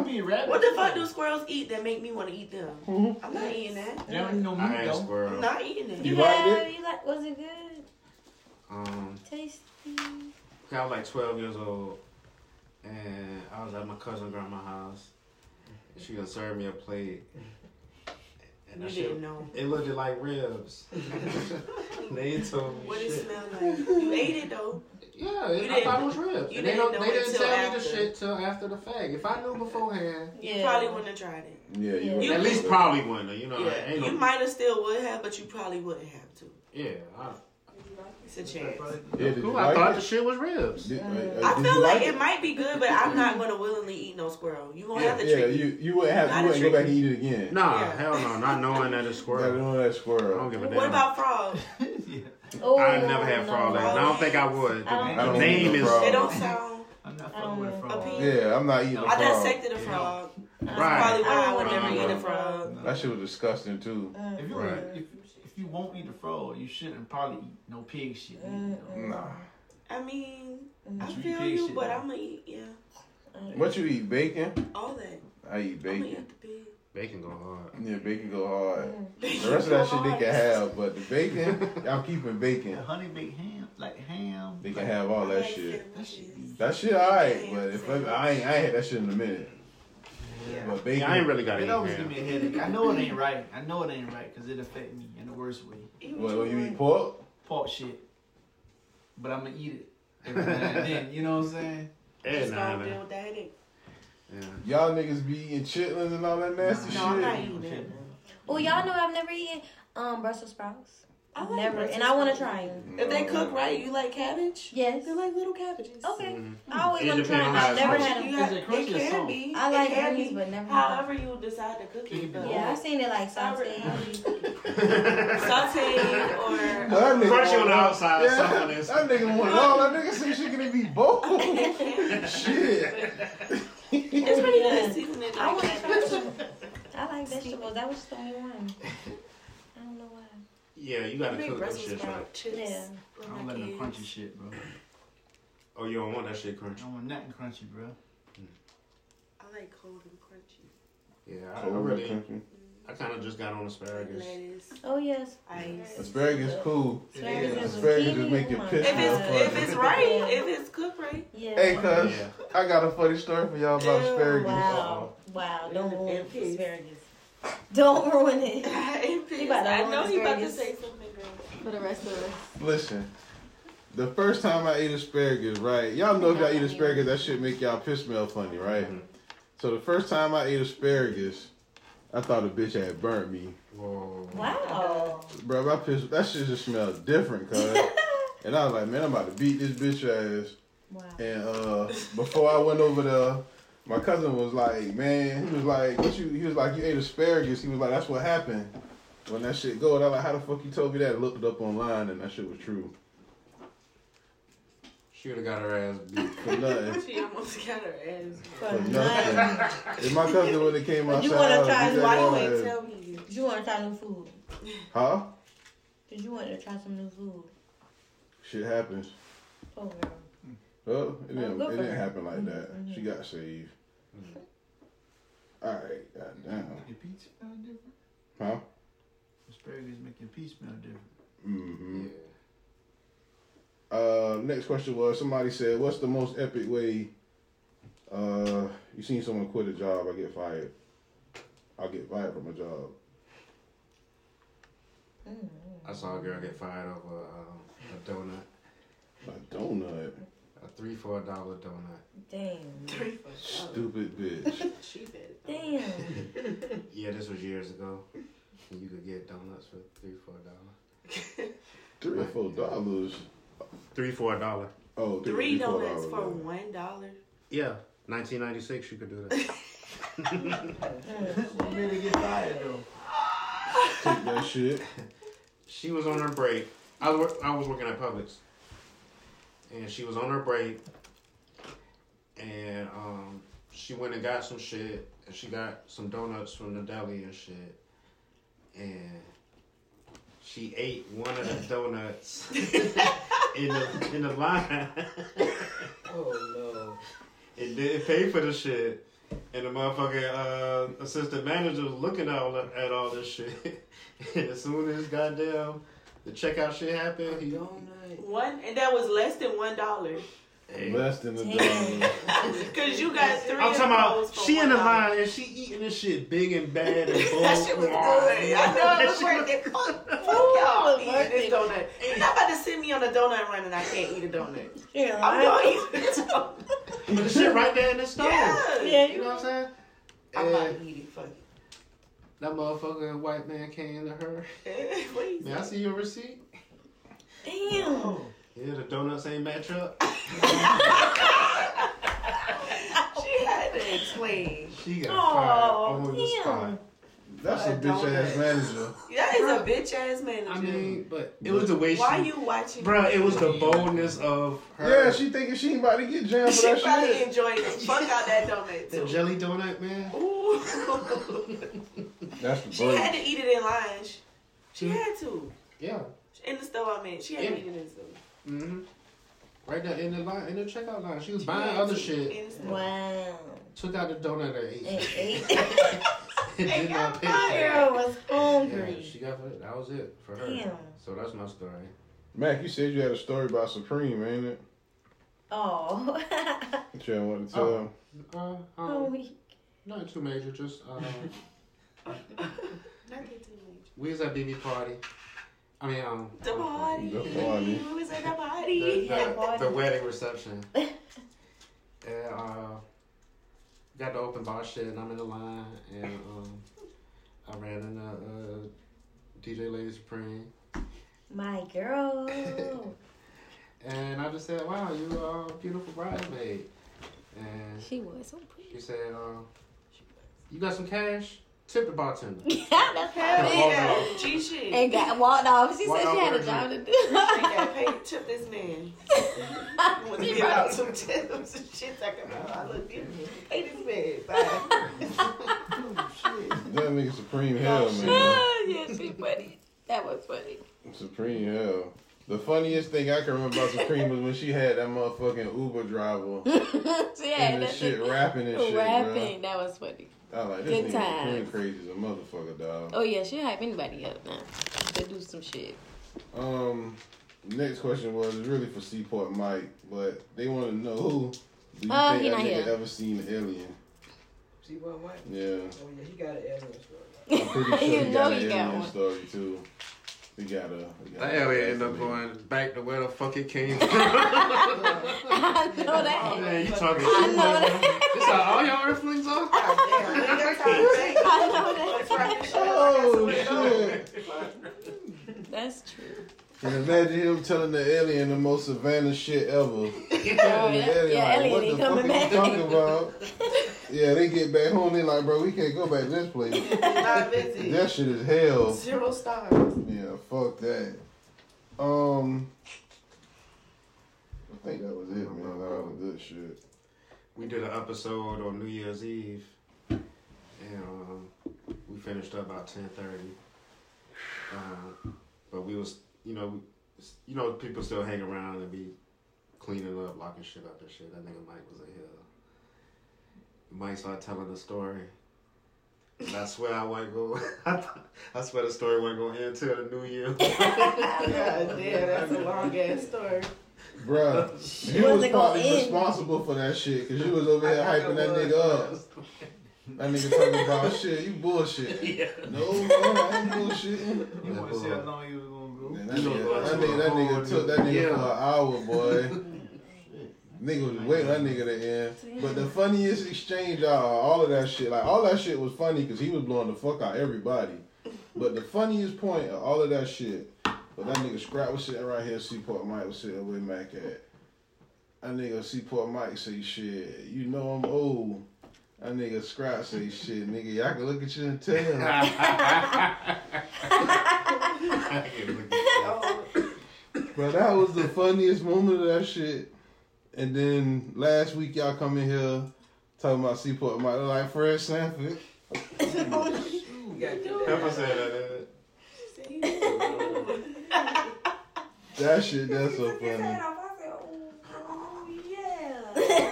Speaker 2: What the fuck do squirrels eat that make me want to eat them? I'm not eating that.
Speaker 9: They don't eat no meat
Speaker 12: I had
Speaker 9: though.
Speaker 2: I'm
Speaker 12: squirrel.
Speaker 2: not eating it.
Speaker 4: You
Speaker 8: yeah,
Speaker 4: liked
Speaker 8: You like, was it good?
Speaker 12: Um,
Speaker 8: Tasty.
Speaker 12: I was like 12 years old, and I was at my cousin grandma's house. and She done served me a plate. And
Speaker 2: You
Speaker 12: that
Speaker 2: didn't know.
Speaker 12: It looked like ribs. they told me
Speaker 2: What
Speaker 12: shit.
Speaker 2: it smell like? You ate it though.
Speaker 12: Yeah,
Speaker 2: You
Speaker 12: it, I
Speaker 2: didn't-
Speaker 12: thought it was ribs.
Speaker 2: you
Speaker 12: And they
Speaker 2: didn't
Speaker 12: don't.
Speaker 2: know
Speaker 12: They
Speaker 2: it
Speaker 12: didn't
Speaker 2: till
Speaker 12: tell me the
Speaker 2: after.
Speaker 12: shit till after the fact. If I knew beforehand,
Speaker 2: You probably wouldn't have tried it.
Speaker 4: Yeah,
Speaker 2: You-
Speaker 4: right.
Speaker 12: at least probably wouldn't. You know,
Speaker 2: yeah,
Speaker 12: ain't
Speaker 2: you
Speaker 12: no,
Speaker 2: might have still would have, but you probably wouldn't have to.
Speaker 12: yeah. I,
Speaker 2: It's a chance.
Speaker 4: Yeah, did you
Speaker 12: Ooh, I
Speaker 4: like
Speaker 12: thought
Speaker 4: it?
Speaker 12: the shit was ribs.
Speaker 4: Did- uh, uh,
Speaker 2: I
Speaker 4: did
Speaker 2: feel
Speaker 4: you
Speaker 2: like it might be good, but I'm not gonna willingly eat no squirrel. You gonna have to
Speaker 4: Yeah,
Speaker 2: treat me.
Speaker 4: you, you wouldn't have
Speaker 2: Not
Speaker 4: you
Speaker 2: a
Speaker 4: wouldn't go back
Speaker 2: treat.
Speaker 4: and eat it again.
Speaker 12: Nah, hell no, not knowing that it's
Speaker 4: I
Speaker 12: squirrel.
Speaker 4: don't know that
Speaker 12: I don't
Speaker 4: squirrel.
Speaker 12: give a damn.
Speaker 2: What about frogs?
Speaker 8: Oh,
Speaker 12: I never had
Speaker 8: no.
Speaker 12: frog legs. and I don't think I would.
Speaker 8: I don't
Speaker 12: The
Speaker 4: think
Speaker 12: name
Speaker 4: so.
Speaker 12: is
Speaker 4: Frog.
Speaker 2: They don't sound.
Speaker 9: I'm not
Speaker 8: I
Speaker 9: fucking
Speaker 8: don't
Speaker 9: with a
Speaker 8: know.
Speaker 9: frog.
Speaker 2: appealing.
Speaker 4: Yeah, I'm not eating a
Speaker 2: I
Speaker 4: frog.
Speaker 2: dissected a frog. That's
Speaker 12: Right.
Speaker 2: probably why
Speaker 8: I
Speaker 2: I would
Speaker 8: don't
Speaker 2: never
Speaker 12: wanna-
Speaker 2: eat a frog.
Speaker 4: That shit was disgusting too.
Speaker 2: Uh,
Speaker 9: If you
Speaker 12: Right.
Speaker 9: if, if you won't eat the frog, you shouldn't probably eat no pig shit.
Speaker 7: Uh,
Speaker 9: either, though.
Speaker 4: Nah.
Speaker 2: I mean, I
Speaker 9: You eat
Speaker 2: feel
Speaker 9: pig
Speaker 2: you,
Speaker 9: shit,
Speaker 2: but
Speaker 9: though.
Speaker 2: I'm gonna eat yeah,
Speaker 4: What you eat? Bacon?
Speaker 2: all that.
Speaker 4: I eat
Speaker 2: I'm gonna
Speaker 4: bacon.
Speaker 2: eat the pig.
Speaker 12: Bacon go hard.
Speaker 4: Yeah, bacon go hard.
Speaker 2: Bacon
Speaker 4: The rest of
Speaker 2: go
Speaker 4: that shit they
Speaker 2: hard.
Speaker 4: can have, but the bacon, I'm keeping bacon.
Speaker 9: The honey baked ham, like ham.
Speaker 4: They can
Speaker 9: like-
Speaker 4: have all
Speaker 2: I
Speaker 4: that
Speaker 2: like
Speaker 4: shit.
Speaker 2: sandwiches.
Speaker 4: That shit alright, but if I, I ain't I ain't had that shit in a minute. But bacon,
Speaker 12: Yeah, I ain't really got
Speaker 9: It
Speaker 12: any
Speaker 9: always give
Speaker 12: ham.
Speaker 9: me a headache. I know it ain't right. I know it ain't right because it affect me in the worst way.
Speaker 2: Eat
Speaker 4: What, what
Speaker 2: what
Speaker 4: you eat pork?
Speaker 9: Pork shit, but I'm gonna eat it every now and then. You know what I'm saying?
Speaker 12: Eh,
Speaker 2: Just
Speaker 12: nah,
Speaker 2: gonna
Speaker 12: man.
Speaker 2: deal with that. headache.
Speaker 12: Yeah.
Speaker 4: Y'all niggas be eating chitlins and all that nasty
Speaker 2: No, I'm not
Speaker 4: shit.
Speaker 2: eating that.
Speaker 8: Oh, y'all know I've never eaten um, Brussels sprouts.
Speaker 2: I like
Speaker 8: never,
Speaker 2: Brussels
Speaker 8: and I want to
Speaker 2: sprouts.
Speaker 8: try them.
Speaker 2: If they cook right, you like cabbage.
Speaker 8: Yes.
Speaker 2: They're like little cabbages.
Speaker 8: Okay. I always
Speaker 12: It
Speaker 8: want to try
Speaker 12: depends
Speaker 8: them.
Speaker 12: on how
Speaker 8: I've
Speaker 12: it's
Speaker 8: never
Speaker 2: You
Speaker 12: cooked.
Speaker 8: had them.
Speaker 2: got-
Speaker 9: Is it crunchy
Speaker 2: it
Speaker 9: or
Speaker 2: can
Speaker 9: soft?
Speaker 2: be.
Speaker 8: I
Speaker 2: It
Speaker 8: like
Speaker 2: can
Speaker 8: greens,
Speaker 2: be.
Speaker 8: but never
Speaker 2: However you decide to cook
Speaker 9: It
Speaker 2: it,
Speaker 9: can
Speaker 2: but
Speaker 9: be.
Speaker 8: Yeah, I've seen it like
Speaker 2: Saute,
Speaker 8: sauteed.
Speaker 2: saute, or
Speaker 4: That nigga
Speaker 12: Crunchy on
Speaker 4: want-
Speaker 12: the outside,
Speaker 4: Yeah,
Speaker 12: soft on the
Speaker 4: That
Speaker 12: inside.
Speaker 4: nigga want it all. That nigga said shit gonna be both. shit.
Speaker 2: it's pretty good seasoning.
Speaker 8: I want
Speaker 2: Like
Speaker 8: to
Speaker 2: that.
Speaker 8: try them. I like vegetables. That was just the only one. I don't know why.
Speaker 12: Yeah, you gotta
Speaker 2: Big
Speaker 12: cook that
Speaker 2: Brussels
Speaker 12: shit right.
Speaker 2: sprout chips.
Speaker 9: I
Speaker 8: Yeah.
Speaker 2: with
Speaker 9: don't
Speaker 2: my
Speaker 9: like no
Speaker 2: kids.
Speaker 9: crunchy shit, bro.
Speaker 12: Oh, you don't want that shit
Speaker 9: I
Speaker 12: crunchy.
Speaker 9: don't want nothing crunchy, bro.
Speaker 2: I like cold and crunchy.
Speaker 12: Yeah, I, I really, I kind of just got on asparagus.
Speaker 2: Lettuce,
Speaker 8: Oh yes.
Speaker 2: ice.
Speaker 4: Asparagus cool.
Speaker 8: Asparagus and
Speaker 4: Asparagus just
Speaker 8: zucchini.
Speaker 4: make your
Speaker 8: Oh my
Speaker 4: piss
Speaker 2: If
Speaker 4: real
Speaker 2: it's
Speaker 4: funny.
Speaker 2: if it's right, if it's cooked right.
Speaker 8: Yeah.
Speaker 4: Hey, cuz,
Speaker 12: Yeah.
Speaker 4: I got a funny story for y'all about
Speaker 2: Ew,
Speaker 4: asparagus.
Speaker 8: Wow. Wow. Don't ruin
Speaker 2: In peace.
Speaker 8: asparagus. Don't ruin it
Speaker 2: You
Speaker 8: about to
Speaker 2: I
Speaker 8: ruin
Speaker 2: know you about to
Speaker 8: asparagus.
Speaker 2: say something. girl.
Speaker 8: for the rest of us.
Speaker 4: Listen, the first time I ate asparagus, right? Y'all know if y'all eat asparagus, that shit make y'all piss smell funny, right? So the first time I ate asparagus, I thought a bitch had burnt me.
Speaker 12: Whoa.
Speaker 8: Wow.
Speaker 4: Bro, my piss, that shit just smelled different, cuz. and I was like, man, I'm about to beat this bitch ass.
Speaker 8: Wow.
Speaker 4: And uh, before I went over there, my cousin was like, "Man, he was like, what you?" He was like, "You ate asparagus." He was like, "That's what happened." when that shit go, and I'm like, how the fuck you told me that? I looked it up online, and that shit was true.
Speaker 1: She would have got her ass beat
Speaker 4: for nothing.
Speaker 2: She almost got her ass.
Speaker 4: For nothing. if my cousin would have came
Speaker 17: But
Speaker 4: outside,
Speaker 17: you want to
Speaker 4: I
Speaker 17: try?
Speaker 4: would've
Speaker 17: Why
Speaker 4: beat
Speaker 17: you
Speaker 4: that
Speaker 17: ain't
Speaker 4: ass.
Speaker 17: tell me? Did you want to try new food?
Speaker 4: Huh?
Speaker 17: Did you want to try some new food?
Speaker 4: Shit happens.
Speaker 17: Oh girl.
Speaker 4: Well, it
Speaker 17: Oh,
Speaker 4: didn't,
Speaker 17: good
Speaker 4: it
Speaker 17: for Mm-hmm.
Speaker 4: didn't
Speaker 17: her.
Speaker 4: happen like that. She got saved. All right, goddamn.
Speaker 12: Your peach smell different.
Speaker 4: Huh?
Speaker 12: Asparagus make your peach smell different.
Speaker 4: Mm-hmm. Uh, next question was somebody said, "What's the most epic way uh you seen someone quit a job or get fired? I get fired from a job.
Speaker 1: I saw a girl get fired over um, a donut.
Speaker 4: A donut.
Speaker 1: A three for a dollar donut.
Speaker 17: Damn.
Speaker 2: Three for
Speaker 4: Stupid bitch.
Speaker 2: She bit.
Speaker 17: Damn.
Speaker 1: Yeah, this was years ago. And you could get donuts for three for a dollar.
Speaker 4: Three or four dollars.
Speaker 1: Three for a dollar.
Speaker 4: Oh,
Speaker 2: Three donuts for one dollar.
Speaker 1: Yeah, 1996. You could do that.
Speaker 12: What made her get fired though?
Speaker 4: that shit.
Speaker 1: She was on her break. I was wor- I was working at Publix, and she was on her break, and um, she went and got some shit, and she got some donuts from the deli and shit, and she ate one of the donuts in the in the line.
Speaker 12: Oh
Speaker 1: It didn't pay for the shit. And the motherfucking uh, assistant manager was looking at all, at all this shit. and as soon as goddamn the checkout shit happened, he
Speaker 2: One and that was less than one dollar.
Speaker 4: Less than a dollar.
Speaker 2: Cause you got three.
Speaker 1: I'm
Speaker 2: of
Speaker 1: talking about
Speaker 2: those for
Speaker 1: she in the
Speaker 2: $1.
Speaker 1: line and she eating this shit big and bad and bold.
Speaker 2: That shit was good. I know it was worth it. Fuck, fuck y'all
Speaker 17: was worth
Speaker 2: eating this
Speaker 17: it.
Speaker 2: donut. You're not about to send me on a donut run and I can't eat a donut.
Speaker 17: Yeah.
Speaker 2: I'm gonna eat this donut.
Speaker 1: But the shit right there in the store.
Speaker 2: Yeah.
Speaker 17: Yeah,
Speaker 1: You know what I'm saying?
Speaker 2: I'm about
Speaker 1: And
Speaker 2: to eat it. Fuck it.
Speaker 1: that motherfucking white man came to her.
Speaker 2: Eh, what you
Speaker 1: May I
Speaker 2: say?
Speaker 1: see your receipt?
Speaker 17: Damn.
Speaker 1: Yeah, the donuts ain't match up.
Speaker 2: She had to explain.
Speaker 1: She got
Speaker 2: Aw,
Speaker 1: fired over the
Speaker 2: damn.
Speaker 1: spot.
Speaker 4: That's a
Speaker 2: A
Speaker 4: bitch ass
Speaker 2: donut.
Speaker 4: manager.
Speaker 2: That is a bitch ass manager.
Speaker 1: I mean, but it was the way she.
Speaker 2: Why you watching?
Speaker 1: Bro, it was the boldness of her.
Speaker 4: Yeah, she thinking she ain't about to get jammed for
Speaker 2: She
Speaker 4: that
Speaker 2: probably
Speaker 4: shit.
Speaker 2: enjoyed it. Fuck out that donut
Speaker 1: the
Speaker 2: too.
Speaker 1: jelly donut, man.
Speaker 4: That's the
Speaker 2: she had to eat it in line. She- She
Speaker 1: Mm-hmm.
Speaker 2: had to.
Speaker 1: Yeah.
Speaker 2: In the store, I mean, she had to eat it in the store.
Speaker 1: Mm-hmm. Right there in the line, in the checkout line, she was
Speaker 2: She
Speaker 1: buying
Speaker 2: had
Speaker 1: other
Speaker 2: to
Speaker 1: shit.
Speaker 2: In the store.
Speaker 17: Wow.
Speaker 1: Took out the donut and ate.
Speaker 17: And eight.
Speaker 1: and did not pay for
Speaker 17: Girl
Speaker 1: it.
Speaker 17: was
Speaker 1: Yeah,
Speaker 17: hungry.
Speaker 1: she got for it. That was it for her.
Speaker 17: Damn.
Speaker 1: So that's my story.
Speaker 4: Mac, you said you had a story about Supreme, ain't it?
Speaker 17: Oh.
Speaker 4: That you want to tell.
Speaker 1: Uh, um,
Speaker 17: Oh, we-
Speaker 1: Nothing too major. Just um,
Speaker 2: Not get too late.
Speaker 1: we was at BB party. I mean, um,
Speaker 2: The party.
Speaker 4: The party.
Speaker 2: We was at the
Speaker 1: the,
Speaker 2: party.
Speaker 1: the, the wedding reception. and uh, got the open bar shit, and I'm in the line, and um, I ran into uh, DJ Lady Supreme,
Speaker 17: My girl.
Speaker 1: and I just said, "Wow, you are a beautiful bridesmaid." And
Speaker 8: She was so pretty.
Speaker 1: she said, uh, "You got some cash? Tip the bartender." And
Speaker 8: That's
Speaker 1: I walked off.
Speaker 2: G shit.
Speaker 8: and got walked off. She
Speaker 1: Walked
Speaker 8: said
Speaker 1: off
Speaker 8: she had
Speaker 1: with
Speaker 8: a
Speaker 1: her
Speaker 8: job to
Speaker 1: drink.
Speaker 8: do.
Speaker 2: She got paid to tip this man. You want to give out some tips and shit. Talking about, I look different. Pay this man. Bye.
Speaker 4: That nigga Supreme Hell,
Speaker 2: Oh,
Speaker 4: man.
Speaker 8: Ah, yeah, she funny. That was funny.
Speaker 4: Supreme Hell. The funniest thing I can remember about Supreme was when she had that motherfucking Uber driver
Speaker 8: she had
Speaker 4: and
Speaker 8: that
Speaker 4: this shit rapping and shit,
Speaker 8: rapping. That was funny.
Speaker 4: bro. I was like,
Speaker 8: Good
Speaker 4: this nigga Supreme
Speaker 8: times.
Speaker 4: crazy as a motherfucker, dog.
Speaker 8: Oh yeah, she hype anybody up now. They do some shit.
Speaker 4: Um, next question was it's really for Seaport Mike, but they want to know who do you
Speaker 8: Oh, he
Speaker 4: think that
Speaker 8: not
Speaker 4: nigga
Speaker 8: here.
Speaker 4: ever seen an alien?
Speaker 7: See what what?
Speaker 4: Yeah,
Speaker 7: Oh yeah, he got an alien story.
Speaker 4: I'm pretty sure he
Speaker 8: You know
Speaker 4: got an
Speaker 8: he got
Speaker 4: alien
Speaker 8: one.
Speaker 4: story too. We got a. we got
Speaker 1: That
Speaker 4: a-
Speaker 1: alien ended up going back to where the fuck it came from.
Speaker 8: I know
Speaker 4: Oh,
Speaker 8: that.
Speaker 1: Man, you talking
Speaker 8: I
Speaker 1: shit.
Speaker 8: know that.
Speaker 1: This how all y'all earthlings are?
Speaker 2: Damn, we got time to take.
Speaker 8: I know that.
Speaker 2: Let's wrap this shit up.
Speaker 4: Oh shit!
Speaker 8: That's true.
Speaker 4: And imagine him telling the alien the most Savannah shit ever. Oh,
Speaker 8: yeah. Yeah, alien ain't coming back."
Speaker 4: talking about? yeah, they get back home. They like, bro, we can't go back to this place.
Speaker 2: Not busy.
Speaker 4: that shit is hell.
Speaker 2: Zero stars.
Speaker 4: Yeah, fuck that. Um, I think that was it, man. That was good shit.
Speaker 1: We did an episode on New Year's Eve, and um, we finished up about ten thirty. Uh, but we was, you know, we- you know, people still hang around and be cleaning up, locking shit up and shit. That nigga Mike was in here. Mike started telling the story. And I swear I wasn't going. I swear the story wasn't going to end till the new year.
Speaker 2: God damn, that's a long ass story.
Speaker 4: Bruh, you was
Speaker 2: Wasn't gonna
Speaker 4: probably
Speaker 2: end.
Speaker 4: responsible for that shit because you was over here hyping that nigga up. That nigga talking about shit. You bullshit. No, no, I ain't bullshitting.
Speaker 12: You want to see how long you was
Speaker 4: Man,
Speaker 12: gonna
Speaker 4: that,
Speaker 12: go?
Speaker 4: nigga, that, nigga, that nigga took that nigga for an hour, boy. nigga was waiting that nigga to end. But the funniest exchange out of all of that shit, like all that shit was funny because he was blowing the fuck out everybody. But the funniest point of all of that shit, but that nigga Scrap was sitting right here, Seaport Mike was sitting with Mac at. That nigga Seaport Mike say shit, you know I'm old. That nigga Scrap say shit, nigga, y'all can look at you and tell. Bro, that was the funniest moment of that shit. And then last week y'all come in here talking about Seaport Mike look like Fred Sanford.
Speaker 1: Pepper said that. didn't it?
Speaker 4: That shit, that's so funny.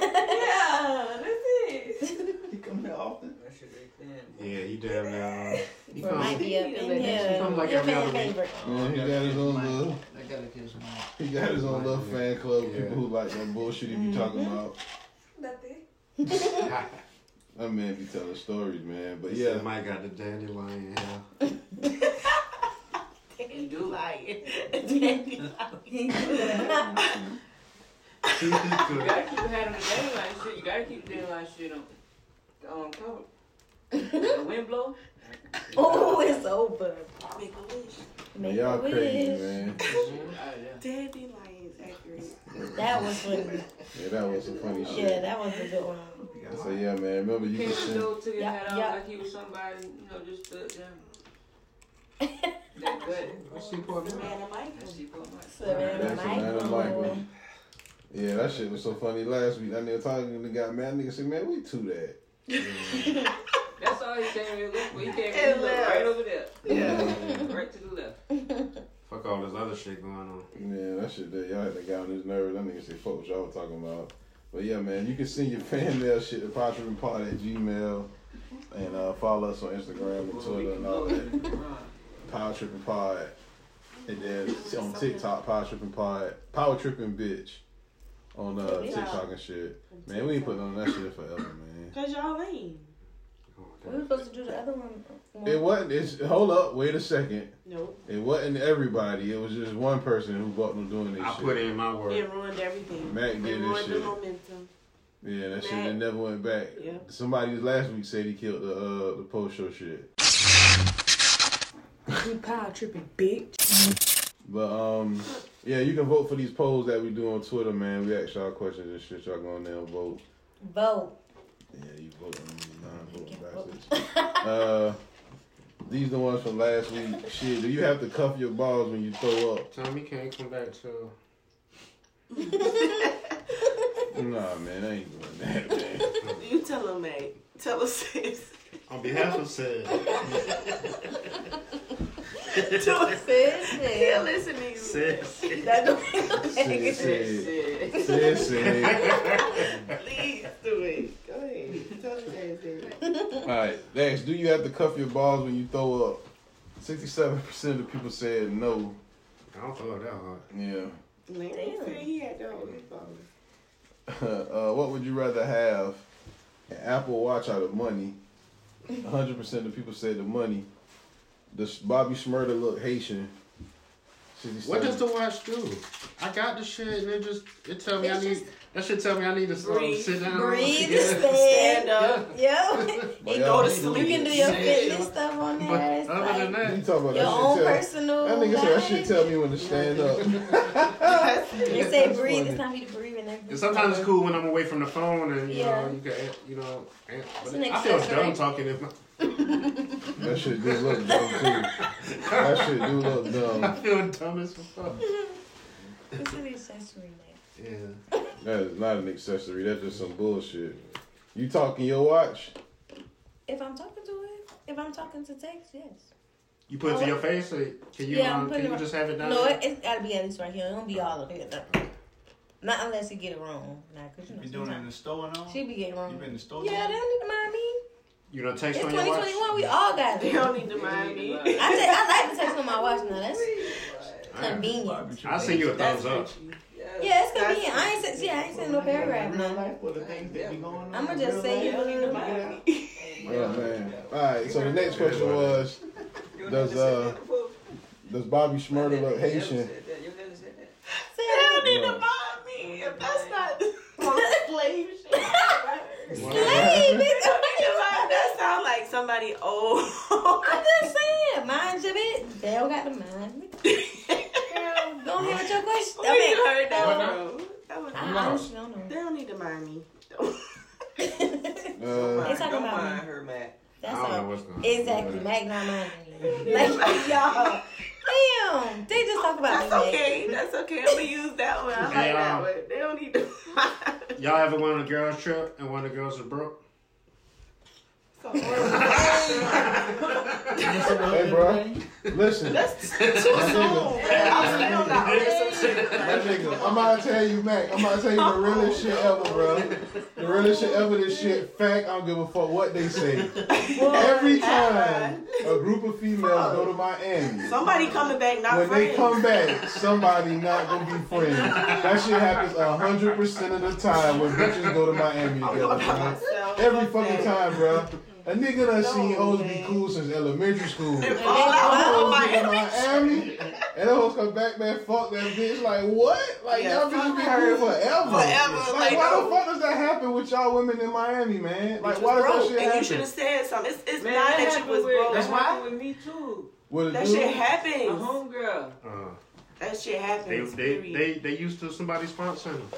Speaker 7: Yeah, that's it.
Speaker 12: He come here often. That shit
Speaker 1: Yeah, he damn near. Uh, he
Speaker 12: Bro,
Speaker 1: comes-
Speaker 12: might be up in
Speaker 1: He
Speaker 12: here.
Speaker 1: comes like
Speaker 12: Your
Speaker 1: every
Speaker 12: fan
Speaker 1: other week.
Speaker 12: favorite.
Speaker 4: Yeah, Oh, he got his own little.
Speaker 12: I gotta kiss my.
Speaker 4: He got his own little fan club. People who like that bullshit he be talking about. That man be telling stories, man. But
Speaker 1: He said
Speaker 4: yeah,
Speaker 1: Mike got the dandelion hair.
Speaker 2: You do like it.
Speaker 7: You gotta keep having the daylight shit. You gotta keep the daylight shit on. Um, cover. The wind blow.
Speaker 17: Oh, it's over.
Speaker 2: Make a wish.
Speaker 4: man, y'all
Speaker 17: Make a
Speaker 4: crazy,
Speaker 17: wish.
Speaker 4: man.
Speaker 2: Daddy lions accurate.
Speaker 17: That was funny.
Speaker 4: Yeah, that was some funny shit.
Speaker 17: Yeah, that was a good one.
Speaker 4: So yeah, man. Remember you
Speaker 7: He
Speaker 4: can
Speaker 7: was
Speaker 4: send.
Speaker 7: still took his
Speaker 17: Yup,
Speaker 7: hat off
Speaker 17: yup.
Speaker 7: like he was somebody, you know, just stood down. That good.
Speaker 2: Savannah Michael.
Speaker 4: That's Atlanta Michael. Yeah, that shit was so funny last week. That nigga talking to the guy, man. That Nigga said, man, we too that.
Speaker 7: That's all he came here look for. He came
Speaker 2: And
Speaker 7: here look
Speaker 2: left.
Speaker 7: right over there.
Speaker 4: Yeah.
Speaker 7: right to the left.
Speaker 1: Fuck all this other shit going on.
Speaker 4: Yeah, that shit that y'all had that guy on his nerves. That nigga said, fuck what y'all was talking about. But yeah, man, you can send your fan mail shit to potterandpod at gmail and uh, follow us on Instagram and Twitter and all that. Power Tripping Pod. And then on TikTok, Power Tripping Pod. Power Tripping Bitch on uh,
Speaker 2: Yeah.
Speaker 4: TikTok and shit. Man, we ain't putting on that shit forever, man.
Speaker 2: Cause y'all lame.
Speaker 17: We were supposed to do the other one.
Speaker 4: It wasn't. It's hold up. Wait a second.
Speaker 2: Nope.
Speaker 4: It wasn't everybody. It was just one person who bought them doing this.
Speaker 1: I
Speaker 4: shit.
Speaker 1: put in my work.
Speaker 2: It ruined everything.
Speaker 4: Mac
Speaker 2: it
Speaker 4: did this
Speaker 2: ruined the
Speaker 4: shit.
Speaker 2: momentum.
Speaker 4: Yeah, that shit
Speaker 2: Mac.
Speaker 4: that never went back.
Speaker 2: Yeah.
Speaker 4: Somebody last week said he killed the uh, the post show shit.
Speaker 6: You power tripping bitch.
Speaker 4: But um, yeah, you can vote for these polls that we do on Twitter, man. We ask y'all questions and shit. Y'all go on there and vote.
Speaker 17: Vote.
Speaker 4: Yeah, you vote on these non-voting bastards. uh, these the ones from last week. Shit, do you have to cuff your balls when you throw up?
Speaker 1: Tommy can't come back till.
Speaker 4: Nah, man, I ain't doing that, man.
Speaker 2: You tell them, mate. Tell us, sis.
Speaker 1: On behalf of said.
Speaker 2: Tell us, sis. He'll listen to you.
Speaker 1: Sis.
Speaker 2: That don't
Speaker 4: Sis,
Speaker 2: sis.
Speaker 4: Sis, sis.
Speaker 2: Please do it. Go ahead. Tell us, sis.
Speaker 4: All right, next. Do you have to cuff your balls when you throw up? Sixty-seven percent of the people said no.
Speaker 1: I don't throw it that hard.
Speaker 4: Yeah.
Speaker 2: Larry said he had that on his phone.
Speaker 4: uh, what would you rather have? An Apple Watch or the money? hundred percent of the people said the money. Does Bobby Smurda look Haitian? 67.
Speaker 1: What does the watch do? I got the shit and it just it tell me I need that should tell me I need to slow
Speaker 2: Breathe.
Speaker 1: sit down.
Speaker 2: Breathe,
Speaker 1: Yeah.
Speaker 2: stand up.
Speaker 8: Yo,
Speaker 2: It go to sleep.
Speaker 8: you can do your
Speaker 2: Yeah.
Speaker 8: fitness stuff on
Speaker 4: But
Speaker 8: there. It's
Speaker 4: other
Speaker 8: like,
Speaker 4: than that, you talking about
Speaker 8: your
Speaker 4: that shit
Speaker 8: own
Speaker 4: tell-
Speaker 8: personal
Speaker 4: That nigga said that shit tell me when to stand up.
Speaker 8: they say
Speaker 4: That's
Speaker 8: breathe.
Speaker 4: funny.
Speaker 8: It's time for you to breathe and everything.
Speaker 1: And sometimes it's cool when I'm away from the phone and you
Speaker 8: Yeah.
Speaker 1: know you can you know. and- But
Speaker 8: an
Speaker 1: I feel
Speaker 8: accessory.
Speaker 1: dumb talking if my,
Speaker 4: That shit do look dumb too. That shit do look
Speaker 1: I
Speaker 4: dumb.
Speaker 1: feel dumb as fuck.
Speaker 8: It's an accessory. man.
Speaker 1: Yeah.
Speaker 4: That is not an accessory. That's just some bullshit. You talking your watch?
Speaker 8: If I'm talking to it, if I'm talking to text, yes.
Speaker 1: You put it to your face or can you
Speaker 8: yeah, I'm
Speaker 1: um,
Speaker 8: putting
Speaker 1: can
Speaker 8: it
Speaker 1: you
Speaker 8: right-
Speaker 1: just have it down?
Speaker 8: No,
Speaker 1: there?
Speaker 8: it, it's gotta be at least right here. It don't be all up here. though. Not unless you get it wrong. Nah, cause
Speaker 12: You
Speaker 8: you know
Speaker 12: been doing it in the
Speaker 8: sometimes-
Speaker 12: store and all?
Speaker 8: She be getting wrong.
Speaker 12: You been in the store?
Speaker 8: Yeah, they don't need to mind me.
Speaker 1: you don't text
Speaker 8: It's
Speaker 1: on your watch.
Speaker 8: 2021. We all got it.
Speaker 2: They don't need to mind me.
Speaker 8: I, take- I like to text on my watch now. That's convenient.
Speaker 1: I send you a thumbs up.
Speaker 8: Yeah, it's convenient. I ain't say, yeah, I ain't saying no paragraph. No. I'm gonna just say you don't need to mind me.
Speaker 4: Oh man. Alright, so the next question was Does uh does Bobby Schmurda look Haitian?
Speaker 2: They don't need to mind me. If that's not some slave shit.
Speaker 8: Slave, bitch.
Speaker 2: That sound like somebody old.
Speaker 8: I'm just saying, mind your bit. They don't got to mind me. Girl, go ahead with your question.
Speaker 2: We
Speaker 8: I mean,
Speaker 2: heard that
Speaker 8: What
Speaker 2: one.
Speaker 8: now?
Speaker 2: That was-
Speaker 8: I honestly don't know.
Speaker 2: They don't need to mind me.
Speaker 4: Uh,
Speaker 8: It's talking
Speaker 7: Don't
Speaker 8: about
Speaker 7: mind
Speaker 8: me.
Speaker 7: her, Matt.
Speaker 8: That's
Speaker 1: I don't
Speaker 8: all.
Speaker 1: know what's going on.
Speaker 8: Exactly. Mac not minding me. Like, y'all. Damn. They just talk about
Speaker 2: That's
Speaker 8: me.
Speaker 2: okay. That's okay. I'm gonna use that one. I like
Speaker 1: Hey,
Speaker 2: that
Speaker 1: um,
Speaker 2: one. They don't need to.
Speaker 1: Y'all ever went on a girls trip and one of the girls was broke?
Speaker 4: Hey bro, listen.
Speaker 2: That's too soon. I'm still not
Speaker 4: My nigga, I'm about to tell you, Mac. I'm about to tell you the realest shit ever, bro. The realest shit ever. This shit fact. I don't give a fuck what they say. Every time a group of females go to Miami,
Speaker 2: Somebody coming back not
Speaker 4: when
Speaker 2: friends.
Speaker 4: they come back, somebody not gonna be friends. That shit happens hundred percent of the time when bitches go to Miami together. bro. Every fucking time, bro. A nigga done seen hoes be cool since elementary school.
Speaker 2: They
Speaker 4: I'm
Speaker 2: fall out on
Speaker 4: hoes in
Speaker 2: Miami.
Speaker 4: Miami, and the hoes come back, man. Fuck that bitch. Like what? Like
Speaker 2: Yeah,
Speaker 4: y'all bitches
Speaker 2: fuck
Speaker 4: be
Speaker 2: her.
Speaker 4: cool forever.
Speaker 2: Forever,
Speaker 4: Like,
Speaker 2: like,
Speaker 4: why
Speaker 2: no.
Speaker 4: the fuck does that happen with y'all women in Miami, man?
Speaker 2: You
Speaker 4: Like
Speaker 2: was
Speaker 4: why does
Speaker 2: broke,
Speaker 4: that shit
Speaker 2: and you
Speaker 4: happen?
Speaker 2: should have said something. It's, it's
Speaker 7: Man,
Speaker 2: not
Speaker 7: that
Speaker 2: that, you
Speaker 7: happened
Speaker 2: was
Speaker 7: with-
Speaker 2: broke.
Speaker 7: That's Uh-huh.
Speaker 2: why
Speaker 7: with me too.
Speaker 4: What it
Speaker 2: that
Speaker 4: do?
Speaker 2: shit
Speaker 7: A
Speaker 2: happens.
Speaker 7: homegirl.
Speaker 2: That shit
Speaker 1: Uh, They
Speaker 2: happens.
Speaker 1: they they they used to somebody sponsoring them.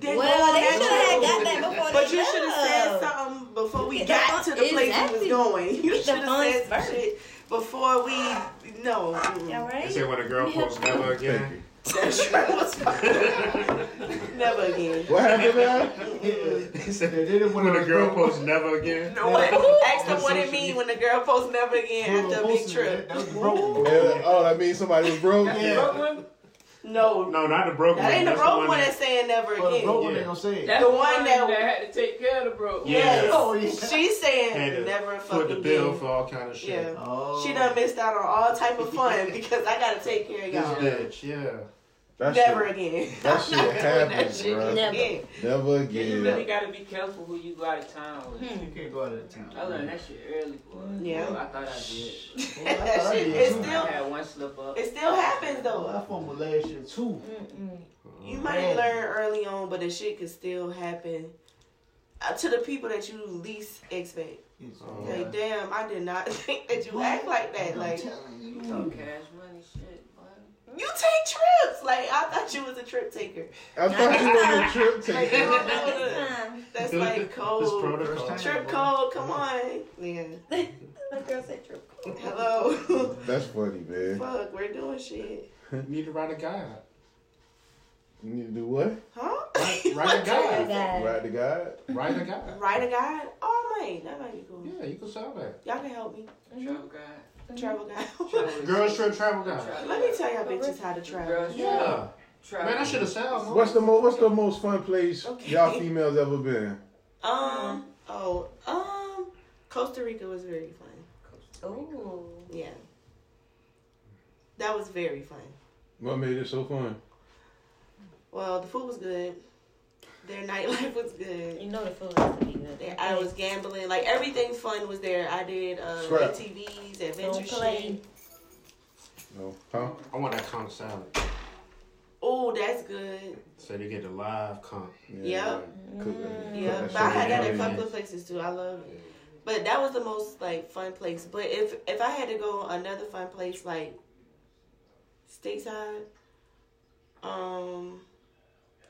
Speaker 2: They
Speaker 8: Well,
Speaker 2: know
Speaker 8: they should
Speaker 2: that
Speaker 8: have
Speaker 2: you-
Speaker 8: got that before
Speaker 2: But
Speaker 8: they
Speaker 2: you should have said
Speaker 8: left.
Speaker 2: something before we
Speaker 8: Get the
Speaker 2: got to
Speaker 8: fu-
Speaker 2: the place
Speaker 8: Exactly.
Speaker 2: we was going. You
Speaker 8: Get the
Speaker 2: should have
Speaker 8: funds
Speaker 2: said some
Speaker 8: first.
Speaker 2: shit before we. No.
Speaker 8: Y'all
Speaker 1: They
Speaker 8: right?
Speaker 1: say when a girl posts never again.
Speaker 2: That shit was Never again.
Speaker 4: What happened, man?
Speaker 1: They said they didn't when a girl posts never again.
Speaker 2: No, what? Ask them what it mean when the girl posts never again after a big trip.
Speaker 4: Yeah, oh, that means somebody was broke. Yeah.
Speaker 2: No,
Speaker 1: No, not the broke
Speaker 2: that ain't the
Speaker 1: That's
Speaker 2: broke
Speaker 1: one
Speaker 2: one that's saying never again.
Speaker 1: one ain't gonna
Speaker 4: say
Speaker 7: That's
Speaker 2: The one that-
Speaker 7: had to take care of the broke.
Speaker 1: Yeah.
Speaker 2: Yes.
Speaker 1: Oh,
Speaker 2: She's
Speaker 1: had
Speaker 2: saying
Speaker 1: to
Speaker 2: never
Speaker 1: foot the
Speaker 2: fucking
Speaker 1: bill
Speaker 2: again.
Speaker 1: for all kind of shit. Oh.
Speaker 2: Yeah. She done missed out on all type of fun because I gotta take care of
Speaker 1: This
Speaker 2: y'all.
Speaker 1: bitch, yeah.
Speaker 4: That
Speaker 2: Never
Speaker 4: shit,
Speaker 2: again.
Speaker 4: That shit
Speaker 7: that
Speaker 4: happens,
Speaker 7: shit.
Speaker 4: bro.
Speaker 8: Never.
Speaker 2: Yeah.
Speaker 4: Never
Speaker 7: Yeah, you
Speaker 4: again.
Speaker 7: really gotta be careful who you go out of town with.
Speaker 12: You can't go out of town.
Speaker 7: I learned that shit early, boy.
Speaker 2: Yeah.
Speaker 7: Boy, I thought I did.
Speaker 2: That shit, it
Speaker 7: I
Speaker 2: still,
Speaker 7: had one slip up.
Speaker 2: it still happens though.
Speaker 12: I fumbled last year too.
Speaker 2: You might learn early on, but the shit could still happen uh, to the people that you least expect.
Speaker 1: Oh,
Speaker 2: Like, damn, I did not think that you act like that. Like,
Speaker 7: You talk cash money shit, boy.
Speaker 2: you take trips. Like, I thought you was a trip taker.
Speaker 4: I thought you were a trip taker.
Speaker 2: That's like
Speaker 1: This
Speaker 2: cold.
Speaker 1: protocol.
Speaker 2: Trip code, come on. Yeah.
Speaker 8: That girl said true.
Speaker 2: Hello.
Speaker 4: That's funny, man.
Speaker 2: Fuck, we're doing shit.
Speaker 1: You need to write a guide.
Speaker 4: You need to do what?
Speaker 2: Huh?
Speaker 1: Write a guide.
Speaker 8: God.
Speaker 4: Ride the guide?
Speaker 1: Write a guide.
Speaker 2: Write a guide? Oh, man, that might be cool.
Speaker 1: Yeah, you can sell that.
Speaker 2: Y'all can help me.
Speaker 7: Travel guide.
Speaker 2: Travel guide.
Speaker 1: Girls trip travel guide.
Speaker 2: Let me tell y'all bitches how to travel.
Speaker 7: Girls
Speaker 1: Yeah.
Speaker 7: travel.
Speaker 1: Man, I should have sold more.
Speaker 4: What's the most What's the most fun place y'all females ever been?
Speaker 2: Um, oh, um, Costa Rica was very fun.
Speaker 8: Ooh.
Speaker 2: Yeah. That was very fun.
Speaker 4: What made it so fun?
Speaker 2: Well, the food was good. Their nightlife was good.
Speaker 8: You know the food has to be good.
Speaker 2: There- I was gambling. Like, everything fun was there. I did uh,
Speaker 4: Scrap.
Speaker 2: ATVs,
Speaker 8: Don't
Speaker 2: adventure
Speaker 8: play.
Speaker 2: shit.
Speaker 4: No, Oh, huh?
Speaker 1: I want that conch salad.
Speaker 2: Oh, that's good.
Speaker 1: So they get the live comp.
Speaker 2: Yep. Yeah.
Speaker 8: Mm-hmm.
Speaker 2: Mm. Yeah. But I had that at couple places too. I love it. But that was the most like fun place. But if if I had to go another fun place like stateside, um,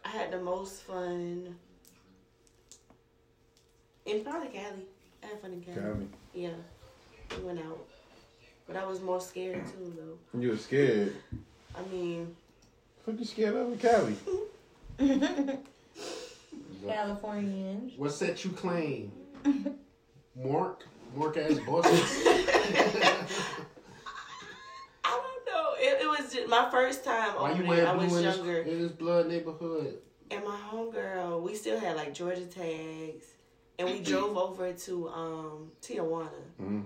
Speaker 2: I had the most fun in probably Cali. I had fun in Cali. Cali. Yeah, we went out, but I was more scared too
Speaker 4: though. You were scared.
Speaker 2: I mean,
Speaker 4: what you scared of in Cali?
Speaker 17: Californians.
Speaker 1: What's that you claim? Mark, Mark ass bosses.
Speaker 2: I don't know. It, it was just my first time
Speaker 17: Oh,
Speaker 1: Why
Speaker 2: over
Speaker 1: you wear
Speaker 2: there. I
Speaker 1: blue
Speaker 2: was
Speaker 1: in this,
Speaker 2: younger.
Speaker 1: in this blood neighborhood?
Speaker 2: And my homegirl, we still had like Georgia tags, and we
Speaker 4: Mm-hmm.
Speaker 2: drove over to um Tijuana.
Speaker 4: Mhm.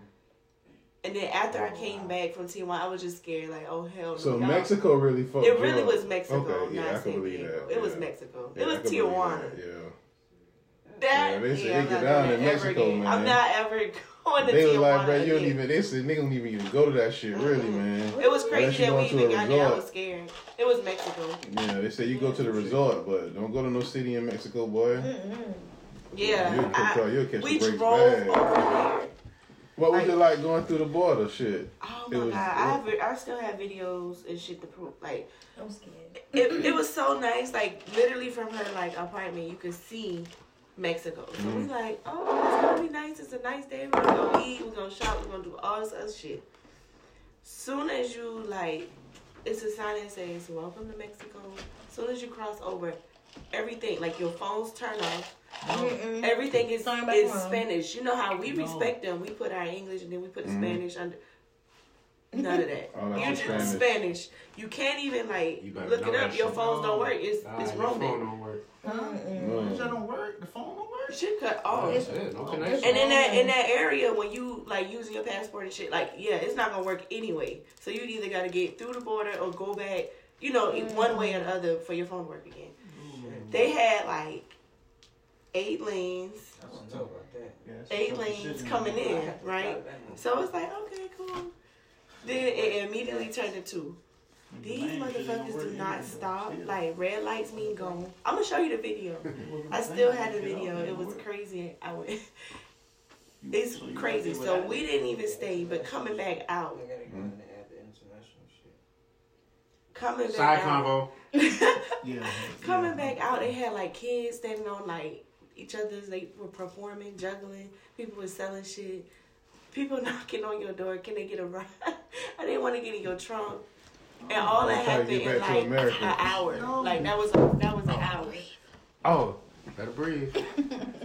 Speaker 2: And then after I came back from Tijuana, I was just scared, like, oh hell. no,
Speaker 4: So
Speaker 2: y'all-
Speaker 4: Mexico really fucked.
Speaker 2: It really
Speaker 4: you up.
Speaker 2: was Mexico.
Speaker 4: Okay,
Speaker 2: not
Speaker 4: yeah, I
Speaker 2: San
Speaker 4: can believe that.
Speaker 2: Diego. It was
Speaker 4: yeah.
Speaker 2: Mexico.
Speaker 4: Yeah,
Speaker 2: it was
Speaker 4: I can believe
Speaker 2: Tijuana.
Speaker 4: that, Yeah.
Speaker 2: That
Speaker 4: Yeah, they said
Speaker 2: yeah,
Speaker 4: they get
Speaker 2: I'm not
Speaker 4: down
Speaker 2: doing
Speaker 4: in
Speaker 2: that ever
Speaker 4: Mexico,
Speaker 2: again.
Speaker 4: man.
Speaker 2: I'm not ever going to
Speaker 4: They was
Speaker 2: Tijuana
Speaker 4: like, bro, you don't
Speaker 2: again. Mm-hmm.
Speaker 4: even. They said nigga don't even get to go to that shit, really, man.
Speaker 2: It was
Speaker 4: Unless
Speaker 2: crazy
Speaker 4: you
Speaker 2: that we
Speaker 4: going to
Speaker 2: even
Speaker 4: a
Speaker 2: got there. I
Speaker 4: resort.
Speaker 2: was scared. It was Mexico.
Speaker 4: Yeah, they say you go to the resort, but don't go to no city in Mexico, boy. You'll
Speaker 2: Yeah,
Speaker 4: catch, you'll catch
Speaker 2: we
Speaker 4: the breaks
Speaker 2: drove
Speaker 4: bad.
Speaker 2: over there.
Speaker 4: What was it like going through the border? Shit.
Speaker 2: Oh
Speaker 4: It
Speaker 2: my
Speaker 4: was-
Speaker 2: god, I have, I still have videos and shit to prove. Like,
Speaker 17: I'm scared.
Speaker 2: it, it was so nice. Like, literally from her like apartment, you could see Mexico. So we
Speaker 4: Mm-hmm.
Speaker 17: Mhm.
Speaker 2: like, oh, it's gonna be nice. It's a nice day. We're gonna eat. We're gonna shop. We're gonna do all this other shit. Soon as you like, it's a sign that says "Welcome to Mexico." Soon as you cross over, everything like your phones turn off.
Speaker 17: Mm-mm.
Speaker 2: Everything is
Speaker 17: Turn back
Speaker 2: is
Speaker 17: around.
Speaker 2: Spanish. You know how we
Speaker 17: No.
Speaker 2: respect them. We put our English and then we put the
Speaker 17: Mhm.
Speaker 2: Spanish under. None of that.
Speaker 1: All that
Speaker 2: You're
Speaker 1: was Spanish.
Speaker 2: just Spanish. You can't even like
Speaker 1: better
Speaker 2: look
Speaker 1: know
Speaker 2: it up.
Speaker 1: that
Speaker 2: Your
Speaker 1: shit.
Speaker 2: phones don't work. It's
Speaker 1: Nah,
Speaker 2: it's
Speaker 1: your phone
Speaker 2: roaming.
Speaker 1: don't work.
Speaker 4: Mm,
Speaker 12: That don't work. The phone don't work.
Speaker 2: Shit cut
Speaker 1: Oh,
Speaker 2: off.
Speaker 1: that's it. No
Speaker 2: and
Speaker 1: connection.
Speaker 2: in that in that area when you like using your passport and shit, like yeah, it's not gonna work anyway. So you either gotta get through the border or go back. You know, in one way or the other for your phone to work again. They had like eight lanes. eight lanes coming in, right? So it's like, okay, cool. Then it immediately turned to two. These motherfuckers do not stop. Like red lights mean go. I'm gonna show you the video. I still had the video. It was crazy. I went. It's crazy. So we didn't even stay, but coming back out, coming back
Speaker 1: Side
Speaker 2: out,
Speaker 1: convo.
Speaker 12: yeah.
Speaker 2: Coming back out, they had like kids standing on like each other's. They were performing, juggling. People were selling shit. People knocking on your door. Can they get a ride? I didn't want to get in your trunk. And all that
Speaker 4: Trying Oh. to
Speaker 2: happened
Speaker 4: get
Speaker 2: in
Speaker 4: back to
Speaker 2: like an
Speaker 4: America.
Speaker 2: hour. Like that was a, that was an hour.
Speaker 1: Oh, better breathe.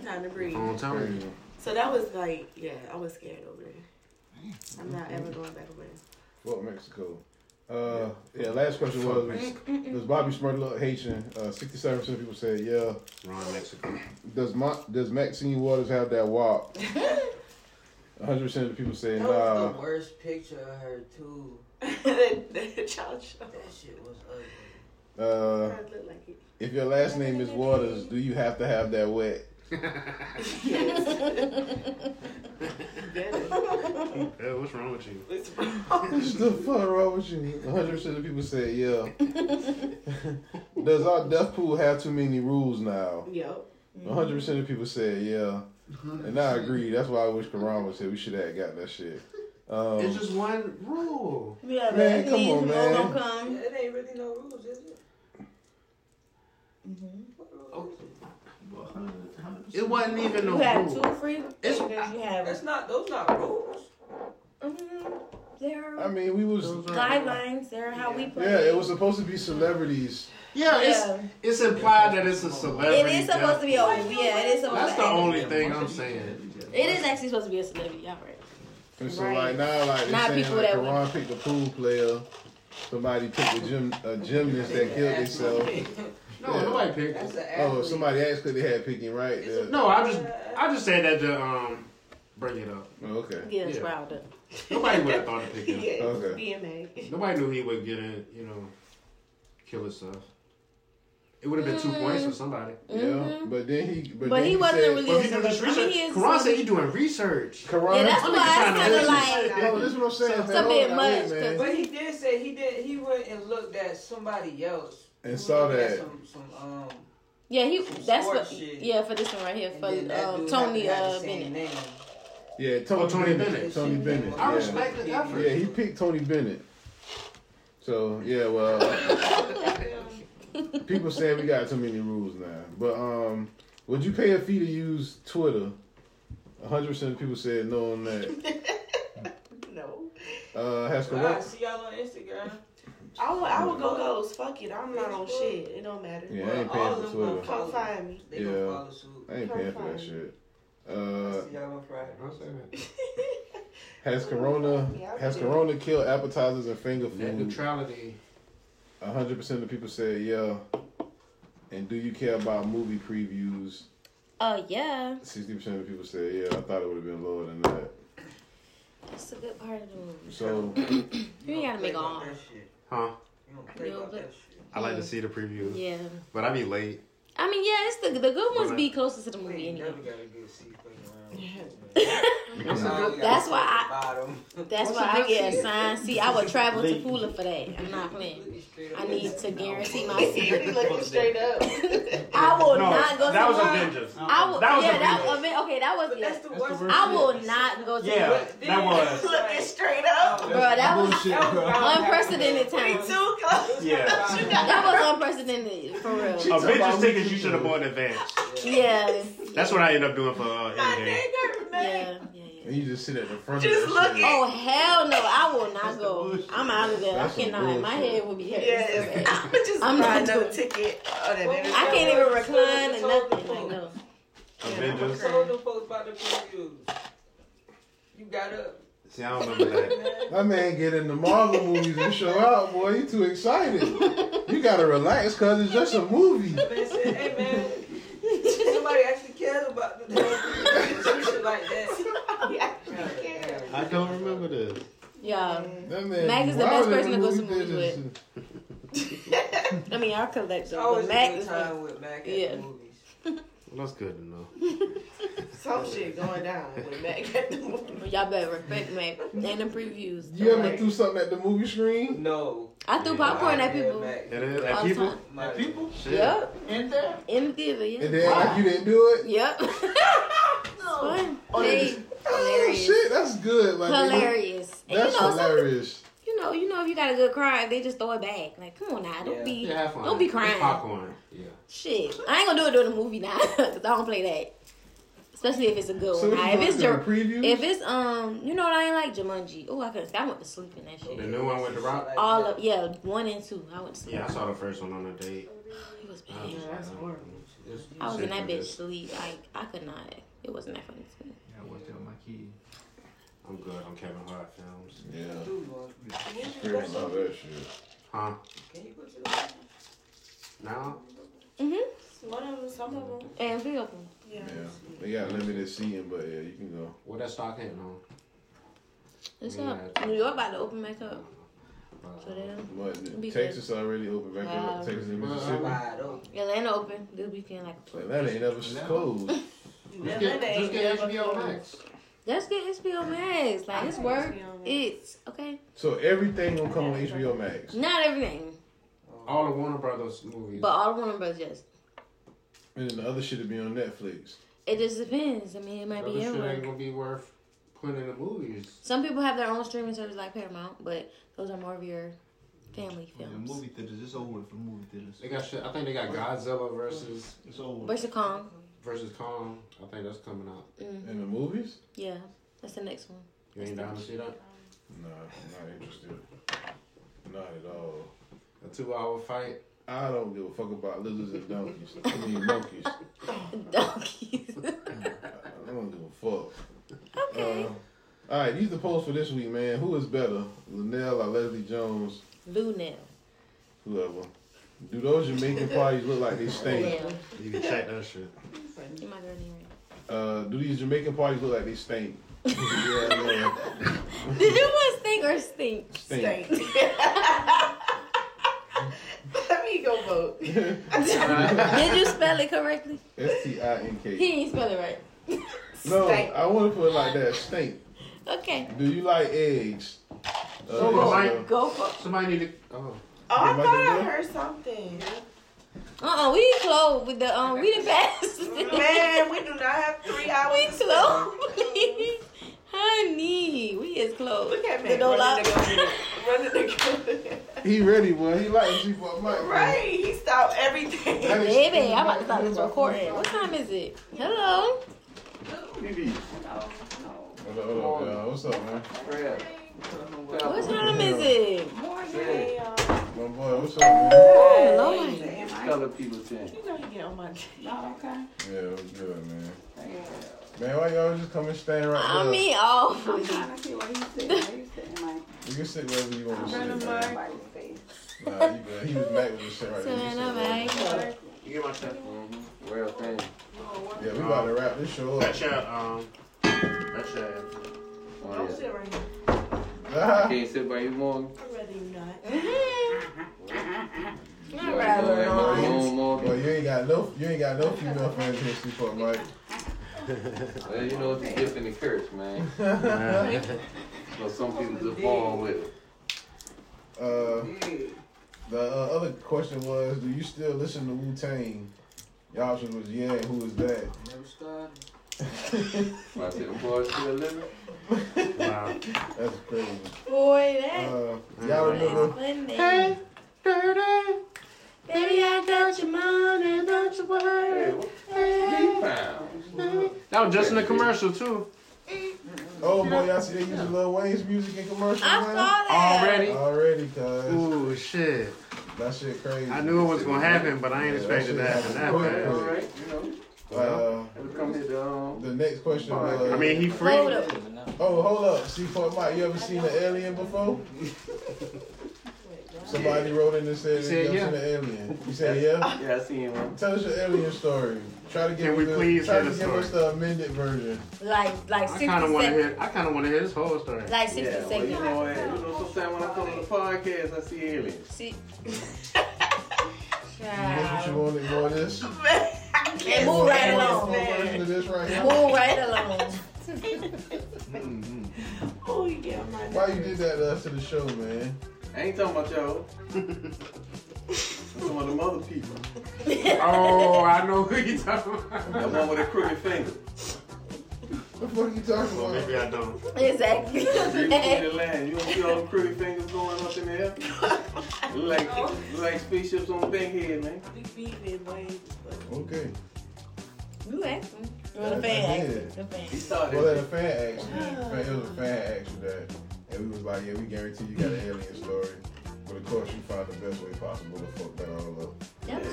Speaker 2: Time to breathe.
Speaker 1: Phone time.
Speaker 2: So that was like yeah, I was scared over there. I'm not ever going back over there.
Speaker 4: What Mexico? Uh, yeah. Last question was was Bobby Smart a little Haitian? Uh, Sixty-seven percent of people said yeah.
Speaker 1: Wrong Mexico.
Speaker 4: Does Ma- does Maxine Waters have that walk? One hundred percent of the people say
Speaker 18: That
Speaker 4: nah.
Speaker 18: was the worst picture of her too.
Speaker 2: the child show.
Speaker 18: That shit was ugly.
Speaker 4: Uh,
Speaker 2: look like it.
Speaker 4: if your last name is Waters, do you have to have that wet?
Speaker 1: Yeah, what's wrong with you?
Speaker 4: What's the fuck wrong with you? One hundred percent of the people say yeah. does our death pool have too many rules now?
Speaker 2: Yep.
Speaker 4: One hundred percent of people said yeah, and I agree. That's why I wish Karan was here. We should have got that shit. Um,
Speaker 1: It's just one rule.
Speaker 17: Yeah,
Speaker 4: Man, come on, man.
Speaker 17: come.
Speaker 18: It ain't really no rules, is it?
Speaker 1: It wasn't even
Speaker 17: You
Speaker 1: no
Speaker 17: have
Speaker 1: rule.
Speaker 17: two free it's, you have.
Speaker 18: That's not. Those not rules.
Speaker 17: Mhm. There
Speaker 4: I
Speaker 17: are
Speaker 4: mean, we was
Speaker 17: guidelines. There are how we play.
Speaker 4: yeah. It was supposed to be celebrities.
Speaker 1: Yeah,
Speaker 17: Yeah.
Speaker 1: it's it's implied that it's a
Speaker 17: It
Speaker 1: celebrity.
Speaker 17: is supposed to be
Speaker 1: death.
Speaker 17: a yeah. It is
Speaker 8: Oh,
Speaker 17: supposed
Speaker 1: That's
Speaker 17: to.
Speaker 1: the
Speaker 17: act-
Speaker 1: only thing I'm saying.
Speaker 17: It is actually supposed to be a celebrity. All right.
Speaker 4: And so
Speaker 17: Right.
Speaker 4: like now,
Speaker 17: Not
Speaker 4: like they're saying
Speaker 17: people
Speaker 4: like
Speaker 17: that
Speaker 4: Karan picked a pool player. Somebody picked a gym a gymnast that killed himself.
Speaker 1: No, nobody picked
Speaker 18: That's
Speaker 1: it.
Speaker 18: an
Speaker 4: Oh,
Speaker 18: athlete.
Speaker 4: somebody asked could they had picking right? Yeah.
Speaker 1: No, I just I just said that to um bring it up.
Speaker 4: Oh, okay.
Speaker 17: Get us riled up.
Speaker 1: Nobody would have thought of picking
Speaker 2: Yeah,
Speaker 1: up.
Speaker 4: Okay.
Speaker 2: BMA.
Speaker 1: Nobody knew he would get in, you know, kill himself. It would have been two points for somebody.
Speaker 4: Yeah, but then he,
Speaker 17: Mm-hmm.
Speaker 4: but,
Speaker 17: But
Speaker 4: then
Speaker 17: he wasn't
Speaker 4: said,
Speaker 17: really
Speaker 1: But if you
Speaker 17: I
Speaker 1: do this
Speaker 17: mean,
Speaker 1: research,
Speaker 17: he is-
Speaker 1: Karan said you doing research.
Speaker 4: Karan,
Speaker 17: Yeah, that's
Speaker 1: I'm
Speaker 17: why
Speaker 1: just trying
Speaker 17: it's
Speaker 1: to
Speaker 17: kind of like
Speaker 1: listen.
Speaker 4: No, this is what I'm saying.
Speaker 17: It's a
Speaker 4: man.
Speaker 17: bit
Speaker 4: Hold on, wait,
Speaker 17: much,
Speaker 4: man.
Speaker 18: But he did say he did. He went and looked at somebody else
Speaker 4: and saw that.
Speaker 7: Some, some, um,
Speaker 8: Yeah, he.
Speaker 7: some
Speaker 8: That's
Speaker 7: sports
Speaker 8: what.
Speaker 7: shit.
Speaker 8: Yeah, for this one right here, for
Speaker 7: then that
Speaker 8: um,
Speaker 7: dude
Speaker 8: Tony
Speaker 7: had to have
Speaker 8: uh,
Speaker 7: the same
Speaker 8: Bennett.
Speaker 4: Yeah, Tony,
Speaker 1: Oh, Tony
Speaker 4: Bennett.
Speaker 1: Bennett.
Speaker 4: Tony Bennett.
Speaker 1: I
Speaker 4: yeah.
Speaker 1: respect the effort.
Speaker 4: Yeah, he picked Tony Bennett. So yeah, well, people saying we got too many rules now. But um, would you pay a fee to use Twitter? hundred percent of people said no on that.
Speaker 2: No.
Speaker 4: Uh, has
Speaker 7: I
Speaker 4: correct.
Speaker 7: see y'all on Instagram.
Speaker 2: I would, I would go ghost. Fuck it. I'm not on shit. It don't matter.
Speaker 4: Yeah, I ain't paying for Twitter.
Speaker 2: Come find me.
Speaker 4: Yeah, I ain't paying for that shit. Uh,
Speaker 7: See y'all on Friday.
Speaker 1: Mm-hmm.
Speaker 4: has Corona
Speaker 2: Yeah, I
Speaker 4: has
Speaker 2: would do
Speaker 4: Corona killed appetizers and finger food?
Speaker 1: Net neutrality.
Speaker 4: hundred percent of people said yeah. And do you care about movie previews?
Speaker 8: Oh yeah,
Speaker 4: Sixty percent of people said yeah. I thought it would have been lower than that.
Speaker 8: that's a good part of the movie.
Speaker 4: So
Speaker 8: you gotta make all.
Speaker 1: Huh?
Speaker 8: You know, but-
Speaker 1: I like to see the previews.
Speaker 8: Yeah.
Speaker 1: But I be late.
Speaker 8: I mean, yeah, it's the the good ones
Speaker 1: Right.
Speaker 8: be closer to the movie anyway.
Speaker 7: That's
Speaker 8: That's why I. That's
Speaker 7: What's
Speaker 8: why
Speaker 7: a
Speaker 8: I
Speaker 7: good
Speaker 8: get
Speaker 7: seat?
Speaker 8: assigned seat. I would travel to Pula for that. I'm not playing. I need to guarantee my seat.
Speaker 2: Looking straight up.
Speaker 8: I will
Speaker 1: No,
Speaker 8: not go.
Speaker 1: that
Speaker 8: to
Speaker 1: was
Speaker 8: Pula.
Speaker 1: Avengers.
Speaker 8: I will.
Speaker 1: That was
Speaker 8: yeah, that was
Speaker 1: Avengers.
Speaker 8: Aven- okay. That was. yeah.
Speaker 7: worst
Speaker 8: I will not go to.
Speaker 1: Yeah,
Speaker 8: Pula.
Speaker 1: that was.
Speaker 2: Looking straight up.
Speaker 8: Bro, that was
Speaker 4: Bullshit, bro.
Speaker 8: unprecedented time.
Speaker 2: Too close.
Speaker 1: Yeah.
Speaker 8: That was unprecedented for real.
Speaker 1: Avengers tickets you should have bought in advance.
Speaker 8: Yes.
Speaker 1: That's what I end up doing for uh, Endgame.
Speaker 8: Yeah.
Speaker 4: and you just sit at the front
Speaker 2: Just
Speaker 4: of the
Speaker 2: look
Speaker 4: shit.
Speaker 8: Oh hell no! I will not go. I'm out of there.
Speaker 4: That's
Speaker 8: I
Speaker 4: some
Speaker 8: cannot. My
Speaker 4: bullshit.
Speaker 8: head will be hurt.
Speaker 2: Yeah, I'm just
Speaker 8: I'm
Speaker 2: I'm not
Speaker 8: not
Speaker 2: no ticket. Oh, that
Speaker 7: What
Speaker 8: I
Speaker 7: was that
Speaker 8: can't even
Speaker 7: one?
Speaker 8: recline or
Speaker 7: Told the
Speaker 8: nothing. Like
Speaker 7: folks-
Speaker 8: no.
Speaker 7: I
Speaker 1: Avengers.
Speaker 7: told them folks about the previews. You got up.
Speaker 1: See, I don't remember that.
Speaker 4: That man get in the Marvel movies and show out, boy. You too excited. You gotta relax, cause it's just a movie.
Speaker 7: They said, hey man, somebody actually cares about the damn shit like that.
Speaker 1: I don't remember this.
Speaker 8: Yeah.
Speaker 4: That man.
Speaker 8: Max
Speaker 4: be
Speaker 8: is the best
Speaker 4: wildin' in
Speaker 8: person to go
Speaker 4: movie
Speaker 8: to movies
Speaker 4: theaters.
Speaker 8: with. I mean, I'll collect
Speaker 7: It's
Speaker 8: them.
Speaker 7: always
Speaker 8: But
Speaker 7: a
Speaker 8: Max
Speaker 7: good
Speaker 8: is
Speaker 7: time with Mac at
Speaker 8: Yeah.
Speaker 7: the movies.
Speaker 1: Well, that's good to know.
Speaker 2: Some shit going down with Mac at the movie.
Speaker 8: Y'all better respect Mac and the previews.
Speaker 4: You ever threw something at the movie screen?
Speaker 7: No.
Speaker 8: I threw popcorn at people.
Speaker 1: It is.
Speaker 8: All
Speaker 1: And
Speaker 8: the
Speaker 1: people,
Speaker 8: time.
Speaker 7: My
Speaker 1: people, shit.
Speaker 8: Yep.
Speaker 12: In there?
Speaker 8: In the theater. Yeah.
Speaker 4: And then like you didn't do it.
Speaker 8: Yep. It's fun. They-
Speaker 4: Oh
Speaker 8: hilarious.
Speaker 4: shit, that's good. Like, nigga.
Speaker 8: Hilarious. And
Speaker 4: That's
Speaker 8: you know, something-
Speaker 4: hilarious.
Speaker 8: you know, you know, if you got a good cry, they just throw it back. Like, come on now, don't
Speaker 7: Yeah.
Speaker 8: be,
Speaker 1: Yeah, have fun.
Speaker 8: don't be
Speaker 1: It's
Speaker 8: crying.
Speaker 1: popcorn. Yeah.
Speaker 8: Shit, I ain't gonna do it during the movie now. 'cause I don't play that, especially if it's a good
Speaker 4: So what
Speaker 8: one. Now,
Speaker 4: you
Speaker 8: if it's
Speaker 4: doing,
Speaker 8: Jer-
Speaker 4: previews?
Speaker 8: if it's um, you know what I ain't like Jumanji. Oh, I could, I went to sleep in that shit.
Speaker 1: The new one with the rock.
Speaker 8: All of yeah, one and two. I went to sleep.
Speaker 1: Yeah, I saw the first one on a date.
Speaker 8: It was bad.
Speaker 1: I was like,
Speaker 2: Uh-huh.
Speaker 1: uh,
Speaker 8: I was in that bitch
Speaker 1: this-
Speaker 8: sleep. Like I could not. It wasn't that funny to me.
Speaker 12: I watched that with my kid.
Speaker 1: I'm good on Kevin Hart films.
Speaker 4: Yeah.
Speaker 1: Very
Speaker 4: I love that shit.
Speaker 1: Huh?
Speaker 7: Can you go to the
Speaker 1: Now?
Speaker 8: Mhm.
Speaker 2: One of them, some of them.
Speaker 8: And we open.
Speaker 2: Yeah.
Speaker 4: Yeah. They got limited seating, but yeah, you can go.
Speaker 1: What that stock hitting on?
Speaker 8: It's
Speaker 1: Yeah.
Speaker 8: up. New York about to open back up. So then
Speaker 4: But
Speaker 8: Because-
Speaker 4: Texas already open back
Speaker 8: Wow.
Speaker 4: up. Texas and Mississippi.
Speaker 7: Wide open.
Speaker 8: Atlanta open this weekend. Like
Speaker 4: Atlanta ain't ever closed.
Speaker 1: Just get, just get HBO Max.
Speaker 8: let's get HBO Max. Like it's worth it. Okay.
Speaker 4: So everything gonna come on HBO Max.
Speaker 8: Not everything,
Speaker 1: All the Warner Brothers movies.
Speaker 8: but all the Warner Brothers. Yes.
Speaker 4: And then the other shit will be on Netflix.
Speaker 8: It just depends. I mean, it might
Speaker 1: Other
Speaker 8: be
Speaker 1: shit
Speaker 8: everywhere.
Speaker 1: ain't gonna be worth putting in the movies.
Speaker 8: Some people have their own streaming service like Paramount, but those are more of your family
Speaker 12: Oh, Yeah,
Speaker 8: films.
Speaker 12: movie theaters. It's over with for movie theaters.
Speaker 1: They got shit. I think they got Godzilla versus
Speaker 12: It's over.
Speaker 8: Versus Kong.
Speaker 1: versus Kong. I think that's coming out.
Speaker 8: Mm,
Speaker 4: And the movies?
Speaker 8: yeah, that's the next one.
Speaker 1: You ain't down to see that?
Speaker 4: Nah, I'm not interested. Not at all.
Speaker 1: A two-hour fight.
Speaker 4: I don't give a fuck about lizards and donkeys. I mean monkeys.
Speaker 8: Donkeys.
Speaker 4: I don't give a fuck.
Speaker 8: okay.
Speaker 4: all right, these the polls for this week, man. Who is better, Linnell or Leslie Jones?
Speaker 8: Lou now.
Speaker 4: Whoever. Do those Jamaican parties look like they stink?
Speaker 8: Now.
Speaker 1: You can check that shit.
Speaker 8: You my girl name right.
Speaker 4: Uh, do these Jamaican parties look like they stink? yeah, man.
Speaker 8: Did you want stink or stink?
Speaker 4: Stink.
Speaker 2: Let me go vote.
Speaker 8: Did you spell it correctly?
Speaker 4: S T I N
Speaker 8: He
Speaker 4: K.
Speaker 8: ain't spell it right.
Speaker 4: No,
Speaker 2: Stink.
Speaker 4: I want to put it like that. Stink.
Speaker 8: Okay.
Speaker 4: Do you like eggs? Uh,
Speaker 1: So,
Speaker 4: yes,
Speaker 1: like-
Speaker 4: no.
Speaker 8: Go for
Speaker 1: Somebody need to. Oh.
Speaker 2: Oh, I thought I heard something.
Speaker 8: Uh uh we close with the um, we the best.
Speaker 2: Man, we do not have three hours.
Speaker 8: We close, honey. We is close.
Speaker 2: Look at me.
Speaker 8: The door
Speaker 2: running
Speaker 8: locked.
Speaker 2: to go get it. Running to go-
Speaker 19: He ready, boy. He like the chief up mic.
Speaker 2: Right, he stopped everything.
Speaker 8: Baby, I'm about to stop this recording. What time is it? Hello.
Speaker 4: Hold up, hold up, y'all. What's up, man?
Speaker 8: What time is it?
Speaker 4: My boy, what's up, man?
Speaker 8: Oh Lord.
Speaker 7: Color people thing.
Speaker 2: You know you get on my No, okay.
Speaker 4: Yeah, what's good, man? Man, why y'all just come and stand right there?
Speaker 8: I mean, oh.
Speaker 4: You can sit wherever you want to sit. man. Nah, you good. He was mad with this shit right there.
Speaker 8: Turn away.
Speaker 1: You get my stuff.
Speaker 7: Real thing.
Speaker 4: Yeah, we about to wrap this show up.
Speaker 1: That's your, um, that's your.
Speaker 7: Oh, yeah.
Speaker 2: sit right here.
Speaker 7: I can't sit by you more.
Speaker 2: I'd rather you not.
Speaker 8: I'd rather not.
Speaker 4: Well, you ain't got no, you ain't got no female friends here, sleep up, Mike.
Speaker 7: Well, you know, it's a gift and a curse, man. so some people just born with it.
Speaker 4: Uh, the uh, other question was, do you still listen to Wu Tang? Your option was yeah, and who was that?
Speaker 7: Never started. I said, them boys still living.
Speaker 1: Wow.
Speaker 4: That's crazy.
Speaker 8: Boy,
Speaker 4: Uh,
Speaker 8: that
Speaker 4: y'all remember?
Speaker 8: Monday.
Speaker 4: dirty.
Speaker 8: Baby, I got your money, don't you worry.
Speaker 1: That was just in the commercial too.
Speaker 4: Oh boy, y'all see they using Lil Wayne's music in commercials
Speaker 8: I saw
Speaker 4: now?
Speaker 8: that.
Speaker 1: Already.
Speaker 4: Already, cuz.
Speaker 1: Ooh shit.
Speaker 4: That shit crazy.
Speaker 1: I knew it was gonna happen, but I ain't expected it to happen that
Speaker 7: All
Speaker 1: fast.
Speaker 7: right, you know.
Speaker 4: Uh,
Speaker 7: Ever come here to, um,
Speaker 4: the next question was.
Speaker 1: I mean, he free.
Speaker 8: Hold up.
Speaker 4: Oh, hold up. C4 Mike, you ever seen an alien before? Somebody wrote in and said,
Speaker 1: You said
Speaker 4: you
Speaker 1: yeah.
Speaker 4: ever seen an alien. You said, yeah?
Speaker 7: yeah, I seen one.
Speaker 4: Tell us your alien story. Try to give
Speaker 1: Can we
Speaker 4: us the-
Speaker 1: please
Speaker 4: try
Speaker 1: hear
Speaker 4: to
Speaker 1: the
Speaker 4: give
Speaker 1: story?
Speaker 4: us the amended version.
Speaker 8: Like, like
Speaker 1: I
Speaker 8: 60
Speaker 1: kind of want to
Speaker 8: seconds.
Speaker 1: hear. I kind of want to hear this whole story.
Speaker 8: Like 60
Speaker 7: Yeah, well, you
Speaker 8: seconds.
Speaker 7: know what? You know, sometimes when I come to the podcast, I see aliens.
Speaker 8: See?
Speaker 4: That's what you
Speaker 8: Child.
Speaker 4: wanted more of this?
Speaker 8: And move
Speaker 4: More-
Speaker 8: right
Speaker 4: more-
Speaker 8: along.
Speaker 4: more version of this right here?
Speaker 8: Move right along.
Speaker 2: Oh, you get on my
Speaker 4: Why you did that to us to the show, man?
Speaker 7: I ain't talking about y'all. Some of them other people.
Speaker 1: Oh, I know who you talking about.
Speaker 7: That one with a crooked finger.
Speaker 4: What the fuck you talking
Speaker 1: Well,
Speaker 4: about?
Speaker 1: maybe I don't.
Speaker 8: Exactly.
Speaker 7: You look at the land. You don't see all them crooked fingers going up in the air? Look Like, look like spaceships on big head, man.
Speaker 2: big beat me, Wayne.
Speaker 4: Okay.
Speaker 8: you asked me. You want
Speaker 4: I
Speaker 8: a
Speaker 4: did.
Speaker 8: fan asked me. The
Speaker 7: He
Speaker 8: fan.
Speaker 7: started.
Speaker 4: Well, at a fan action, it was a fan action that, and we was like, yeah, we guarantee you got an alien story, but of course you find the best way possible to fuck that all up.
Speaker 8: That was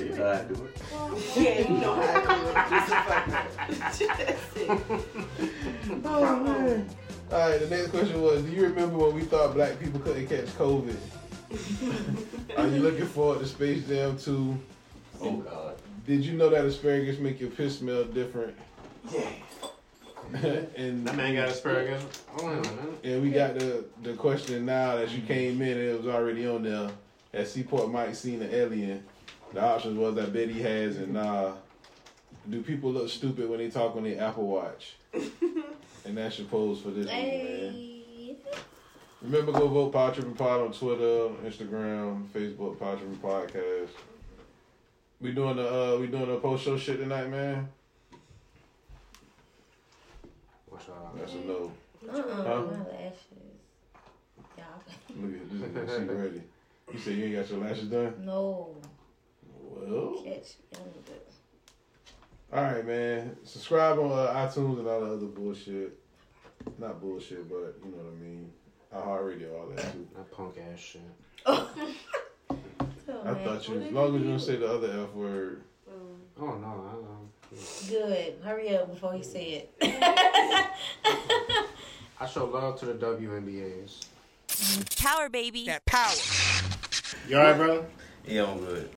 Speaker 7: yeah, you
Speaker 8: great.
Speaker 7: know how to do
Speaker 2: Yeah,
Speaker 7: it.
Speaker 2: you know how to do it. Just fucking-
Speaker 4: Oh man! All right, the next question was, do you remember when we thought black people couldn't catch COVID? Are you looking forward to Space Jam 2?
Speaker 7: Oh, God.
Speaker 4: Did you know that asparagus make your piss smell different? Yeah. and
Speaker 1: That man got asparagus. Hold on, man.
Speaker 4: And we got the the question now that you came in and it was already on there. That Seaport Mike seen an alien. The options was that Betty has and nah. Do people look stupid when they talk on their Apple Watch? and that's your pose for this week, man.
Speaker 8: Hey.
Speaker 4: Remember, go vote Pod Tripping Pod on Twitter, Instagram, Facebook, Pod Tripping Podcast. We doing the uh, we doing the post show shit tonight, man.
Speaker 1: What's up?
Speaker 4: That's a no.
Speaker 8: Uh-uh.
Speaker 4: Huh?
Speaker 8: My lashes. Y'all.
Speaker 4: Look at this. nigga, She ready. You said you ain't got your lashes done.
Speaker 8: No.
Speaker 4: Well.
Speaker 8: Catch. Y'all need to-
Speaker 4: All right, man. Subscribe on uh, iTunes and all the other bullshit. Not bullshit, but you know what I mean. iHeartRadio, all that too.
Speaker 1: That punk ass shit.
Speaker 8: Oh,
Speaker 4: I
Speaker 8: man.
Speaker 4: thought you, as long as you don't say the other F word.
Speaker 1: Oh no, I don't know.
Speaker 8: Good. Hurry up before he say it.
Speaker 1: I show love to the WNBA's.
Speaker 20: Power, baby. That power.
Speaker 1: You alright, brother?
Speaker 9: Yeah, I'm good.